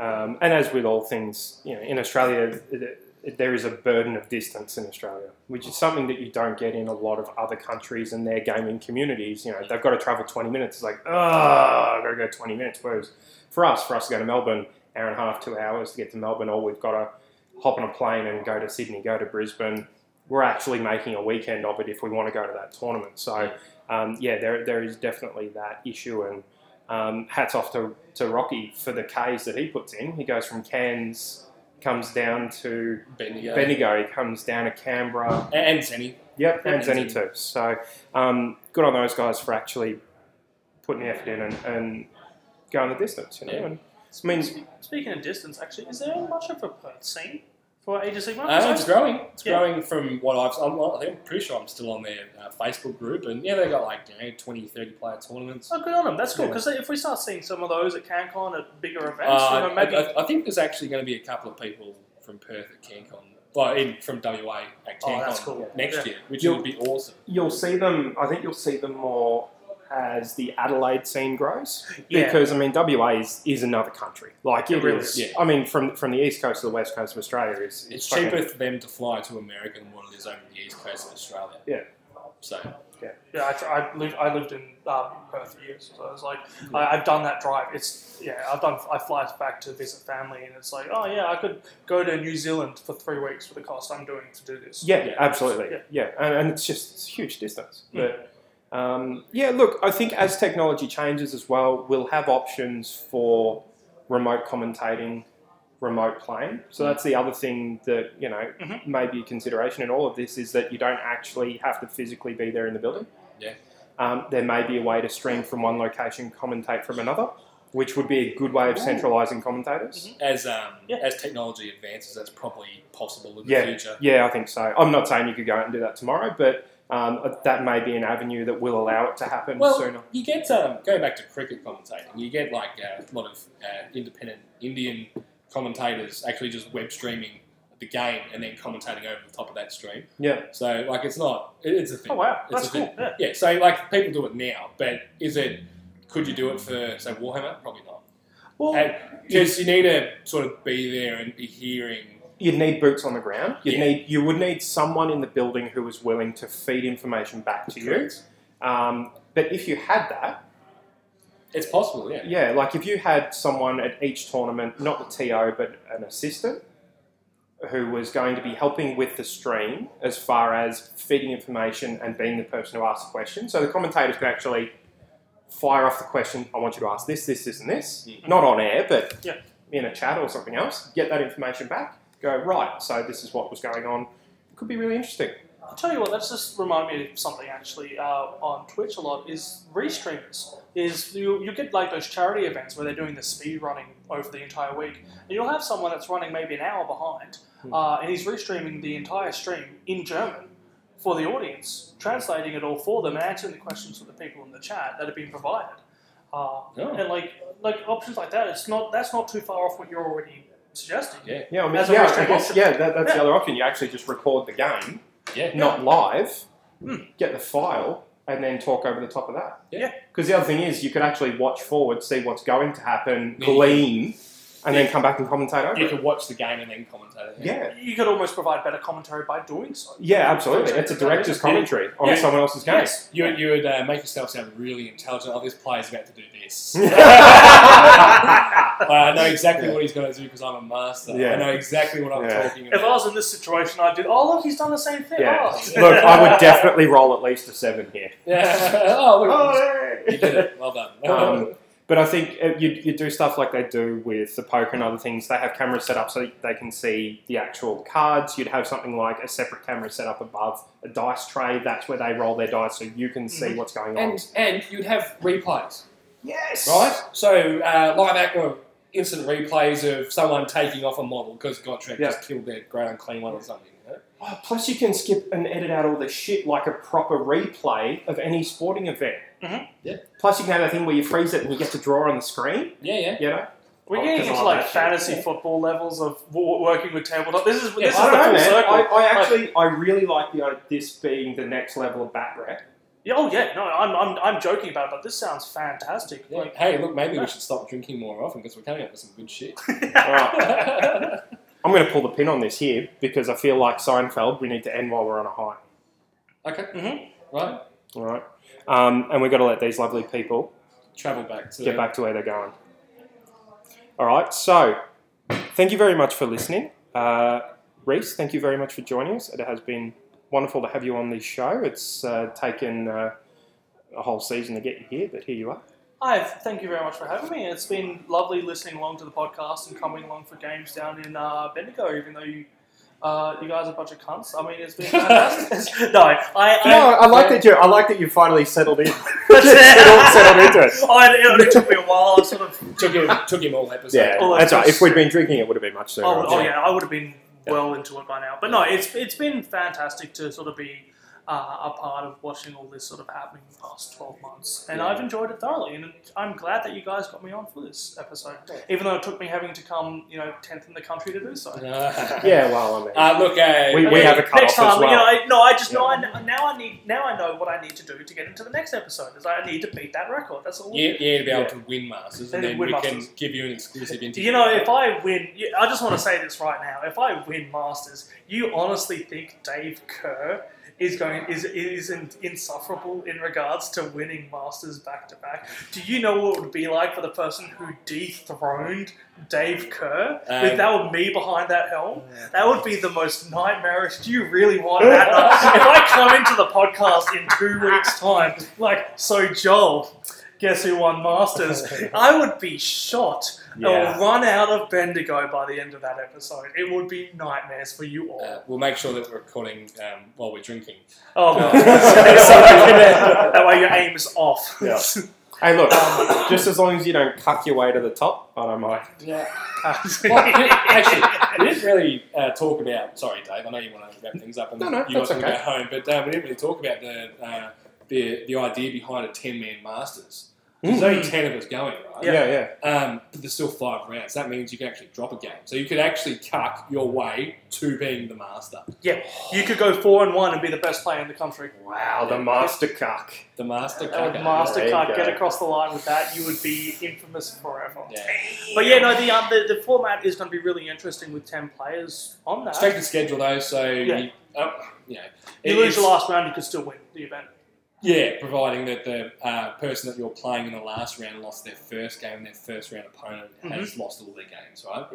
Speaker 1: Um, and as with all things, you know, in Australia, th- th- there is a burden of distance in Australia, which is something that you don't get in a lot of other countries and their gaming communities. You know, they've got to travel twenty minutes. It's like, oh, I've got to go twenty minutes. Whereas for us, for us to go to Melbourne, hour and a half, two hours to get to Melbourne, or we've got to hop on a plane and go to Sydney, go to Brisbane. We're actually making a weekend of it if we want to go to that tournament. So, um, yeah, there, there is definitely that issue, and um, hats off to, to Rocky for the Ks that he puts in. He goes from Cairns, comes down to uh,
Speaker 2: Bendigo.
Speaker 1: Bendigo, he comes down to Canberra.
Speaker 2: A- And Zenny.
Speaker 1: Yep, and
Speaker 2: Bendigo.
Speaker 1: Zenny too. So um, good on those guys for actually putting the effort in and, and going the distance. You know,
Speaker 2: Yeah.
Speaker 1: and, I mean,
Speaker 3: Speaking of distance, actually, is there much of a Perth scene for agency
Speaker 2: Uh,
Speaker 3: markets?
Speaker 2: it's growing. It's
Speaker 3: Oh, Yeah.
Speaker 2: growing from what I've. I'm, I think I'm pretty sure I'm still on their uh, Facebook group, and yeah, they got like you know 20, 30 player tournaments.
Speaker 3: Oh, good on them. That's cool
Speaker 1: Yeah.
Speaker 3: because if we start seeing some of those at CanCon at bigger events,
Speaker 2: Uh,
Speaker 3: you know, maybe
Speaker 2: I, I- I think there's actually going to be a couple of people from Perth at CanCon, well, in, from WA at
Speaker 3: Oh,
Speaker 2: CanCon
Speaker 3: that's cool.
Speaker 2: next
Speaker 3: Yeah.
Speaker 2: year, which
Speaker 1: You'll-
Speaker 2: would be awesome.
Speaker 1: you'll see them. I think you'll see them more as the Adelaide scene grows.
Speaker 3: yeah,
Speaker 1: because I mean WA is, is another country. Like
Speaker 3: It
Speaker 1: it
Speaker 3: really
Speaker 1: is.
Speaker 2: is. Yeah.
Speaker 1: I mean, from from the east coast to the west coast of Australia is
Speaker 2: It's
Speaker 1: fucking-
Speaker 2: cheaper for them to fly to America than what it is over the east coast of Australia.
Speaker 1: Yeah.
Speaker 2: So
Speaker 3: yeah. I, tr- I lived I lived in um, Perth for years, so it's like I, I've done that drive. It's yeah, I've done I fly back to visit family, and it's like oh yeah, I could go to New Zealand for three weeks for the cost I'm doing to do this.
Speaker 1: Yeah,
Speaker 2: Yeah.
Speaker 1: absolutely.
Speaker 3: Yeah. Hmm.
Speaker 1: Yeah, And, and it's just it's a huge distance. But um, yeah, look, I think as technology changes as well, we'll have options for remote commentating, remote playing. So that's the other thing that you know
Speaker 3: Mhm.
Speaker 1: may be a consideration in all of this is that you don't actually have to physically be there in the building.
Speaker 2: Yeah.
Speaker 1: Um, there may be a way to stream from one location, commentate from another, which would be a good way of
Speaker 3: Ooh.
Speaker 1: centralising commentators.
Speaker 2: as um,
Speaker 3: Yeah.
Speaker 2: as technology advances, that's probably possible in the
Speaker 1: Yeah.
Speaker 2: future.
Speaker 1: Yeah, I think so. I'm not saying you could go out and do that tomorrow, but um, that may be an avenue that will allow it to happen
Speaker 2: Well,
Speaker 1: sooner.
Speaker 2: You get um, going back to cricket commentating. You get like uh, a lot of uh, independent Indian commentators actually just web streaming the game and then commentating over the top of that stream.
Speaker 1: Yeah.
Speaker 2: So like it's not it- it's a thing.
Speaker 3: Oh wow,
Speaker 2: It's
Speaker 3: that's
Speaker 2: a
Speaker 3: cool.
Speaker 2: thing.
Speaker 3: Yeah.
Speaker 2: Yeah. So like people do it now, but is it could you do it for say Warhammer? Probably not.
Speaker 3: Well,
Speaker 2: Because you need to sort of be there and be hearing
Speaker 1: you'd need boots on the ground. You'd
Speaker 2: Yeah.
Speaker 1: need you would need someone in the building who was willing to feed information back to you. Um, but if you had that,
Speaker 2: It's possible, yeah.
Speaker 1: yeah, like if you had someone at each tournament, not the TO but an assistant, who was going to be helping with the stream as far as feeding information and being the person who asks questions, so the commentators could actually fire off the question. I want you to ask this, this, this, and this.
Speaker 2: Mhm.
Speaker 1: Not on air, but
Speaker 3: Yeah.
Speaker 1: in a chat or something else. Get that information back. Go right. So this is what was going on. Could be really interesting.
Speaker 3: I'll tell you what, that's just remind me of something actually uh, on Twitch a lot is restreamers. Is you, you get like those charity events where they're doing the speed running over the entire week, and you'll have someone that's running maybe an hour behind, uh, and he's restreaming the entire stream in German for the audience, translating it all for them and answering the questions for the people in the chat that have been provided. Uh,
Speaker 2: Oh.
Speaker 3: And like like options like that, it's not that's not too far off what you're already suggesting.
Speaker 1: Yeah, I mean,
Speaker 3: That's a
Speaker 1: yeah, I
Speaker 3: restream
Speaker 1: guess-
Speaker 3: option.
Speaker 1: yeah, that, that's
Speaker 3: Yeah.
Speaker 1: the other option. You actually just record the game,
Speaker 2: Yeah.
Speaker 1: not live,
Speaker 3: Hmm.
Speaker 1: get the file, and then talk over the top of that.
Speaker 2: Yeah.
Speaker 1: Because the other thing is, you could actually watch forward, see what's going to happen,
Speaker 2: Yeah.
Speaker 1: glean, and then come back and commentate over
Speaker 2: You
Speaker 1: it.
Speaker 2: could watch the game and then commentate.
Speaker 1: Yeah.
Speaker 3: You could almost provide better commentary by doing so.
Speaker 1: Yeah, absolutely. It's a director's commentary on
Speaker 2: Yeah.
Speaker 1: someone else's game.
Speaker 3: Yes.
Speaker 2: You, you would uh, make yourself sound really intelligent. Oh, this player's about to do this.
Speaker 1: yeah,
Speaker 2: Uh, I know exactly
Speaker 1: Yeah.
Speaker 2: what he's going to do because I'm a master.
Speaker 1: Yeah.
Speaker 2: I know exactly what I'm
Speaker 1: Yeah.
Speaker 2: talking
Speaker 3: If I
Speaker 2: about.
Speaker 3: was in this situation, I'd do. Oh look, he's done the same thing.
Speaker 1: Yeah.
Speaker 3: Oh.
Speaker 1: look, I would definitely roll at least a seven here.
Speaker 2: Yeah. oh, look. You did
Speaker 1: Oh,
Speaker 2: it. Well done.
Speaker 1: Um, but I think uh, you, you do stuff like they do with the poker and other things. They have cameras set up so that they can see the actual cards. You'd have something like a separate camera set up above a dice tray. That's where they roll their dice so you can see
Speaker 3: Mhm.
Speaker 1: what's going on.
Speaker 2: and and you'd have replays,
Speaker 1: yes!
Speaker 2: right? So uh, live act or instant replays of someone taking off a model because Gottschalk
Speaker 1: Yeah.
Speaker 2: just killed their great unclean one or something. you know?
Speaker 1: Oh, plus, you can skip and edit out all the shit like a proper replay of any sporting event.
Speaker 3: Mhm.
Speaker 2: Yeah.
Speaker 1: Plus, you can have that thing where you freeze it and you get to draw on the screen.
Speaker 2: Yeah, yeah.
Speaker 1: You know,
Speaker 3: We're
Speaker 1: Oh,
Speaker 3: getting
Speaker 1: 'cause I like
Speaker 3: into like
Speaker 1: that shit.
Speaker 3: fantasy
Speaker 2: Yeah.
Speaker 3: football levels of w- working with tabletop. This is
Speaker 2: Yeah,
Speaker 3: this
Speaker 1: I don't
Speaker 3: is the
Speaker 1: know,
Speaker 3: full
Speaker 1: man.
Speaker 3: circle.
Speaker 1: I, I actually, I really like the idea- this being the next level of bat rep.
Speaker 3: Yeah, oh yeah, no, I'm, I'm, I'm joking about it, but this sounds fantastic.
Speaker 2: Yeah.
Speaker 3: Like,
Speaker 2: Hey, look, maybe we should stop drinking more often because we're coming up with some good shit.
Speaker 1: Alright. I'm going to pull the pin on this here because I feel like Seinfeld. We need to end while we're on a high.
Speaker 2: okay.
Speaker 3: Mhm.
Speaker 1: Mm-hmm.
Speaker 2: Right.
Speaker 1: All right, um, and we've got to let these lovely people
Speaker 2: Travel back to
Speaker 1: get back to where they're going. All right, so thank you very much for listening, uh, Reese. Thank you very much for joining us. It has been wonderful to have you on this show. It's uh, taken uh, a whole season to get you here, but here you are.
Speaker 3: Hi, thank you very much for having me. It's been lovely listening along to the podcast and coming along for games down in uh, Bendigo, even though you uh, you guys are a bunch of cunts. I mean, it's been fantastic. no, I, I,
Speaker 1: I like that you. I like that you finally settled in.
Speaker 3: That's it.
Speaker 1: settled, settled into it.
Speaker 3: I, it only took me a while. I sort of
Speaker 2: took him took him all episode.
Speaker 1: Yeah,
Speaker 3: Oh,
Speaker 1: that's
Speaker 3: that's
Speaker 1: right.
Speaker 3: just-
Speaker 1: If we'd been drinking, it would have been much sooner.
Speaker 3: Oh,
Speaker 1: I'd
Speaker 3: oh
Speaker 1: say.
Speaker 3: yeah, I would have been well into it by now. But no, it's it's been fantastic to sort of be uh, a part of watching all this sort of happening in the past twelve months, and
Speaker 2: Yeah.
Speaker 3: I've enjoyed it thoroughly. And I'm glad that you guys got me on for this episode, even though it took me having to come, you know, tenth in the country to do so.
Speaker 1: Yeah, well, I mean,
Speaker 2: Uh, look, uh,
Speaker 1: We- we
Speaker 2: yeah,
Speaker 1: have a cut
Speaker 3: next
Speaker 1: off as
Speaker 3: time, you know,
Speaker 1: well.
Speaker 3: I, no, I just know I, kn- now I need now I know what I need to do to get into the next episode. Is I need to beat that record. That's all.
Speaker 2: yeah, yeah, to be able
Speaker 1: Yeah.
Speaker 2: to win masters,
Speaker 3: Then
Speaker 2: and then
Speaker 3: win
Speaker 2: we
Speaker 3: Masters.
Speaker 2: can give you an exclusive interview.
Speaker 3: You know, if I win, you- I just want to say this right now. If I win Masters, you honestly think Dave Kerr is going is is in, insufferable in regards to winning Masters back to back? Do you know what it would be like for the person who dethroned Dave Kerr?
Speaker 2: Um,
Speaker 3: if that were me behind that helm, that would be the most nightmarish. Do you really want that? if I come into the podcast in two weeks' time, like so, Joel. Guess who won Masters? I would be shot.
Speaker 1: Yeah.
Speaker 3: I'll run out of Bendigo by the end of that episode. It would be nightmares for you all.
Speaker 2: uh, we'll make sure that we're recording um, while we're drinking.
Speaker 3: oh, God. that way your aim is off.
Speaker 1: Yeah. hey, look, just as long as you don't cuck your way to the top, I don't mind.
Speaker 2: Yeah. Well, actually, we didn't really uh, talk about. Sorry, Dave. I know you want to wrap things up, and
Speaker 1: No, no,
Speaker 2: you guys
Speaker 1: that's
Speaker 2: want to go home. But uh, we didn't really talk about the uh, the the idea behind a ten man masters. There's only ten of us going, right?
Speaker 1: Mm. Yeah, yeah.
Speaker 2: Um, but there's still five rounds. That means you can actually drop a game. So you could actually cut your way to being the master.
Speaker 3: Yeah, you could go four and one and be the best player in the country.
Speaker 1: Wow, the master cock.
Speaker 2: The master
Speaker 3: I
Speaker 2: cucker.
Speaker 3: would
Speaker 1: There you
Speaker 3: Mastercard
Speaker 1: go.
Speaker 3: get across the line with that, you would be infamous forever.
Speaker 2: Yeah.
Speaker 3: But yeah, no, the, um, the the format is going to be really interesting with ten players on that.
Speaker 2: Strength of schedule though, so
Speaker 3: Yeah.
Speaker 2: you, uh, you know,
Speaker 3: You
Speaker 2: it
Speaker 3: lose
Speaker 2: is-
Speaker 3: the last round, you could still win the event.
Speaker 2: Yeah, providing that the uh, person that you're playing in the last round lost their first game, their first round opponent
Speaker 3: Mm-hmm.
Speaker 2: has lost all their games, right?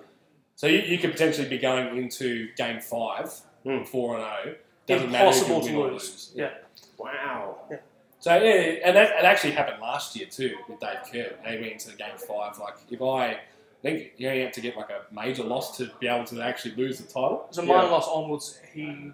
Speaker 2: So you, you could potentially be going into game five,
Speaker 1: Hmm.
Speaker 2: four and zero.
Speaker 3: Impossible
Speaker 2: who
Speaker 3: to
Speaker 2: can win or
Speaker 3: lose. Yeah.
Speaker 1: Wow.
Speaker 2: So yeah, and that it actually happened last year too with Dave Kerr. They went into the game five. Like if I, I think you only have to get like a major loss to be able to actually lose the title.
Speaker 3: So minor loss onwards, he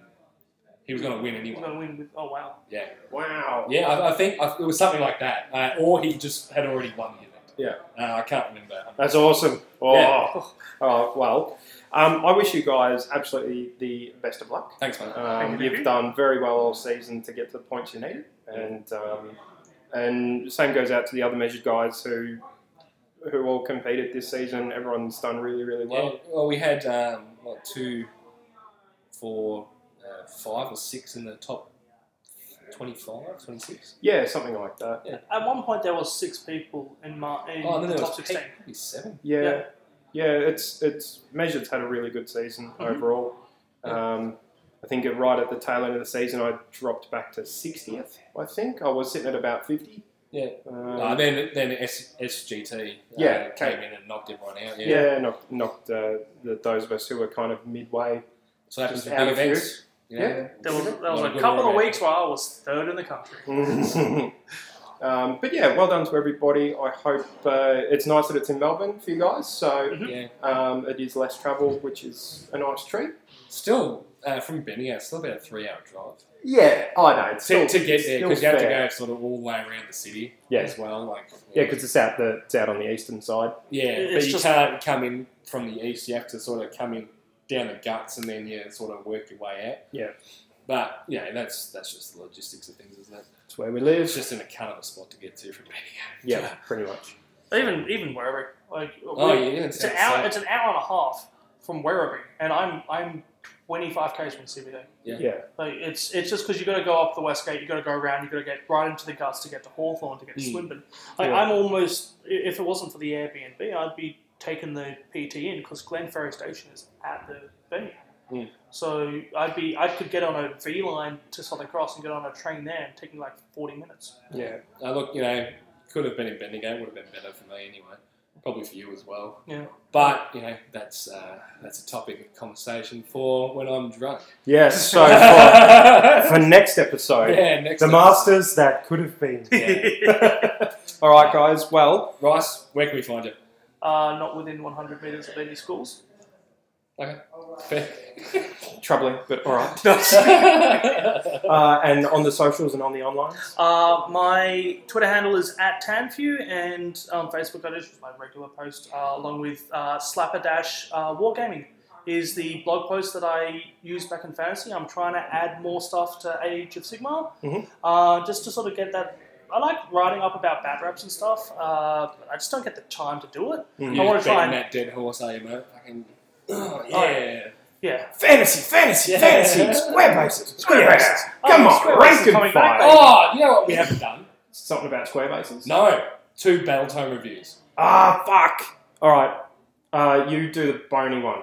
Speaker 2: He was going to win
Speaker 3: he's
Speaker 2: anyway.
Speaker 3: going to win with. Oh wow!
Speaker 2: Yeah,
Speaker 1: Wow.
Speaker 2: yeah. I, I think I, it was something like that, uh, or he just had already won the event. Yeah, uh, I can't remember.
Speaker 1: That's awesome. Oh,
Speaker 2: Yeah.
Speaker 1: oh, well. Um, I wish you guys absolutely the best of luck.
Speaker 2: Thanks, man.
Speaker 1: Um,
Speaker 3: Thank you.
Speaker 1: you've done very well all season to get to the points you needed, and um, and same goes out to the other measured guys who who all competed this season. Everyone's done really, really well.
Speaker 2: Well, well, we had um, what two, four, uh, five or six in the top 25, 26?
Speaker 1: Yeah, something like that.
Speaker 3: At one point, there was six people in, Mar- in
Speaker 2: Oh, and then
Speaker 3: the
Speaker 2: there
Speaker 3: top
Speaker 2: was
Speaker 3: sixteen.
Speaker 2: eight, maybe seven.
Speaker 1: Yeah, yeah.
Speaker 3: Yeah.
Speaker 1: it's it's measured's had a really good season overall. Um, I think it- right at the tail end of the season, I dropped back to 60th. I think I was sitting at about 50.
Speaker 2: Yeah.
Speaker 1: Um,
Speaker 2: Uh, then then S, SGT uh,
Speaker 1: Yeah,
Speaker 2: came
Speaker 1: okay.
Speaker 2: in and knocked everyone out. Yeah.
Speaker 1: yeah, knocked, knocked uh, the, those of us who were kind of midway.
Speaker 2: So that was
Speaker 1: Just
Speaker 2: the
Speaker 1: out
Speaker 2: big
Speaker 1: of fear.
Speaker 2: events. you know.
Speaker 1: Yeah.
Speaker 3: There was, there was
Speaker 2: Not a
Speaker 3: a
Speaker 2: good
Speaker 3: couple of
Speaker 2: event.
Speaker 3: weeks where I was third in the country.
Speaker 1: um, but yeah, well done to everybody. I hope uh, it's nice that it's in Melbourne for you guys, so
Speaker 3: Mhm.
Speaker 2: Mm-hmm. Yeah.
Speaker 1: um, it is less travel, which is a nice treat.
Speaker 2: Still, uh, from Benny, it's still about a three hour drive.
Speaker 1: Yeah, I know. It's still,
Speaker 2: To, to get there,
Speaker 1: still
Speaker 2: because you have to
Speaker 1: fair.
Speaker 2: go sort of all the way around the city
Speaker 1: Yeah.
Speaker 2: as well. Like,
Speaker 1: Yeah, because it's out the it's out on the eastern side.
Speaker 2: Yeah,
Speaker 3: It's
Speaker 2: but you
Speaker 3: just-
Speaker 2: can't come in from the east. You have to sort of come in down the guts and then you sort of work your way out.
Speaker 1: Yeah.
Speaker 2: But yeah, that's that's just the logistics of things, isn't it?
Speaker 1: It's where we live.
Speaker 2: It's just an account of a spot to get to from Bendigo.
Speaker 1: yeah, pretty much.
Speaker 3: Even even wherever, like
Speaker 2: Oh yeah, it's,
Speaker 3: it's an hour. It's an hour and a half from Werribee, and I'm I'm 25 k's from CBD.
Speaker 2: Yeah.
Speaker 1: Yeah.
Speaker 3: Like it's it's just because you got to go up the west gate, you got to go around, you got to get right into the guts to get to Hawthorn, to get to
Speaker 2: Mm.
Speaker 3: Swinburne. Like
Speaker 1: Yeah.
Speaker 3: I'm almost, i- if it wasn't for the Airbnb, I'd be taking the PT in because Glenferrie Station is at the venue.
Speaker 2: Mm.
Speaker 3: So I'd be I could get on a V line to Southern Cross and get on a train there and taking like 40 minutes.
Speaker 1: Yeah.
Speaker 2: Uh, look, you know, could have been in Bendigo. Would have been better for me anyway. Probably for you as well.
Speaker 3: Yeah.
Speaker 2: But you know, that's uh, that's a topic of conversation for when I'm drunk.
Speaker 1: Yeah. So for, for next episode,
Speaker 2: yeah, next
Speaker 1: the
Speaker 2: episode.
Speaker 1: masters that could have been.
Speaker 2: Yeah.
Speaker 1: All right, guys. Well,
Speaker 2: Rice, where can we find you?
Speaker 3: Uh, not within 100 meters of any schools.
Speaker 2: Okay.
Speaker 1: troubling, but all right.
Speaker 2: Fair.
Speaker 1: Uh, and on the socials and on the online.
Speaker 3: Uh, my Twitter handle is at Tanfew, and on Facebook I just my regular post uh, along with uh, Slapper Dash uh, Wargaming is the blog post that I use back in fantasy. I'm trying to add more stuff to Age of Sigma,
Speaker 1: Mhm.
Speaker 3: uh, just to sort of get that. I like writing up about bad raps and stuff, uh, but I just don't get the time to do it.
Speaker 1: Mm.
Speaker 2: You're
Speaker 3: wanna
Speaker 2: just betting
Speaker 3: try and-
Speaker 2: that dead horse, are you, mate? Fucking. Oh,
Speaker 3: Oh,
Speaker 2: yeah.
Speaker 3: Yeah.
Speaker 1: Fantasy, fantasy,
Speaker 2: Yeah.
Speaker 1: square bases, bases.
Speaker 3: Oh, Square Bases coming back.
Speaker 2: Oh, you know what we haven't done?
Speaker 1: Something about square bases?
Speaker 2: No. Two Battletome reviews.
Speaker 1: Ah, fuck. All right. Uh, you do the bony one.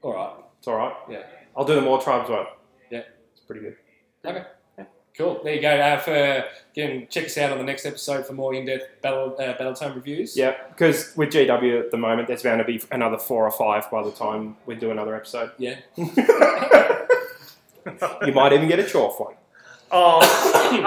Speaker 2: All right.
Speaker 1: It's all right.
Speaker 2: Yeah.
Speaker 1: I'll do the more tribes one.
Speaker 2: Yeah.
Speaker 1: It's pretty good.
Speaker 2: Cool. There you go. Uh, for again, check us out on the next episode for more in-depth battle uh, Battletome reviews.
Speaker 1: Yeah, because with GW at the moment, there's bound to be another four or five by the time we do another episode.
Speaker 2: Yeah.
Speaker 1: you might even get a chorf one.
Speaker 3: Oh,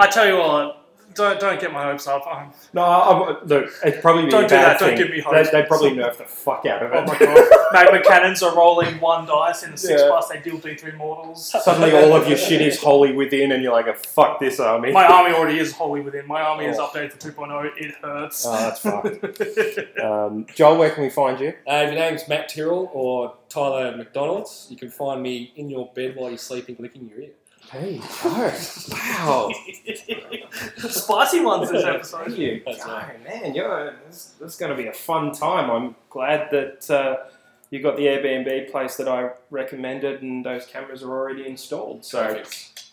Speaker 3: I tell you what, don't don't get my hopes up. I'm,
Speaker 1: No, I, look, it'd probably be
Speaker 3: Don't
Speaker 1: a
Speaker 3: do
Speaker 1: bad
Speaker 3: that, don't
Speaker 1: thing.
Speaker 3: give me hope.
Speaker 1: They, they'd probably nerf the fuck out of it.
Speaker 3: oh my god, magma cannons are rolling one dice in a six
Speaker 1: Yeah.
Speaker 3: plus. They deal D three mortals.
Speaker 1: Suddenly, all of your shit is holy within, and you're like, "Oh, "Fuck this army."
Speaker 3: My army already is wholly within. My army is
Speaker 1: Oh.
Speaker 3: updated to 2.0. It hurts.
Speaker 1: oh, that's fucked. Um, Joel, where can we find you?
Speaker 2: Uh, if your name's Matt Tyrrell or Tyler McDonald, you can find me in your bed while you're sleeping, licking your ear.
Speaker 1: Hey, go. wow.
Speaker 3: Spicy ones this
Speaker 1: Thank
Speaker 3: episode.
Speaker 1: you.
Speaker 2: That's right.
Speaker 1: Oh, man, you're, this, this is going to be a fun time. I'm glad that uh, you got the Airbnb place that I recommended and those cameras are already installed. So,
Speaker 2: Perfect.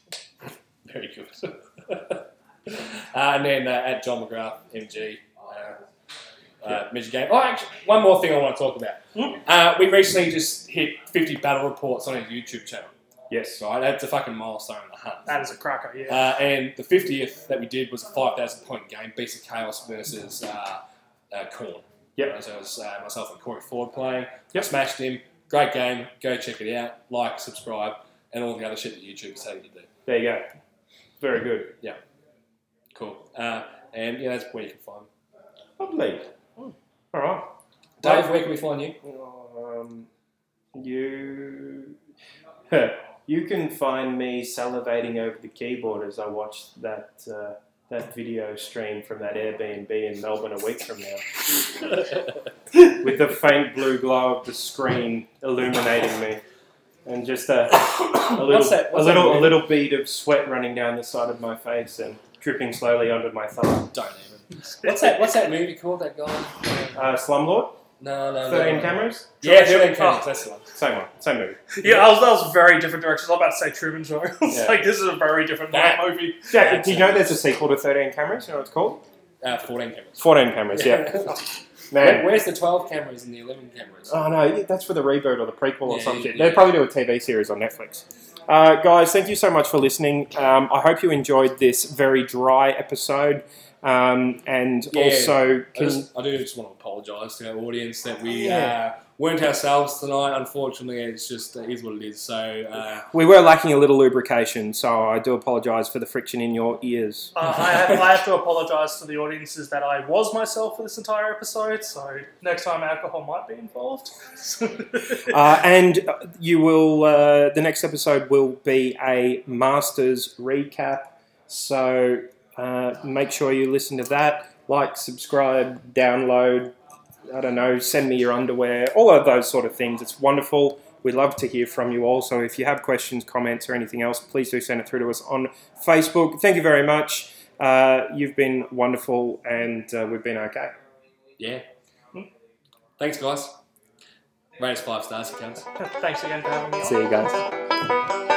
Speaker 2: Very good. uh, and then uh, at John McGrath, MG, uh, uh, midget game. Oh, actually, one more thing I want to talk about.
Speaker 3: Hmm?
Speaker 2: Uh, we recently just hit 50 battle reports on our YouTube channel.
Speaker 1: yes.
Speaker 2: Right, that's a fucking milestone in the hunt.
Speaker 3: That is a cracker, yeah.
Speaker 2: Uh, and the 50th that we did was a 5,000 point game, Beast of Chaos versus uh, uh, Corn.
Speaker 1: Yep.
Speaker 2: So it was uh, myself and Corey Ford playing.
Speaker 1: Yep.
Speaker 2: Smashed him. Great game. Go check it out. Like, subscribe, and all the other shit that YouTube is telling you to do.
Speaker 1: There you go. Very good.
Speaker 2: Cool. Uh, and yeah, that's where you can find me.
Speaker 1: Lovely. All right.
Speaker 2: Dave, where can we find you?
Speaker 1: Um, you, you can find me salivating over the keyboard as I watch that uh, that video stream from that Airbnb in Melbourne a week from now, with the faint blue glow of the screen illuminating me, and just a, a little
Speaker 2: What's that- what's
Speaker 1: a
Speaker 2: that
Speaker 1: little a
Speaker 2: movie?
Speaker 1: little bead of sweat running down the side of my face and dripping slowly under my thumb.
Speaker 2: Don't even. What's that? What's that movie called? That guy?
Speaker 1: Uh, Slumlord,
Speaker 2: No, no, no.
Speaker 1: thirteen cameras,
Speaker 2: Yeah, thirteen cameras.
Speaker 3: Oh.
Speaker 2: That's the one.
Speaker 1: same one, same movie.
Speaker 3: yeah, I was, that was very different directions. I was about to say Truman Show. I was
Speaker 1: Yeah.
Speaker 3: like, this is a very different
Speaker 2: That-
Speaker 3: movie.
Speaker 1: Jack, do you know there's a sequel to Thirteen Cameras? You know what it's called?
Speaker 2: Uh, Fourteen cameras.
Speaker 1: Fourteen Cameras, yeah.
Speaker 2: Where-
Speaker 1: Man.
Speaker 2: Where's the twelve cameras and the eleven cameras?
Speaker 1: Oh no, yeah, that's for the reboot or the prequel or
Speaker 2: Yeah,
Speaker 1: some
Speaker 2: yeah,
Speaker 1: shit.
Speaker 2: yeah.
Speaker 1: They'll probably do a TV series on Netflix. Uh, guys, thank you so much for listening. Um, I hope you enjoyed this very dry episode. Um, and
Speaker 2: Yeah.
Speaker 1: also,
Speaker 2: I,
Speaker 1: can,
Speaker 2: just, I do just want to apologise to our audience that we
Speaker 1: Yeah.
Speaker 2: uh, weren't ourselves tonight. Unfortunately, it's just it is what it is. So uh,
Speaker 1: we were lacking a little lubrication, so I do apologise for the friction in your ears.
Speaker 3: Uh, I, have, I have to apologise to the audiences that I was myself for this entire episode, so next time alcohol might be involved.
Speaker 1: Uh, and you will. Uh, the next episode will be a Masters recap. So uh, make sure you listen to that. Like, subscribe, download. I don't know. Send me your underwear. All of those sort of things. It's wonderful. We'd love to hear from you all. So if you have questions, comments, or anything else, please do send it through to us on Facebook. Thank you very much. Uh, you've been wonderful, and uh, we've been okay.
Speaker 2: yeah,
Speaker 1: Hmm.
Speaker 2: thanks guys. Rate us five stars, if you can.
Speaker 3: Thanks again for having me on.
Speaker 1: See you guys.